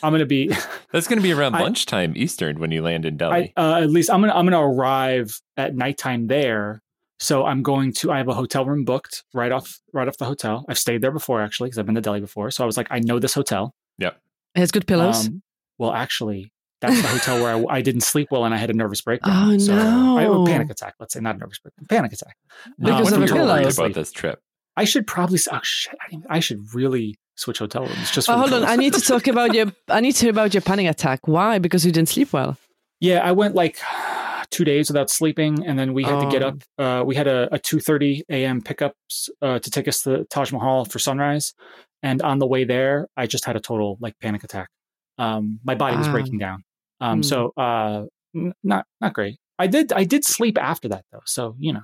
[SPEAKER 2] I'm gonna be
[SPEAKER 1] that's going to be around
[SPEAKER 2] I-
[SPEAKER 1] lunchtime Eastern when you land in
[SPEAKER 2] I,
[SPEAKER 1] Delhi.
[SPEAKER 2] uh, at least I'm gonna I'm gonna arrive at nighttime there. So I'm going to I have a hotel room booked right off right off the hotel. I've stayed there before actually because I've been to Delhi before. So I was like I know this hotel.
[SPEAKER 3] It has good pillows.
[SPEAKER 2] Um, well, actually, that's the hotel where I, I didn't sleep well and I had a nervous breakdown.
[SPEAKER 3] Oh,
[SPEAKER 2] so I,
[SPEAKER 3] no.
[SPEAKER 2] a panic attack. Let's say not a nervous breakdown, panic attack.
[SPEAKER 1] no,
[SPEAKER 3] because
[SPEAKER 1] wonder
[SPEAKER 3] of the
[SPEAKER 1] you're worried
[SPEAKER 3] pillows.
[SPEAKER 1] about this trip.
[SPEAKER 2] I should probably. s- Oh shit! I, didn't- I should really switch hotel rooms. Just for
[SPEAKER 3] Oh,
[SPEAKER 2] the
[SPEAKER 3] hold on.
[SPEAKER 2] pillows.
[SPEAKER 3] I need to talk about your. I need to hear about your panic attack. Why? Because you didn't sleep well.
[SPEAKER 2] Yeah, I went like two days without sleeping, and then we had to get
[SPEAKER 3] Oh.
[SPEAKER 2] up. Uh, we had a, a two thirty a.m. pickups uh, to take us to Taj Mahal for sunrise, and on the way there, I just had a total like panic attack. Um, my body was
[SPEAKER 3] Wow.
[SPEAKER 2] breaking down. Um,
[SPEAKER 3] Ah. Hmm.
[SPEAKER 2] So uh, n- not not great. I did I did sleep after that though, so you know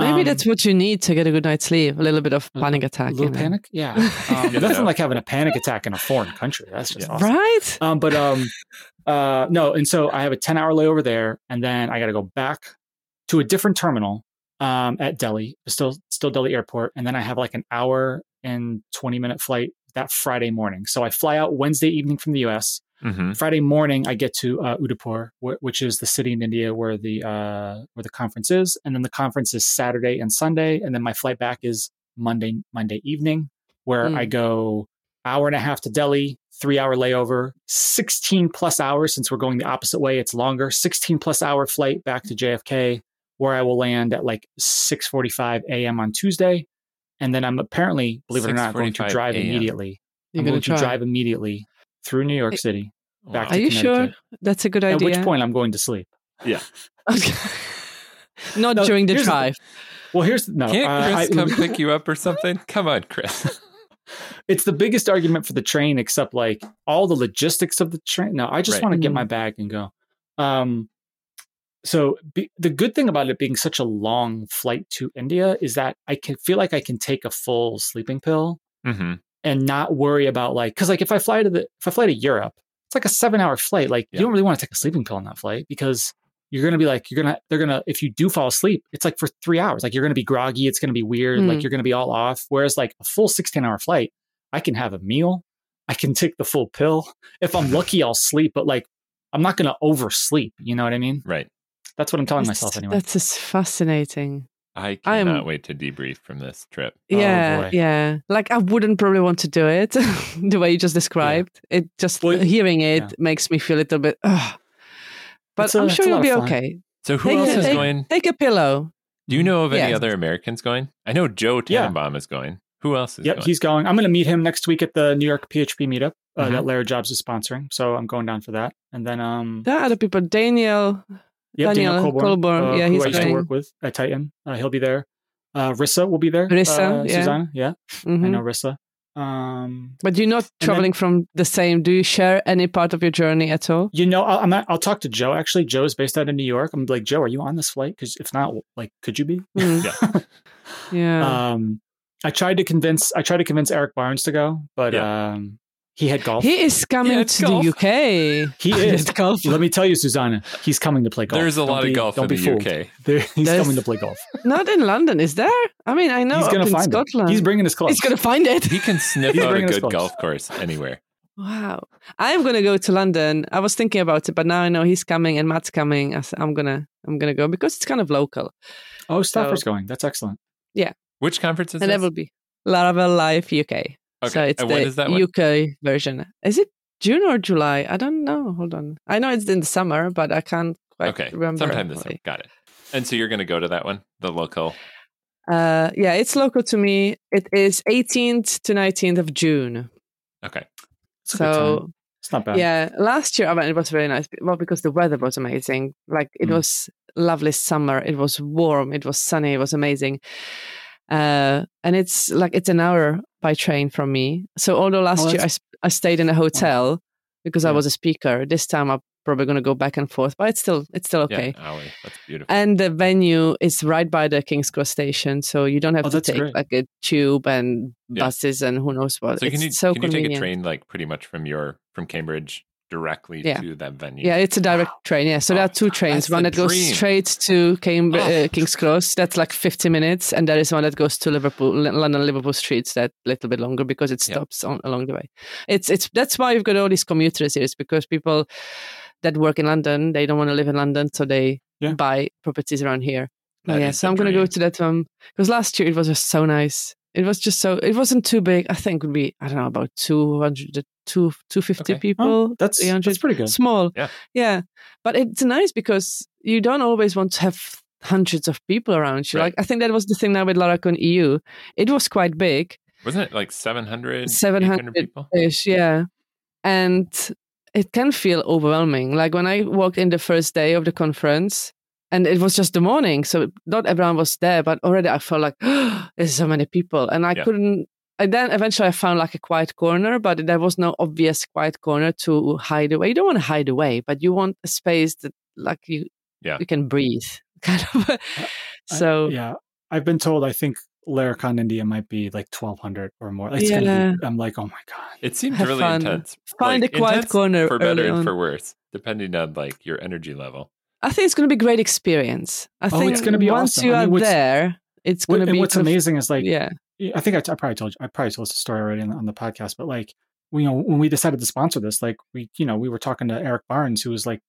[SPEAKER 3] Maybe
[SPEAKER 2] Um,
[SPEAKER 3] that's what you need to get a good night's sleep. A little bit of
[SPEAKER 2] a
[SPEAKER 3] panic attack.
[SPEAKER 2] a little
[SPEAKER 3] you know.
[SPEAKER 2] panic. Yeah, um,
[SPEAKER 1] Yeah.
[SPEAKER 2] nothing like having a panic attack in a foreign country. That's just
[SPEAKER 1] Yeah.
[SPEAKER 2] awesome.
[SPEAKER 3] Right?
[SPEAKER 2] um but um uh no and so i have a 10 hour layover there and then i gotta go back to a different terminal um at delhi still still delhi airport and then i have like an hour and 20 minute flight that friday morning so i fly out wednesday evening from the us
[SPEAKER 1] Mm-hmm.
[SPEAKER 2] friday morning i get to uh, udaipur wh- which is the city in india where the uh where the conference is and then the conference is saturday and sunday and then my flight back is monday monday evening where
[SPEAKER 3] Mm.
[SPEAKER 2] I go hour and a half to Delhi, three hour layover, 16 plus hours since we're going the opposite way. It's longer, 16 plus hour flight back to JFK, where I will land at like 6:45 a.m. on Tuesday, and then I'm apparently, believe it or not, going to
[SPEAKER 1] 6:45
[SPEAKER 2] drive
[SPEAKER 1] a.m..
[SPEAKER 2] immediately.
[SPEAKER 3] You're
[SPEAKER 2] I'm
[SPEAKER 3] going
[SPEAKER 2] going to drive immediately through New York
[SPEAKER 3] It-
[SPEAKER 2] City. Back
[SPEAKER 3] Are
[SPEAKER 2] to
[SPEAKER 3] you sure
[SPEAKER 2] Connecticut.
[SPEAKER 3] that's a good idea?
[SPEAKER 2] At which point I'm going to sleep.
[SPEAKER 3] Okay. Not
[SPEAKER 2] No,
[SPEAKER 3] during the
[SPEAKER 2] here's the
[SPEAKER 3] drive.
[SPEAKER 2] Well, here's no.
[SPEAKER 1] Can't
[SPEAKER 2] uh,
[SPEAKER 1] Chris
[SPEAKER 2] I-
[SPEAKER 1] come pick you up or something? Come on, Chris.
[SPEAKER 2] it's the biggest argument for the train, except like all the logistics of the train. No, I just
[SPEAKER 1] Right.
[SPEAKER 2] want to get
[SPEAKER 3] Mm.
[SPEAKER 2] my bag and go. Um, so be, the good thing about it being such a long flight to India is that I can feel like I can take a full sleeping pill
[SPEAKER 1] mm-hmm.
[SPEAKER 2] and not worry about like because like if I fly to the if I fly to Europe, it's like a seven hour flight. Like
[SPEAKER 1] Yeah.
[SPEAKER 2] you don't really want to take a sleeping pill on that flight because you're gonna be like you're gonna they're gonna if you do fall asleep, it's like for three hours. Like you're gonna be groggy, it's gonna be weird,
[SPEAKER 3] Mm.
[SPEAKER 2] like you're gonna be all off. Whereas like a full sixteen hour flight, I can have a meal, I can take the full pill. If I'm lucky, I'll sleep, but like I'm not gonna oversleep. You know what I mean?
[SPEAKER 1] Right.
[SPEAKER 2] That's what I'm telling
[SPEAKER 3] That's-
[SPEAKER 2] myself anyway.
[SPEAKER 3] That's just fascinating.
[SPEAKER 1] I
[SPEAKER 3] I am-
[SPEAKER 1] cannot wait to debrief from this trip.
[SPEAKER 2] Oh,
[SPEAKER 3] yeah,
[SPEAKER 2] boy.
[SPEAKER 3] yeah. Like I wouldn't probably want to do it the way you just described. It just
[SPEAKER 2] Well,
[SPEAKER 3] hearing it
[SPEAKER 2] yeah.
[SPEAKER 3] makes me feel a little bit. Ugh. But
[SPEAKER 2] It's a-
[SPEAKER 3] i I'm
[SPEAKER 2] it's
[SPEAKER 3] sure
[SPEAKER 2] a
[SPEAKER 3] you'll
[SPEAKER 2] lot
[SPEAKER 3] be
[SPEAKER 2] of fun.
[SPEAKER 3] okay.
[SPEAKER 1] So who
[SPEAKER 3] Take
[SPEAKER 1] else
[SPEAKER 2] it-
[SPEAKER 1] is
[SPEAKER 2] take-
[SPEAKER 1] going?
[SPEAKER 3] Take a pillow.
[SPEAKER 1] Do you know of any
[SPEAKER 3] Yeah.
[SPEAKER 1] other Americans going? I know Joe
[SPEAKER 2] Yeah.
[SPEAKER 1] Tannenbaum is going. Who else is
[SPEAKER 2] Yep,
[SPEAKER 1] going?
[SPEAKER 2] he's going. I'm going to meet him next week at the New York PHP meetup uh,
[SPEAKER 1] Mhm.
[SPEAKER 2] that Larry Jobs is sponsoring. So I'm going down for that. And then um,
[SPEAKER 3] There are other people. Daniel.
[SPEAKER 2] Yep, Daniel,
[SPEAKER 3] Daniel
[SPEAKER 2] Colborn,
[SPEAKER 3] Colborn,
[SPEAKER 2] uh,
[SPEAKER 3] yeah,
[SPEAKER 2] who
[SPEAKER 3] he's
[SPEAKER 2] I used to
[SPEAKER 3] going.
[SPEAKER 2] work with at Titan. Uh, he'll be there. Uh, Rissa will be there.
[SPEAKER 3] Rissa,
[SPEAKER 2] uh,
[SPEAKER 3] yeah.
[SPEAKER 2] Susanna, yeah,
[SPEAKER 3] mhm.
[SPEAKER 2] I know Rissa. Um,
[SPEAKER 3] But you're not
[SPEAKER 2] then-
[SPEAKER 3] traveling from the same. Do you share any part of your journey at all?
[SPEAKER 2] you know, I'll, I'm not, I'll talk to Joe. Actually, Joe is based out of New York. I'm like, Joe, are you on this flight? Because if not, like, could you be?
[SPEAKER 3] Mm. Yeah.
[SPEAKER 2] um, I tried to convince. I tried to convince Eric Barnes to go, but um, he had golf.
[SPEAKER 3] he is coming
[SPEAKER 1] Yeah, it's
[SPEAKER 3] to
[SPEAKER 1] golf.
[SPEAKER 3] the UK.
[SPEAKER 2] He is.
[SPEAKER 3] It's golf.
[SPEAKER 2] Let me tell you, Susanna, he's coming to play golf.
[SPEAKER 1] There's a
[SPEAKER 2] Don't
[SPEAKER 1] lot
[SPEAKER 2] be-
[SPEAKER 1] of golf
[SPEAKER 2] Don't
[SPEAKER 1] in
[SPEAKER 2] be
[SPEAKER 1] the
[SPEAKER 2] fooled.
[SPEAKER 1] UK.
[SPEAKER 2] There, he's
[SPEAKER 3] There's-
[SPEAKER 2] coming to play golf.
[SPEAKER 3] Not in London, is there? I mean, I know
[SPEAKER 2] he's
[SPEAKER 3] up
[SPEAKER 2] going to
[SPEAKER 3] in
[SPEAKER 2] find it.
[SPEAKER 3] Scotland.
[SPEAKER 2] He's bringing his club.
[SPEAKER 3] He's gonna find it.
[SPEAKER 1] He can sniff
[SPEAKER 2] He's
[SPEAKER 1] out a
[SPEAKER 2] bringing us
[SPEAKER 1] good
[SPEAKER 2] close.
[SPEAKER 1] golf course anywhere.
[SPEAKER 3] Wow. I'm gonna go to London. I was thinking about it, but now I know he's coming and Matt's coming. I s- I'm gonna I'm gonna go because it's kind of local.
[SPEAKER 2] Oh, Stafford's going. That's excellent.
[SPEAKER 1] Which conference is
[SPEAKER 3] and
[SPEAKER 1] this?
[SPEAKER 3] that will be Laravel Live UK. So it's
[SPEAKER 1] and when
[SPEAKER 3] the
[SPEAKER 1] is that one?
[SPEAKER 3] UK version. Is it June or July? I don't know. Hold on. I know it's in the summer, but I can't quite
[SPEAKER 1] okay,
[SPEAKER 3] remember.
[SPEAKER 1] sometime this summer.
[SPEAKER 3] really.
[SPEAKER 1] Got it. And so you're going to go to that one, the local.
[SPEAKER 3] Uh, yeah, it's local to me. It is 18th to 19th of June.
[SPEAKER 1] Okay,
[SPEAKER 2] It's a good
[SPEAKER 3] so
[SPEAKER 2] time. it's not bad.
[SPEAKER 3] Yeah, last year I went. It was really nice. Well, because the weather was amazing. Like it
[SPEAKER 2] Mm.
[SPEAKER 3] was lovely summer. It was warm. It was sunny. It was amazing. Uh, and it's
[SPEAKER 1] Oh,
[SPEAKER 3] like it's an hour by train from me. So although last year I,
[SPEAKER 2] that's-
[SPEAKER 3] sp- I stayed in a hotel, because I
[SPEAKER 2] Yeah.
[SPEAKER 3] was a speaker. This time I'm probably going to go back and forth, but it's still it's still
[SPEAKER 1] Yeah,
[SPEAKER 3] okay.
[SPEAKER 1] an hour. That's beautiful.
[SPEAKER 3] And the venue is right by the King's Cross station, so you don't have
[SPEAKER 2] Oh,
[SPEAKER 3] to
[SPEAKER 2] that's
[SPEAKER 3] take
[SPEAKER 2] great.
[SPEAKER 3] like a tube and
[SPEAKER 1] Yeah.
[SPEAKER 3] buses and who knows what.
[SPEAKER 1] so
[SPEAKER 3] Uh, it's
[SPEAKER 1] can you
[SPEAKER 3] so
[SPEAKER 1] can you
[SPEAKER 3] convenient.
[SPEAKER 1] take a train like pretty much from your from Cambridge directly
[SPEAKER 3] Yeah.
[SPEAKER 1] to that venue?
[SPEAKER 3] Yeah, it's a direct train. Yeah, so there
[SPEAKER 1] Oh,
[SPEAKER 3] are two trains.
[SPEAKER 1] that's
[SPEAKER 3] One
[SPEAKER 1] the
[SPEAKER 3] that goes
[SPEAKER 1] dream.
[SPEAKER 3] straight to Cambr-
[SPEAKER 1] Oh.
[SPEAKER 3] uh, King's Cross. That's like 50 minutes, and there is one that goes to Liverpool, L- London Liverpool streets. That little bit longer because it
[SPEAKER 1] Yeah.
[SPEAKER 3] stops on, along the way. It's it's that's why you've got all these commuters here. It's because people that work in London they don't want to live in London, so they
[SPEAKER 2] Yeah.
[SPEAKER 3] buy properties around here.
[SPEAKER 1] That
[SPEAKER 3] oh, yeah,
[SPEAKER 1] is
[SPEAKER 3] so
[SPEAKER 1] the
[SPEAKER 3] I'm gonna go
[SPEAKER 1] dream.
[SPEAKER 3] to that one because last year it was just so nice. It was just so. It wasn't too big. I think it would be I don't know about 200, 2, 250
[SPEAKER 1] Okay. Oh,
[SPEAKER 3] people.
[SPEAKER 2] That's
[SPEAKER 3] 300
[SPEAKER 2] that's pretty good.
[SPEAKER 3] small.
[SPEAKER 1] Yeah.
[SPEAKER 3] Yeah. But it's nice because you don't always want to have hundreds of people around you.
[SPEAKER 1] Right.
[SPEAKER 3] Like I think that was the thing now with Laracon EU. It was quite big.
[SPEAKER 1] Wasn't it like 700,
[SPEAKER 3] 700
[SPEAKER 1] 800 people?
[SPEAKER 3] Ish, yeah. And it can feel overwhelming. Like when I walked in the first day of the conference and it was just the morning. So not everyone was there, but already I felt like there's so many people. And I
[SPEAKER 1] Yeah.
[SPEAKER 3] couldn't and then eventually I found like a quiet corner, but there was no obvious quiet corner to hide away. You don't want to hide away, but you want a space that like you
[SPEAKER 1] Yeah.
[SPEAKER 3] you can breathe. Kind of
[SPEAKER 2] I-
[SPEAKER 3] so
[SPEAKER 2] yeah, I've been told. I think Laracon India might be like twelve hundred or more. It's
[SPEAKER 3] Yeah.
[SPEAKER 2] gonna be, I'm like, oh my god.
[SPEAKER 1] It seems
[SPEAKER 3] Have
[SPEAKER 1] really
[SPEAKER 3] fun.
[SPEAKER 1] intense.
[SPEAKER 3] Find
[SPEAKER 1] Like,
[SPEAKER 3] a quiet
[SPEAKER 1] intense
[SPEAKER 3] corner
[SPEAKER 1] for
[SPEAKER 3] early
[SPEAKER 1] better and
[SPEAKER 3] on.
[SPEAKER 1] for worse, depending on like your energy level.
[SPEAKER 3] I think it's going to be a great experience. I
[SPEAKER 2] Oh,
[SPEAKER 3] think
[SPEAKER 2] it's gonna be
[SPEAKER 3] once
[SPEAKER 2] awesome.
[SPEAKER 3] you
[SPEAKER 2] I mean,
[SPEAKER 3] are
[SPEAKER 2] what's-
[SPEAKER 3] there, it's
[SPEAKER 2] What,
[SPEAKER 3] going to
[SPEAKER 2] and
[SPEAKER 3] be
[SPEAKER 2] what's
[SPEAKER 3] prof-
[SPEAKER 2] amazing is like,
[SPEAKER 3] yeah,
[SPEAKER 2] I think I, I probably told you, I probably told this story already on, on the podcast, but like, we- you know, when we decided to sponsor this, like we, you know, we were talking to Eric Barnes, who was like,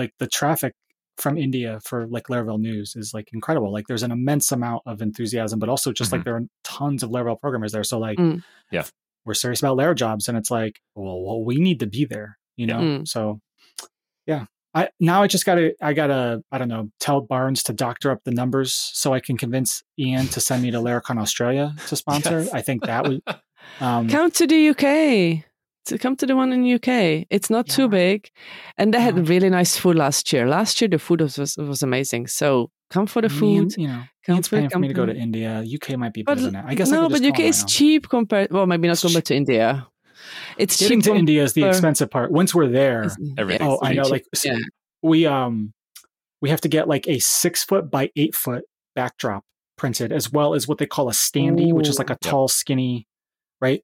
[SPEAKER 2] like the traffic from India for like Laravel news is like incredible. Like there's an immense amount of enthusiasm, but also just
[SPEAKER 1] Mhm.
[SPEAKER 2] like there are tons of Laravel programmers there. So like,
[SPEAKER 3] Mm-hmm. Mm.
[SPEAKER 1] Yeah.
[SPEAKER 2] we're serious about Lara jobs and it's like, well, well we need to be there, you
[SPEAKER 1] Yeah.
[SPEAKER 2] know?
[SPEAKER 3] Mm.
[SPEAKER 2] So yeah, I, now I just gotta, I gotta, I don't know, tell Barnes to doctor up the numbers so I can convince Ian to send me to Laracon Australia to sponsor.
[SPEAKER 1] Yes.
[SPEAKER 2] I think that would, um,
[SPEAKER 3] Mm. come to the UK. To come to the one in UK, it's not
[SPEAKER 2] Yeah.
[SPEAKER 3] too big, and they
[SPEAKER 2] Yeah.
[SPEAKER 3] had really nice food last year. Last year the food was was, was amazing. So come for the
[SPEAKER 2] I mean,
[SPEAKER 3] food.
[SPEAKER 2] you know,
[SPEAKER 3] Come
[SPEAKER 2] it's
[SPEAKER 3] for
[SPEAKER 2] paying for me to go to
[SPEAKER 3] company.
[SPEAKER 2] India. UK might be
[SPEAKER 3] But
[SPEAKER 2] better than that. I guess I
[SPEAKER 3] no,
[SPEAKER 2] could just
[SPEAKER 3] but UK
[SPEAKER 2] call
[SPEAKER 3] is
[SPEAKER 2] my own.
[SPEAKER 3] cheap compared. Well, maybe not
[SPEAKER 2] It's
[SPEAKER 3] compared to India. It's
[SPEAKER 2] Getting
[SPEAKER 3] cheap.
[SPEAKER 2] to
[SPEAKER 3] com-
[SPEAKER 2] India is the
[SPEAKER 3] for-
[SPEAKER 2] expensive part. Once we're there,
[SPEAKER 1] Everything.
[SPEAKER 2] oh, I know.
[SPEAKER 3] cheap.
[SPEAKER 2] Like s-
[SPEAKER 3] Yeah.
[SPEAKER 2] we um, we have to get like a six foot by eight foot backdrop printed, as well as what they call a standee, which is like a
[SPEAKER 1] Ooh. Yep.
[SPEAKER 2] tall, skinny, right?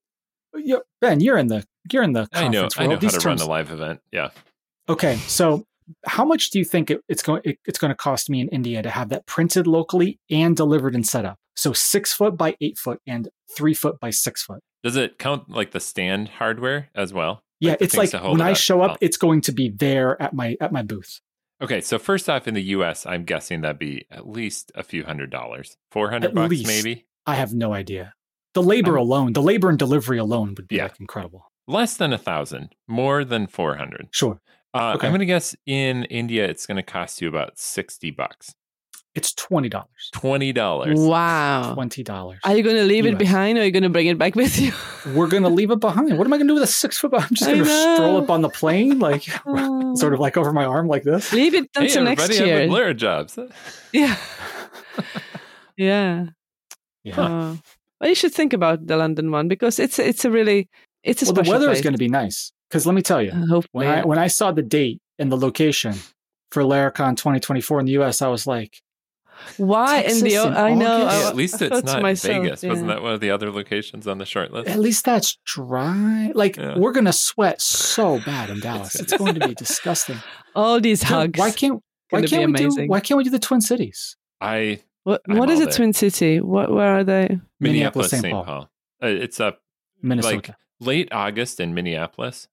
[SPEAKER 2] Yeah, Ben, you're in the you're in the
[SPEAKER 1] I know.
[SPEAKER 2] conference
[SPEAKER 1] I know
[SPEAKER 2] world.
[SPEAKER 1] how
[SPEAKER 2] These
[SPEAKER 1] to
[SPEAKER 2] terms-
[SPEAKER 1] run a live event. Yeah.
[SPEAKER 2] Okay, so how much do you think it, it's going it, it's going to cost me in India to have that printed locally and delivered and set up? So six foot by eight foot and three foot by six foot.
[SPEAKER 1] Does it count like the stand hardware as well?
[SPEAKER 2] Yeah,
[SPEAKER 1] the
[SPEAKER 2] it's
[SPEAKER 1] things
[SPEAKER 2] like
[SPEAKER 1] to hold
[SPEAKER 2] when
[SPEAKER 1] it
[SPEAKER 2] I show up,
[SPEAKER 1] Oh.
[SPEAKER 2] it's going to be there at my at my booth.
[SPEAKER 1] Okay, so first off, in the U.S., I'm guessing that'd be at least a few hundred dollars, four
[SPEAKER 2] At
[SPEAKER 1] hundred bucks,
[SPEAKER 2] least.
[SPEAKER 1] maybe
[SPEAKER 2] I have no idea. The labor alone, the labor and delivery alone would be
[SPEAKER 1] Yeah.
[SPEAKER 2] like incredible.
[SPEAKER 1] less than a thousand, more than four hundred.
[SPEAKER 2] Sure.
[SPEAKER 1] Uh,
[SPEAKER 2] Okay.
[SPEAKER 1] I'm going to guess in India, it's going to cost you about sixty bucks,
[SPEAKER 2] It's twenty dollars.
[SPEAKER 1] twenty dollars.
[SPEAKER 3] Wow.
[SPEAKER 2] Twenty dollars.
[SPEAKER 3] Are you going to leave it
[SPEAKER 2] US.
[SPEAKER 3] behind, or are you going to bring it back with you?
[SPEAKER 2] We're gonna leave it behind. What am I gonna do with a six foot? I'm just
[SPEAKER 3] I
[SPEAKER 2] gonna stroll
[SPEAKER 3] know.
[SPEAKER 2] up on the plane, like sort of like over my arm, like this.
[SPEAKER 3] leave it
[SPEAKER 1] Hey,
[SPEAKER 3] until
[SPEAKER 1] everybody,
[SPEAKER 3] next
[SPEAKER 1] I'm
[SPEAKER 3] year.
[SPEAKER 1] with Lara Jobs.
[SPEAKER 3] Yeah. yeah.
[SPEAKER 2] Yeah.
[SPEAKER 3] Uh, well, you should think about the London one because it's it's a really it's a
[SPEAKER 2] well, the
[SPEAKER 3] special
[SPEAKER 2] weather
[SPEAKER 3] place.
[SPEAKER 2] is going to be nice because let me tell you,
[SPEAKER 3] Uh,
[SPEAKER 2] when
[SPEAKER 3] Hopefully,
[SPEAKER 2] I when I saw the date and the location for Laricon 2024 in the US, I was like,
[SPEAKER 3] why in the
[SPEAKER 2] Texas
[SPEAKER 3] o-
[SPEAKER 2] in
[SPEAKER 3] I know uh,
[SPEAKER 2] August?
[SPEAKER 3] I-
[SPEAKER 1] Hey, at least
[SPEAKER 3] I
[SPEAKER 1] it's
[SPEAKER 3] thought to
[SPEAKER 1] not
[SPEAKER 3] myself,
[SPEAKER 1] Vegas. Wasn't
[SPEAKER 3] yeah.
[SPEAKER 1] that one of the other locations on the short list?
[SPEAKER 2] at least that's dry. Like
[SPEAKER 1] Yeah.
[SPEAKER 2] we're gonna sweat so bad in Dallas. it's going to be disgusting.
[SPEAKER 3] all these
[SPEAKER 2] Dude,
[SPEAKER 3] hugs?
[SPEAKER 2] why can't why
[SPEAKER 3] Gonna be
[SPEAKER 2] can't we do
[SPEAKER 3] amazing.
[SPEAKER 2] why can't we do the Twin Cities?
[SPEAKER 1] I
[SPEAKER 3] What,
[SPEAKER 1] I'm
[SPEAKER 3] what is
[SPEAKER 1] all
[SPEAKER 3] a
[SPEAKER 1] there.
[SPEAKER 3] twin city? What where are they?
[SPEAKER 1] Minneapolis,
[SPEAKER 2] Minneapolis,
[SPEAKER 1] St.
[SPEAKER 2] St.
[SPEAKER 1] Paul.
[SPEAKER 2] Paul.
[SPEAKER 1] Uh, it's up
[SPEAKER 2] Minnesota.
[SPEAKER 1] late August in Minneapolis.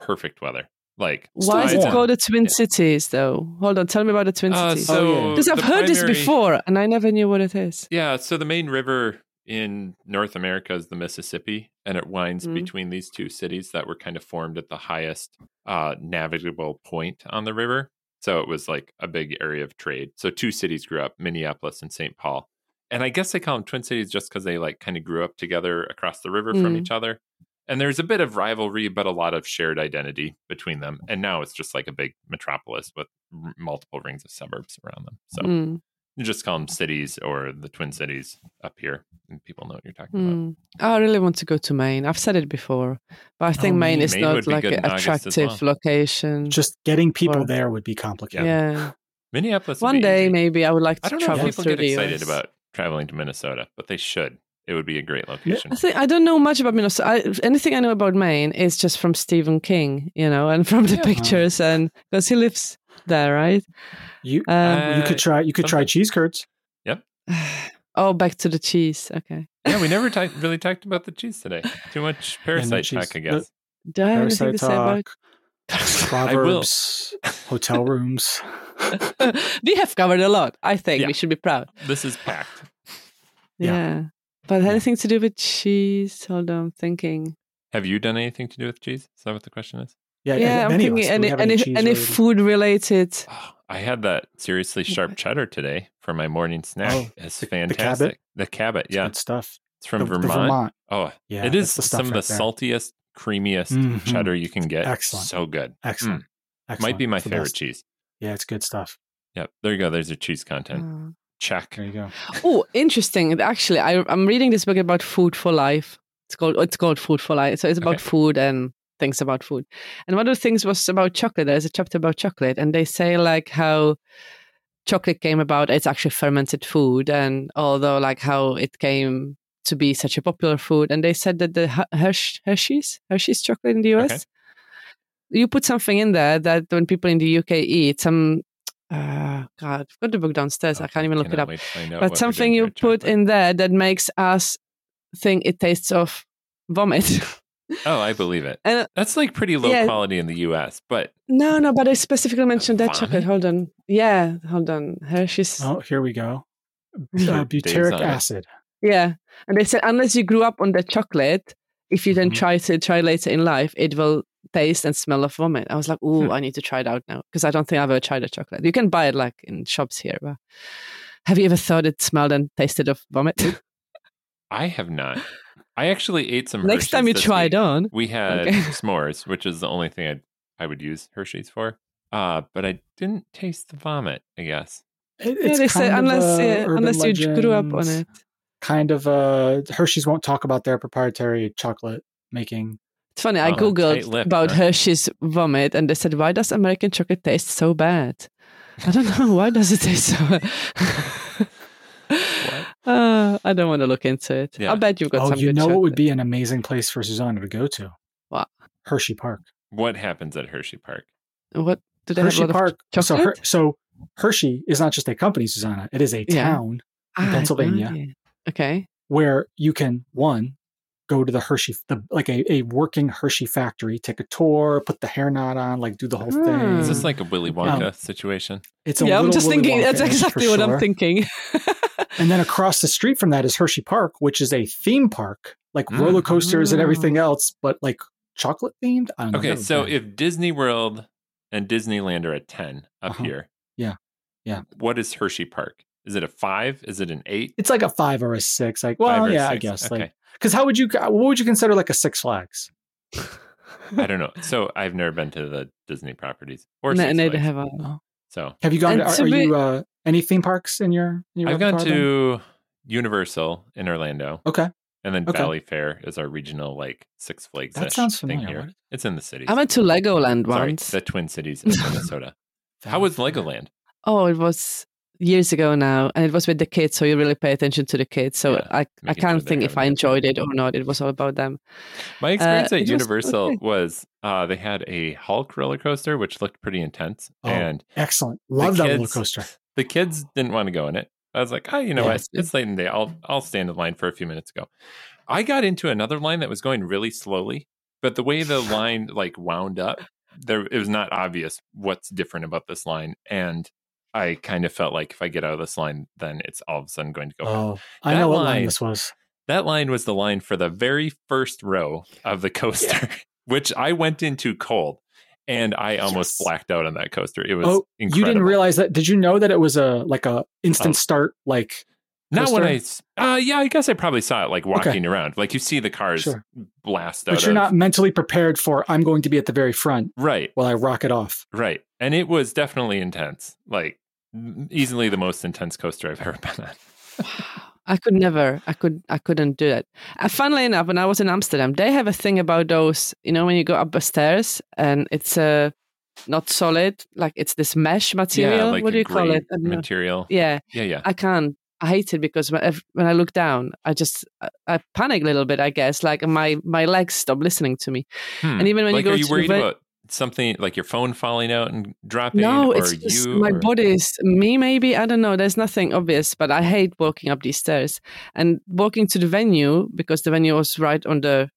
[SPEAKER 1] Perfect weather. Like
[SPEAKER 2] Still
[SPEAKER 3] Why is it
[SPEAKER 1] warm.
[SPEAKER 3] called the twin
[SPEAKER 1] Yeah.
[SPEAKER 3] cities though? Hold on, tell me about the twin
[SPEAKER 1] Uh,
[SPEAKER 3] cities.
[SPEAKER 2] so- Oh, yeah.
[SPEAKER 3] because I've
[SPEAKER 1] the
[SPEAKER 3] heard this
[SPEAKER 1] primary-
[SPEAKER 3] before and I never knew what it is.
[SPEAKER 1] Yeah, so the main river in North America is the Mississippi, and it winds
[SPEAKER 3] Mhm.
[SPEAKER 1] between these two cities that were kind of formed at the highest uh, navigable point on the river. So it was like a big area of trade. So two cities grew up, Minneapolis and St. Paul. And I guess they call them twin cities just because they like kind of grew up together across the river from
[SPEAKER 3] Mm.
[SPEAKER 1] each other. And there's a bit of rivalry, but a lot of shared identity between them. And now it's just like a big metropolis with r- multiple rings of suburbs around them. So
[SPEAKER 3] Mm.
[SPEAKER 1] You just call them cities or the Twin Cities up here, and people know what you're talking
[SPEAKER 2] Hmm.
[SPEAKER 1] about.
[SPEAKER 3] Mm. I really want to go to Maine. I've said it before, but I think
[SPEAKER 1] Oh,
[SPEAKER 3] Maine
[SPEAKER 1] Maine.
[SPEAKER 3] is
[SPEAKER 1] Maine would
[SPEAKER 3] not
[SPEAKER 1] be
[SPEAKER 3] like
[SPEAKER 1] good
[SPEAKER 3] an
[SPEAKER 1] in August as
[SPEAKER 3] attractive
[SPEAKER 1] well.
[SPEAKER 3] location.
[SPEAKER 2] Just getting people
[SPEAKER 3] Or-
[SPEAKER 2] there would be complicated.
[SPEAKER 3] yeah.
[SPEAKER 1] Minneapolis. would
[SPEAKER 3] One
[SPEAKER 1] be
[SPEAKER 3] day
[SPEAKER 1] easy.
[SPEAKER 3] maybe I would like to
[SPEAKER 1] I don't know if
[SPEAKER 3] travel
[SPEAKER 1] people
[SPEAKER 3] through
[SPEAKER 1] get
[SPEAKER 3] the
[SPEAKER 1] excited
[SPEAKER 3] US.
[SPEAKER 1] about traveling to Minnesota, but they should. It would be a great location.
[SPEAKER 3] I think I don't know much about Minnesota. I, anything I know about Maine is just from Stephen King, you know, and from the
[SPEAKER 1] Yeah.
[SPEAKER 3] pictures, and because he lives there, right?
[SPEAKER 2] You
[SPEAKER 3] Um,
[SPEAKER 2] you could try you could try
[SPEAKER 1] something.
[SPEAKER 2] cheese curds.
[SPEAKER 3] oh, back to the cheese. Okay,
[SPEAKER 1] Uh, yeah, we never talked really talked about the cheese today. Too much parasite
[SPEAKER 2] cheese.
[SPEAKER 1] talk, I guess.
[SPEAKER 3] do I have anything
[SPEAKER 2] Parasite
[SPEAKER 3] to say about?
[SPEAKER 2] talk,
[SPEAKER 1] will.
[SPEAKER 2] proverbs, hotel rooms.
[SPEAKER 3] we have covered a lot. I think
[SPEAKER 1] Yeah.
[SPEAKER 3] we should be proud.
[SPEAKER 1] This is packed.
[SPEAKER 2] Yeah.
[SPEAKER 3] Yeah. But
[SPEAKER 2] Yeah.
[SPEAKER 3] anything to do with cheese? Hold on, I'm thinking.
[SPEAKER 1] Have you done anything to do with cheese? Is that what the question is?
[SPEAKER 2] Yeah,
[SPEAKER 3] yeah, I'm
[SPEAKER 2] many of
[SPEAKER 3] thinking
[SPEAKER 2] us. Do we
[SPEAKER 3] any
[SPEAKER 2] have
[SPEAKER 3] any,
[SPEAKER 2] cheese
[SPEAKER 3] any
[SPEAKER 2] related-
[SPEAKER 3] food related.
[SPEAKER 1] Oh, I had that seriously sharp cheddar today for my morning snack.
[SPEAKER 2] Oh,
[SPEAKER 1] it's
[SPEAKER 2] the- the Cabot?
[SPEAKER 1] fantastic. The Cabot,
[SPEAKER 2] It's
[SPEAKER 1] yeah.
[SPEAKER 2] good stuff.
[SPEAKER 1] It's from
[SPEAKER 2] the, the
[SPEAKER 1] Vermont.
[SPEAKER 2] Vermont.
[SPEAKER 1] Oh,
[SPEAKER 2] Yeah,
[SPEAKER 1] it
[SPEAKER 2] that's
[SPEAKER 1] is
[SPEAKER 2] the stuff
[SPEAKER 1] some of
[SPEAKER 2] right
[SPEAKER 1] the
[SPEAKER 2] there.
[SPEAKER 1] saltiest, creamiest
[SPEAKER 2] Mhm.
[SPEAKER 1] cheddar you can get.
[SPEAKER 2] Excellent.
[SPEAKER 1] So good.
[SPEAKER 2] Excellent.
[SPEAKER 3] Hmm.
[SPEAKER 2] Excellent.
[SPEAKER 1] Might be my
[SPEAKER 2] It's the
[SPEAKER 1] favorite
[SPEAKER 2] best.
[SPEAKER 1] cheese.
[SPEAKER 2] Yeah, it's good stuff.
[SPEAKER 1] Yep. There you go. There's your cheese content.
[SPEAKER 3] Oh.
[SPEAKER 1] Check.
[SPEAKER 2] There you go.
[SPEAKER 3] Oh, interesting. Actually, I, I'm reading this book about food for life. It's called it's called Food for Life. So it's about
[SPEAKER 1] Okay.
[SPEAKER 3] food and things about food. And one of the things was about chocolate. There's a chapter about chocolate, and they say like how chocolate came about. It's actually fermented food, and although like how it came to be such a popular food, and they said that the Her- Hersh- Hershey's Hershey's chocolate in the US.
[SPEAKER 1] Okay.
[SPEAKER 3] You put something in there that when people in the UK eat some, uh, God, I've got the book downstairs. I
[SPEAKER 1] Okay,
[SPEAKER 3] can't even look it
[SPEAKER 1] cannot
[SPEAKER 3] up
[SPEAKER 1] wait to find out what
[SPEAKER 3] but
[SPEAKER 1] we're
[SPEAKER 3] something
[SPEAKER 1] doing
[SPEAKER 3] you
[SPEAKER 1] for
[SPEAKER 3] put
[SPEAKER 1] chocolate.
[SPEAKER 3] in there that makes us think it tastes of vomit.
[SPEAKER 1] Oh, I believe it.
[SPEAKER 3] And-
[SPEAKER 1] That's like pretty low
[SPEAKER 3] Yeah.
[SPEAKER 1] quality in the U.S., but
[SPEAKER 3] no, no, but I specifically mentioned that chocolate.
[SPEAKER 1] Vomit?
[SPEAKER 3] Hold on. Yeah, hold on. Hershey's.
[SPEAKER 2] Oh, here we go.
[SPEAKER 1] Sure,
[SPEAKER 2] Uh,
[SPEAKER 1] days
[SPEAKER 2] butyric
[SPEAKER 1] on it.
[SPEAKER 2] acid.
[SPEAKER 3] Yeah. And they said, unless you grew up on that chocolate, if you then
[SPEAKER 1] Mhm.
[SPEAKER 3] try to try later in life, it will taste and smell of vomit. I was like, ooh,
[SPEAKER 1] Hmm.
[SPEAKER 3] I need to try it out now because I don't think I've ever tried a chocolate. You can buy it like in shops here, but have you ever thought it smelled and tasted of vomit?
[SPEAKER 1] I have not. I actually ate some.
[SPEAKER 3] Next time you
[SPEAKER 1] Hershey's this
[SPEAKER 3] try
[SPEAKER 1] week.
[SPEAKER 3] it on.
[SPEAKER 1] We had
[SPEAKER 3] Okay.
[SPEAKER 1] s'mores, which is the only thing I I would use Hershey's for. Uh, but I didn't taste the vomit. I guess.
[SPEAKER 2] It,
[SPEAKER 3] Yeah,
[SPEAKER 2] it's
[SPEAKER 3] they say
[SPEAKER 2] kind of
[SPEAKER 3] unless
[SPEAKER 2] a
[SPEAKER 3] yeah,
[SPEAKER 2] urban
[SPEAKER 3] unless you grew up on
[SPEAKER 2] legend,
[SPEAKER 3] it.
[SPEAKER 2] Kind of uh Hershey's won't talk about their proprietary chocolate making.
[SPEAKER 3] It's funny. I
[SPEAKER 1] Oh,
[SPEAKER 3] googled
[SPEAKER 1] tight-lipped,
[SPEAKER 3] about
[SPEAKER 1] huh?
[SPEAKER 3] Hershey's vomit, and they said, "Why does American chocolate taste so bad?" I don't know. Why does it taste so? bad? Uh, I don't want to look into it.
[SPEAKER 1] Yeah.
[SPEAKER 3] I bet you've got
[SPEAKER 2] oh,
[SPEAKER 3] some.
[SPEAKER 2] you
[SPEAKER 3] good
[SPEAKER 2] know what would
[SPEAKER 3] chocolate.
[SPEAKER 2] be an amazing place for Susanna to go to?
[SPEAKER 3] What?
[SPEAKER 2] Hershey Park.
[SPEAKER 1] What happens at Hershey Park?
[SPEAKER 3] What do they
[SPEAKER 2] Hershey
[SPEAKER 3] have? A lot
[SPEAKER 2] Park.
[SPEAKER 3] of
[SPEAKER 2] so,
[SPEAKER 3] chocolate?
[SPEAKER 2] Her- so Hershey is not just a company, Susanna. It is a
[SPEAKER 3] Yeah.
[SPEAKER 2] town
[SPEAKER 3] Ah, I have no
[SPEAKER 2] Pennsylvania.
[SPEAKER 3] idea. Okay.
[SPEAKER 2] where you can one go to the Hershey, the, like a, a working Hershey factory, take a tour, put the hair knot on, like do the whole thing.
[SPEAKER 3] Hmm.
[SPEAKER 1] Is this like a Willy Wonka situation?
[SPEAKER 2] It's a
[SPEAKER 3] Yeah, I'm
[SPEAKER 2] little
[SPEAKER 3] just
[SPEAKER 2] Willy
[SPEAKER 3] thinking. That's
[SPEAKER 2] Wonka-ish for
[SPEAKER 3] exactly what
[SPEAKER 2] sure.
[SPEAKER 3] I'm thinking.
[SPEAKER 2] And then across the street from that is Hershey Park, which is a theme park, like
[SPEAKER 1] Mm.
[SPEAKER 2] roller coasters and
[SPEAKER 3] Oh.
[SPEAKER 2] everything else, but like chocolate themed. I don't know.
[SPEAKER 1] Okay,
[SPEAKER 2] That would
[SPEAKER 1] so
[SPEAKER 2] be-
[SPEAKER 1] if Disney World and Disneyland are at ten up
[SPEAKER 2] Uh-huh.
[SPEAKER 1] here,
[SPEAKER 2] Yeah. Yeah.
[SPEAKER 1] What is Hershey Park? Is it a five? Is it an eight?
[SPEAKER 2] it's like a five or a six, like well,
[SPEAKER 1] Five or
[SPEAKER 2] yeah, I
[SPEAKER 1] six?
[SPEAKER 2] guess,
[SPEAKER 1] Okay.
[SPEAKER 2] like because how would you uh, what would you consider like a Six Flags?
[SPEAKER 1] I don't know. So I've never been to the Disney properties or
[SPEAKER 3] No,
[SPEAKER 1] Six
[SPEAKER 3] neither
[SPEAKER 1] Flags.
[SPEAKER 3] have I.
[SPEAKER 1] So
[SPEAKER 2] Have you gone?
[SPEAKER 3] And
[SPEAKER 2] To, are,
[SPEAKER 3] to
[SPEAKER 2] are
[SPEAKER 3] be-
[SPEAKER 2] you uh, any theme parks in your? In your
[SPEAKER 1] I've gone
[SPEAKER 2] repertoire then?
[SPEAKER 1] to Universal in Orlando,
[SPEAKER 2] Okay,
[SPEAKER 1] and then
[SPEAKER 2] Okay.
[SPEAKER 1] Valley Fair is our regional like Six Flags.
[SPEAKER 2] That sounds
[SPEAKER 1] thing
[SPEAKER 2] familiar.
[SPEAKER 1] here.
[SPEAKER 2] What-
[SPEAKER 1] It's in the cities.
[SPEAKER 3] I went to Legoland
[SPEAKER 1] Sorry,
[SPEAKER 3] once.
[SPEAKER 1] the Twin Cities of Minnesota. How was Legoland?
[SPEAKER 3] Oh, it was years ago now, and it was with the kids, so you really pay attention to the kids. So
[SPEAKER 1] Yeah,
[SPEAKER 3] I, I
[SPEAKER 1] making sure
[SPEAKER 3] can't
[SPEAKER 1] they're having
[SPEAKER 3] think if I
[SPEAKER 1] a good time.
[SPEAKER 3] enjoyed it or not. It was all about them.
[SPEAKER 1] My experience
[SPEAKER 3] Uh, it
[SPEAKER 1] at
[SPEAKER 3] was
[SPEAKER 1] Universal
[SPEAKER 3] okay.
[SPEAKER 1] was uh, they had a Hulk roller coaster, which looked pretty intense,
[SPEAKER 2] Oh,
[SPEAKER 1] and
[SPEAKER 2] Excellent.
[SPEAKER 1] the
[SPEAKER 2] Love that roller
[SPEAKER 1] kids-
[SPEAKER 2] coaster.
[SPEAKER 1] The kids didn't want to go in it. I was like, oh, you know
[SPEAKER 2] Yeah.
[SPEAKER 1] what? It's late in the day. I'll I'll stand in line for a few minutes to go. I got into another line that was going really slowly, but the way the line like wound up, there it was not obvious what's different about this line. And I kind of felt like if I get out of this line, then it's all of a sudden going to go. fast.
[SPEAKER 2] Oh, I
[SPEAKER 1] That
[SPEAKER 2] know what
[SPEAKER 1] line-
[SPEAKER 2] line this was.
[SPEAKER 1] That line was the line for the very first row of the coaster, which I went into cold and I almost
[SPEAKER 2] Yes.
[SPEAKER 1] blacked out on that coaster. It was
[SPEAKER 2] Oh,
[SPEAKER 1] incredible.
[SPEAKER 2] you didn't realize that? Did you know that it was a like a instant
[SPEAKER 1] Oh.
[SPEAKER 2] start? Like
[SPEAKER 1] Not when
[SPEAKER 2] coaster?
[SPEAKER 1] I, s- uh, yeah, I guess I probably saw it like walking around. Like you see the cars
[SPEAKER 2] Sure.
[SPEAKER 1] blast out.
[SPEAKER 2] but you're
[SPEAKER 1] of-
[SPEAKER 2] not mentally prepared for. I'm going to be at the very front
[SPEAKER 1] Right,
[SPEAKER 2] while I rock it off.
[SPEAKER 1] right. And it was definitely intense. Like easily the most intense coaster I've ever been on.
[SPEAKER 3] I could never. I could. I couldn't do that. Uh, funnily enough, when I was in Amsterdam, they have a thing about those. You know, when you go up the stairs and it's a uh, not solid, like it's this mesh material.
[SPEAKER 1] like
[SPEAKER 3] what
[SPEAKER 1] a
[SPEAKER 3] do you call
[SPEAKER 1] great
[SPEAKER 3] it? I don't know.
[SPEAKER 1] Material.
[SPEAKER 3] Yeah, Uh,
[SPEAKER 1] Yeah, yeah.
[SPEAKER 3] I can't. I hate it because when if- when I look down, I just I, I panic a little bit. I guess like my my legs stop listening to me.
[SPEAKER 1] Hmm.
[SPEAKER 3] And even when you
[SPEAKER 1] like,
[SPEAKER 3] go
[SPEAKER 1] are you
[SPEAKER 3] to the
[SPEAKER 1] worried
[SPEAKER 3] vet-
[SPEAKER 1] about something like your phone falling out and dropping?
[SPEAKER 3] No,
[SPEAKER 1] or
[SPEAKER 3] it's just
[SPEAKER 1] you,
[SPEAKER 3] my
[SPEAKER 1] or-
[SPEAKER 3] body is me. Maybe I don't know. There's nothing obvious, but I hate walking up these stairs and walking to the venue because the venue was right on the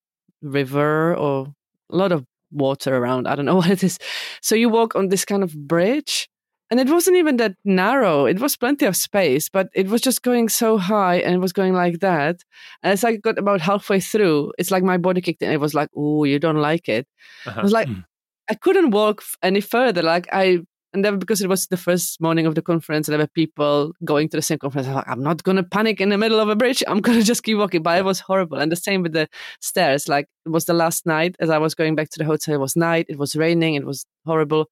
[SPEAKER 3] river or a lot of water around. I don't know what it is. So you walk on this kind of bridge, and it wasn't even that narrow. It was plenty of space, but it was just going so high and it was going like that. And as I got about halfway through, it's like my body kicked in. It was like, "Oh, you don't like it." I
[SPEAKER 1] Uh-huh.
[SPEAKER 3] was like,
[SPEAKER 2] Mm.
[SPEAKER 3] I couldn't walk f- any further. Like I, and then because it was the first morning of the conference, and there were people going to the same conference. I'm like, I'm not gonna panic in the middle of a bridge. I'm gonna just keep walking. But it was horrible. And the same with the stairs. Like it was the last night as I was going back to the hotel. It was night. It was raining. It was horrible.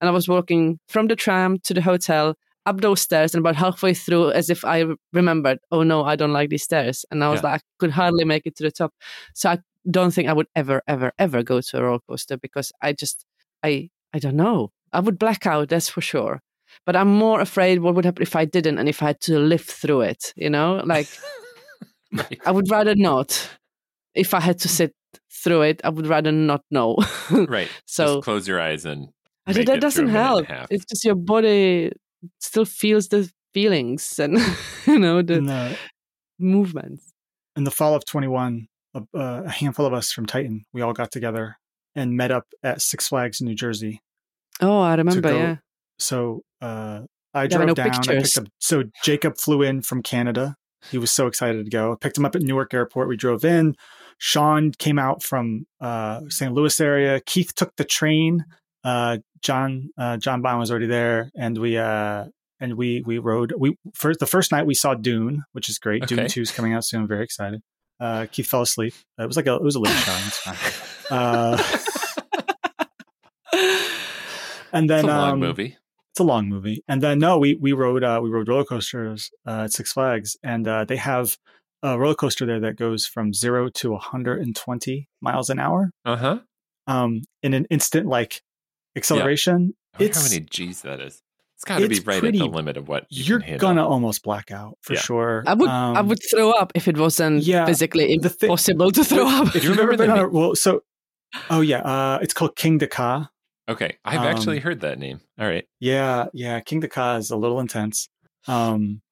[SPEAKER 3] And I was walking from the tram to the hotel up those stairs and about halfway through as if i remembered oh no i don't like these stairs and i was
[SPEAKER 1] Yeah.
[SPEAKER 3] like i could hardly make it to the top so i don't think i would ever ever ever go to a roller coaster because i just i i don't know i would black out that's for sure but i'm more afraid what would happen if i didn't and if i had to live through it you know like
[SPEAKER 1] Right.
[SPEAKER 3] i would rather not if i had to sit through it i would rather not know
[SPEAKER 1] right.
[SPEAKER 3] so
[SPEAKER 1] just close your eyes and
[SPEAKER 3] I said,
[SPEAKER 1] make it
[SPEAKER 3] that
[SPEAKER 1] through a
[SPEAKER 3] doesn't
[SPEAKER 1] minute and
[SPEAKER 3] help.
[SPEAKER 1] a half.
[SPEAKER 3] It's just your body still feels the feelings and you know the
[SPEAKER 1] Mm.
[SPEAKER 2] in the
[SPEAKER 3] movements.
[SPEAKER 2] in the fall of 21, a, uh, a handful of us from Titan, we all got together and met up at Six Flags in New Jersey.
[SPEAKER 3] Oh, I remember.
[SPEAKER 2] go-
[SPEAKER 3] yeah,
[SPEAKER 2] So uh, I
[SPEAKER 3] There were
[SPEAKER 2] drove
[SPEAKER 3] no
[SPEAKER 2] down. I
[SPEAKER 3] pictures.
[SPEAKER 2] picked up. So Jacob flew in from Canada. He was so excited to go. I picked him up at Newark Airport. We drove in. Sean came out from uh, St. Louis area. Keith took the train. Uh, John uh, John Bond was already there, and we uh, and we we rode. We first the first night we saw Dune, which is great. Dune
[SPEAKER 1] Okay.
[SPEAKER 2] Two is coming out soon. Very excited. Uh, Keith fell asleep. It was like a it was a late shine. It's fine. Uh,
[SPEAKER 1] Uh.
[SPEAKER 2] and then
[SPEAKER 1] it's a long
[SPEAKER 2] um,
[SPEAKER 1] movie.
[SPEAKER 2] it's a long movie. And then no, we we rode uh, we rode roller coasters uh, at Six Flags, and uh, they have a roller coaster there that goes from zero to 120 miles an hour
[SPEAKER 1] Uh huh.
[SPEAKER 2] um, in an instant like acceleration.
[SPEAKER 1] I wonder how
[SPEAKER 2] It's-
[SPEAKER 1] many G's that is. It's got to be
[SPEAKER 2] it's
[SPEAKER 1] right
[SPEAKER 2] pretty-
[SPEAKER 1] at the limit of what you
[SPEAKER 2] You're
[SPEAKER 1] can handle.
[SPEAKER 2] gonna almost black out for
[SPEAKER 1] Yeah.
[SPEAKER 2] sure.
[SPEAKER 3] I would I
[SPEAKER 2] Um,
[SPEAKER 3] would throw up if it wasn't
[SPEAKER 2] yeah,
[SPEAKER 3] physically
[SPEAKER 2] the thi-
[SPEAKER 3] impossible to throw up.
[SPEAKER 1] If
[SPEAKER 2] If you
[SPEAKER 1] remember
[SPEAKER 2] remember been
[SPEAKER 1] the
[SPEAKER 2] on a, well, so oh yeah, uh, it's called King Dakar.
[SPEAKER 1] Okay, I've
[SPEAKER 2] Um,
[SPEAKER 1] actually heard that name. All right.
[SPEAKER 2] Yeah, yeah. King Ka is a little intense. Um,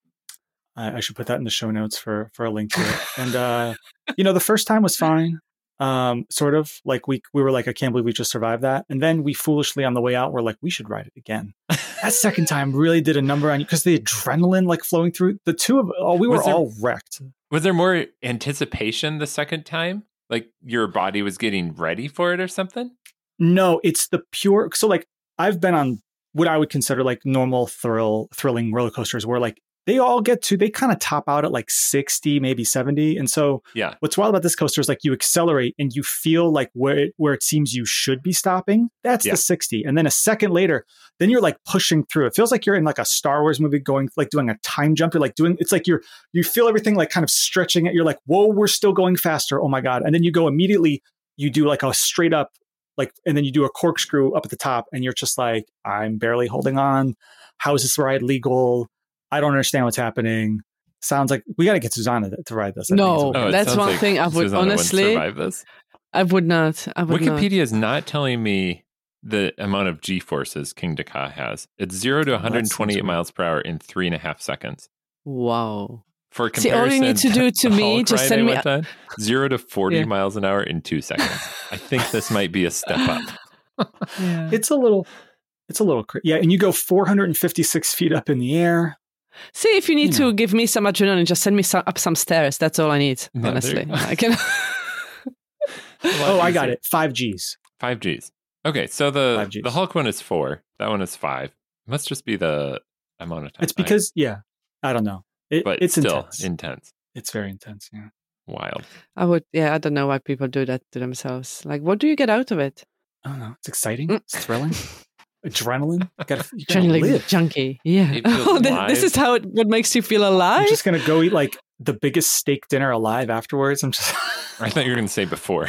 [SPEAKER 2] I, I should put that in the show notes for for a link to it. And uh, you know, the first time was fine. Um, sort of like we we were like, I can't believe we just survived that. And then we foolishly on the way out were like, we should ride it again. That second time really did a number on you because the adrenaline like flowing through the two of oh we were
[SPEAKER 1] Was there-
[SPEAKER 2] all wrecked.
[SPEAKER 1] Was there more anticipation the second time? Like your body was getting ready for it or something?
[SPEAKER 2] No, it's the pure. So like I've been on what I would consider like normal thrill thrilling roller coasters where like they all get to they kind of top out at like 60 maybe 70 and so
[SPEAKER 1] Yeah.
[SPEAKER 2] what's wild about this coaster is like you accelerate and you feel like where it, where it seems you should be stopping that's
[SPEAKER 1] Yeah.
[SPEAKER 2] the 60 and then a second later then you're like pushing through it feels like you're in like a star wars movie going like doing a time jump you're like doing it's like you're you feel everything like kind of stretching it you're like whoa we're still going faster oh my god and then you go immediately you do like a straight up like and then you do a corkscrew up at the top and you're just like i'm barely holding on how is this ride legal i don't understand what's happening sounds like we got to get susanna to, to ride this I think is
[SPEAKER 3] No.
[SPEAKER 2] what
[SPEAKER 3] Oh,
[SPEAKER 1] it
[SPEAKER 3] that's
[SPEAKER 1] sounds
[SPEAKER 3] one thing I would
[SPEAKER 1] Susanna wouldn't
[SPEAKER 3] honestly-
[SPEAKER 1] survive this.
[SPEAKER 3] I would not. I would not.
[SPEAKER 1] Wikipedia is not telling me the amount of G forces King Dakar has. It's zero to
[SPEAKER 2] that seems
[SPEAKER 1] 128
[SPEAKER 2] weird.
[SPEAKER 1] miles per hour in three and a half seconds.
[SPEAKER 3] Wow.
[SPEAKER 1] For
[SPEAKER 3] See,
[SPEAKER 1] comparison,
[SPEAKER 3] all you need to do to
[SPEAKER 1] the
[SPEAKER 3] me,
[SPEAKER 1] Hulk
[SPEAKER 3] just
[SPEAKER 1] ride
[SPEAKER 3] send
[SPEAKER 1] I
[SPEAKER 3] me-
[SPEAKER 1] went on, zero to 40
[SPEAKER 3] Yeah.
[SPEAKER 1] miles an hour in two seconds. I think this might be a step up.
[SPEAKER 3] Yeah.
[SPEAKER 2] It's a little, it's a little, cra- yeah. And you go 456 feet up in the air.
[SPEAKER 3] See, if you need
[SPEAKER 2] you know.
[SPEAKER 3] to give me some adrenaline, just send me some, up some stairs. That's all I need.
[SPEAKER 1] Yeah, there
[SPEAKER 3] honestly,
[SPEAKER 1] you go.
[SPEAKER 3] I can.
[SPEAKER 2] Oh, I got it. Five Gs.
[SPEAKER 1] Five Gs. Okay, so the
[SPEAKER 2] Five Gs.
[SPEAKER 1] the Hulk one is four. That one is five. must just be the amount of time.
[SPEAKER 2] It's because, yeah, I don't know. It,
[SPEAKER 1] but
[SPEAKER 2] it's
[SPEAKER 1] still
[SPEAKER 2] intense. it's very intense. Yeah.
[SPEAKER 1] Wild.
[SPEAKER 3] I would. Yeah, I don't know why people do that to themselves. Like, what do you get out of it?
[SPEAKER 2] I don't know. It's exciting.
[SPEAKER 3] Mm.
[SPEAKER 2] It's thrilling. adrenaline. You gotta, you gotta
[SPEAKER 3] Adrenaline
[SPEAKER 2] live.
[SPEAKER 3] junkie. Yeah.
[SPEAKER 1] It feels
[SPEAKER 3] Oh, thi-
[SPEAKER 1] alive.
[SPEAKER 3] this is how it what makes you feel alive.
[SPEAKER 2] I'm just gonna go eat like the biggest steak dinner alive afterwards. I'm just
[SPEAKER 1] I thought you were going to say before.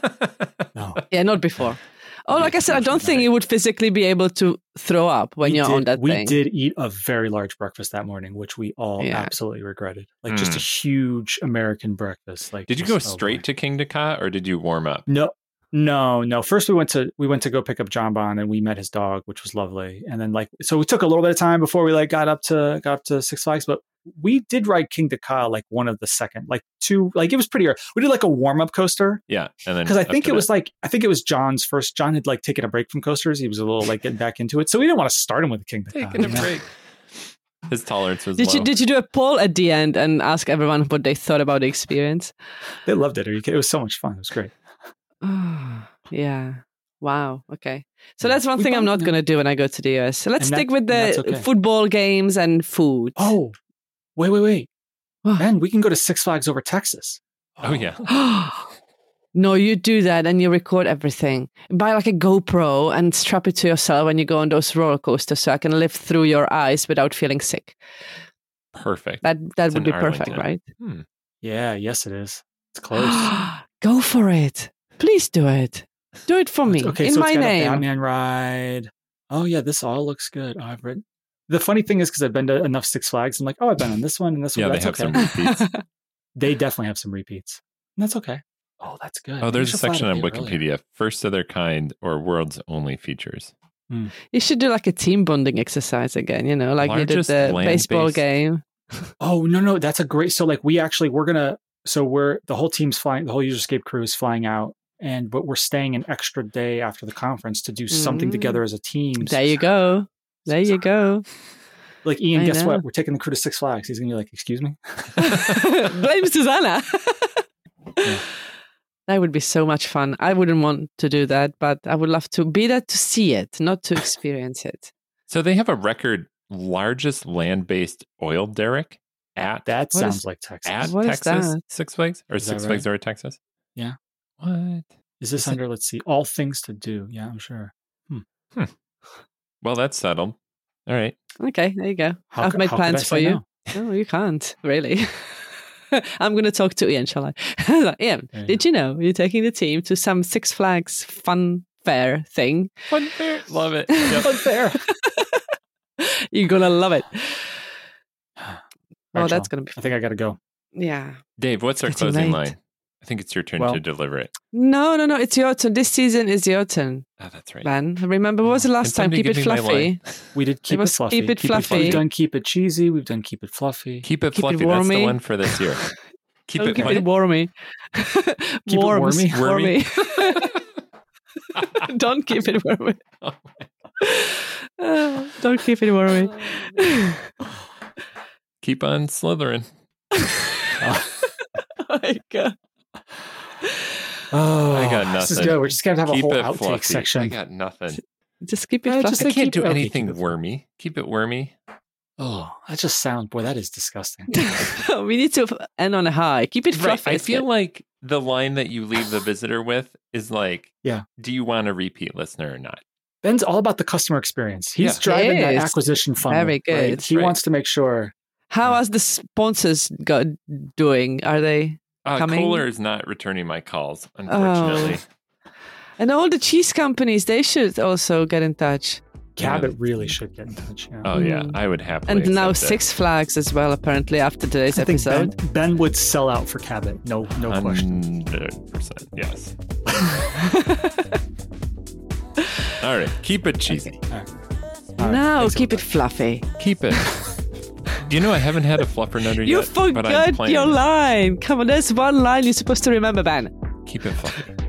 [SPEAKER 2] no.
[SPEAKER 3] yeah, not before. Oh, like I said, I don't think you would physically be able to throw up when
[SPEAKER 2] We
[SPEAKER 3] you're
[SPEAKER 2] did,
[SPEAKER 3] on that
[SPEAKER 2] we
[SPEAKER 3] thing.
[SPEAKER 2] did eat a very large breakfast that morning, which we all
[SPEAKER 3] Yeah. Mm.
[SPEAKER 2] absolutely regretted. Like just a huge American breakfast. Like
[SPEAKER 1] did you
[SPEAKER 2] just-
[SPEAKER 1] go
[SPEAKER 2] oh,
[SPEAKER 1] straight
[SPEAKER 2] boy.
[SPEAKER 1] to King Dakar or did you warm up?
[SPEAKER 2] No, no, no. First, we went to we went to go pick up John Bond, and we met his dog, which was lovely. And then, like, so we took a little bit of time before we like got up to got up to Six Flags, but we did ride King to Kyle like one of the second, like two, like it was pretty. early. We did like a warm up coaster
[SPEAKER 1] Yeah, and then
[SPEAKER 2] because I
[SPEAKER 1] after
[SPEAKER 2] think it
[SPEAKER 1] that-
[SPEAKER 2] was like I think it was John's first. John had like taken a break from coasters. He was a little like getting back into it, so we didn't want to start him with King to Kyle.
[SPEAKER 1] taking a
[SPEAKER 2] you know?
[SPEAKER 1] break. His tolerance was
[SPEAKER 3] Did
[SPEAKER 1] low.
[SPEAKER 3] you did you do a poll at the end and ask everyone what they thought about the experience?
[SPEAKER 2] They loved it. Are you kidding? It was so much fun. It was great.
[SPEAKER 3] yeah. Wow. Okay. So
[SPEAKER 2] Yeah.
[SPEAKER 3] that's one
[SPEAKER 2] We
[SPEAKER 3] thing I'm
[SPEAKER 2] both
[SPEAKER 3] not
[SPEAKER 2] know.
[SPEAKER 3] going to do when I go to the US. So let's
[SPEAKER 2] And that-
[SPEAKER 3] stick with
[SPEAKER 2] and that's
[SPEAKER 3] the
[SPEAKER 2] okay.
[SPEAKER 3] football games and food.
[SPEAKER 2] Oh, wait, wait, wait,
[SPEAKER 3] What?
[SPEAKER 2] man, we can go to Six Flags over Texas.
[SPEAKER 1] oh yeah,
[SPEAKER 3] no, you do that and you record everything. Buy like a GoPro and strap it to yourself when you go on those roller coasters so I can live through your eyes without feeling sick.
[SPEAKER 1] perfect.
[SPEAKER 3] That that
[SPEAKER 1] It's
[SPEAKER 3] would
[SPEAKER 1] in
[SPEAKER 3] be perfect,
[SPEAKER 1] Arlington.
[SPEAKER 3] right?
[SPEAKER 1] Hmm.
[SPEAKER 2] Yeah, yes, it is. It's close.
[SPEAKER 3] go for it. Please do it. Do it for me.
[SPEAKER 2] Okay,
[SPEAKER 3] in
[SPEAKER 2] so
[SPEAKER 3] my
[SPEAKER 2] it's got a
[SPEAKER 3] name.
[SPEAKER 2] Batman ride. Oh yeah, this all looks good. Oh, I've read. The funny thing is, because I've been to enough Six Flags, I'm like, oh, I've been on this one and this
[SPEAKER 1] Yeah,
[SPEAKER 2] one.
[SPEAKER 1] they
[SPEAKER 2] That's
[SPEAKER 1] have
[SPEAKER 2] okay.
[SPEAKER 1] some repeats.
[SPEAKER 2] They definitely have some repeats. And that's okay. Oh, that's good.
[SPEAKER 1] Oh,
[SPEAKER 2] We
[SPEAKER 1] there's a
[SPEAKER 2] should fly to
[SPEAKER 1] section on
[SPEAKER 2] Bay earlier.
[SPEAKER 1] Wikipedia: first of their kind or world's only features.
[SPEAKER 3] You should do like a team bonding exercise again, you know, like
[SPEAKER 1] Largest
[SPEAKER 3] you did the
[SPEAKER 1] land-based-
[SPEAKER 3] baseball game.
[SPEAKER 2] Oh no, no, that's a great. So like, we actually we're gonna. So we're the whole team's flying. The whole Userscape crew is flying out, and but we're staying an extra day after the conference to do something
[SPEAKER 3] Mm.
[SPEAKER 2] together as a team.
[SPEAKER 3] There you go. There you go.
[SPEAKER 2] Like Ian,
[SPEAKER 3] I
[SPEAKER 2] guess
[SPEAKER 3] know.
[SPEAKER 2] what? We're taking the crew to Six Flags. He's gonna be like, excuse me.
[SPEAKER 3] Blame Susanna.
[SPEAKER 2] Yeah.
[SPEAKER 3] That would be so much fun. I wouldn't want to do that, but I would love to be there to see it, not to experience it.
[SPEAKER 1] So they have a record largest land-based oil derrick at
[SPEAKER 2] That
[SPEAKER 3] What is-
[SPEAKER 2] sounds like Texas.
[SPEAKER 1] at
[SPEAKER 3] What is
[SPEAKER 1] Texas
[SPEAKER 3] that?
[SPEAKER 1] Six Flags or
[SPEAKER 2] Is that
[SPEAKER 1] Six
[SPEAKER 2] right?
[SPEAKER 1] Flags or Texas.
[SPEAKER 2] Yeah.
[SPEAKER 1] What?
[SPEAKER 2] Is this
[SPEAKER 1] Is it-
[SPEAKER 2] under, let's see, all things to do? Yeah, I'm sure.
[SPEAKER 1] Well, that's settled. All right.
[SPEAKER 3] Okay, there you go.
[SPEAKER 2] How
[SPEAKER 3] I've
[SPEAKER 2] c-
[SPEAKER 3] made
[SPEAKER 2] how could I
[SPEAKER 3] plans for
[SPEAKER 2] say
[SPEAKER 3] you.
[SPEAKER 2] no?
[SPEAKER 3] No, you can't, really. I'm going to talk to Ian, shall I? Like, Ian,
[SPEAKER 2] There you
[SPEAKER 3] did you know you're taking the team to some Six Flags fun fair thing?
[SPEAKER 1] Fun fair. Love it.
[SPEAKER 3] Yep.
[SPEAKER 2] But there.
[SPEAKER 3] You're going to love it. Oh,
[SPEAKER 2] Rachel,
[SPEAKER 3] that's going to be
[SPEAKER 2] I think I got to go.
[SPEAKER 3] Yeah.
[SPEAKER 1] Dave, what's our
[SPEAKER 3] It's getting
[SPEAKER 1] closing
[SPEAKER 3] late.
[SPEAKER 1] line? I think it's your turn
[SPEAKER 2] Well-
[SPEAKER 1] to deliver it.
[SPEAKER 3] No, no, no. It's your turn. This season is your turn,
[SPEAKER 1] Ah, that's right.
[SPEAKER 3] Ben. Remember, what was the last time?
[SPEAKER 1] somebody
[SPEAKER 3] Keep it
[SPEAKER 1] give me my
[SPEAKER 3] fluffy.
[SPEAKER 1] line?
[SPEAKER 2] We did keep it,
[SPEAKER 3] was
[SPEAKER 2] fluffy.
[SPEAKER 3] keep it fluffy.
[SPEAKER 2] We've done keep it cheesy. We've done keep it fluffy.
[SPEAKER 1] Keep it
[SPEAKER 3] Keep it
[SPEAKER 1] fluffy. that's the
[SPEAKER 3] warmy.
[SPEAKER 1] one for this year. Keep
[SPEAKER 3] Don't
[SPEAKER 1] it
[SPEAKER 3] keep
[SPEAKER 1] what?
[SPEAKER 3] it warmy.
[SPEAKER 2] Keep it
[SPEAKER 3] Warms,
[SPEAKER 2] warmy?
[SPEAKER 1] Wormy?
[SPEAKER 3] warmy. Don't keep it warmy.
[SPEAKER 1] Oh
[SPEAKER 3] Uh, Don't keep it warmy.
[SPEAKER 1] Oh Keep on slithering.
[SPEAKER 3] oh my god.
[SPEAKER 2] Oh,
[SPEAKER 1] I got
[SPEAKER 2] This is
[SPEAKER 1] nothing.
[SPEAKER 2] good. We're just going to have
[SPEAKER 1] keep
[SPEAKER 2] a whole
[SPEAKER 1] it
[SPEAKER 2] outtake
[SPEAKER 1] fluffy. I
[SPEAKER 2] section.
[SPEAKER 1] got nothing.
[SPEAKER 3] Just keep it
[SPEAKER 2] Yeah,
[SPEAKER 3] fluffy.
[SPEAKER 2] just
[SPEAKER 1] I
[SPEAKER 2] like
[SPEAKER 1] can't
[SPEAKER 2] keep-
[SPEAKER 1] do
[SPEAKER 2] okay, keep
[SPEAKER 1] anything
[SPEAKER 2] it fluffy.
[SPEAKER 1] wormy. Keep it wormy.
[SPEAKER 2] Oh, that just sounds, boy, that is disgusting.
[SPEAKER 3] we need to f- end on a high. Keep it
[SPEAKER 1] Right.
[SPEAKER 3] fluffy.
[SPEAKER 1] I
[SPEAKER 3] it's
[SPEAKER 1] feel
[SPEAKER 3] good.
[SPEAKER 1] like the line that you leave the visitor with is like,
[SPEAKER 2] Yeah.
[SPEAKER 1] do you want a repeat listener or not?
[SPEAKER 2] Ben's all about the customer experience. He's
[SPEAKER 1] Yeah.
[SPEAKER 2] driving that
[SPEAKER 3] Yes.
[SPEAKER 2] acquisition funnel.
[SPEAKER 3] Very
[SPEAKER 2] right?
[SPEAKER 3] good.
[SPEAKER 2] He
[SPEAKER 1] Right.
[SPEAKER 2] wants to make sure.
[SPEAKER 3] How are the sponsors go- doing? Are they?
[SPEAKER 1] Uh,
[SPEAKER 3] Coming.
[SPEAKER 1] Kohler is not returning my calls, unfortunately.
[SPEAKER 3] And all the cheese companies, they should also get in touch.
[SPEAKER 2] Cabot really should get in touch. Yeah.
[SPEAKER 1] Oh, yeah.
[SPEAKER 3] Mm.
[SPEAKER 1] I would happily.
[SPEAKER 3] And now
[SPEAKER 1] accept it.
[SPEAKER 3] Six Flags as well, apparently, after today's
[SPEAKER 2] I think ben,
[SPEAKER 3] episode.
[SPEAKER 2] ben would sell out for Cabot. No, no question.
[SPEAKER 1] 100%. Yes. All right. Keep it cheesy.
[SPEAKER 2] All right,
[SPEAKER 3] no,
[SPEAKER 2] thanks,
[SPEAKER 3] keep it
[SPEAKER 2] everybody.
[SPEAKER 3] fluffy.
[SPEAKER 1] Keep it. Do you know I haven't had a fluffernutter
[SPEAKER 3] You
[SPEAKER 1] yet? but I'm
[SPEAKER 3] forgot
[SPEAKER 1] planning
[SPEAKER 3] your
[SPEAKER 1] to
[SPEAKER 3] line. Come on, there's one line you're supposed to remember, Ben.
[SPEAKER 1] Keep it fluffy.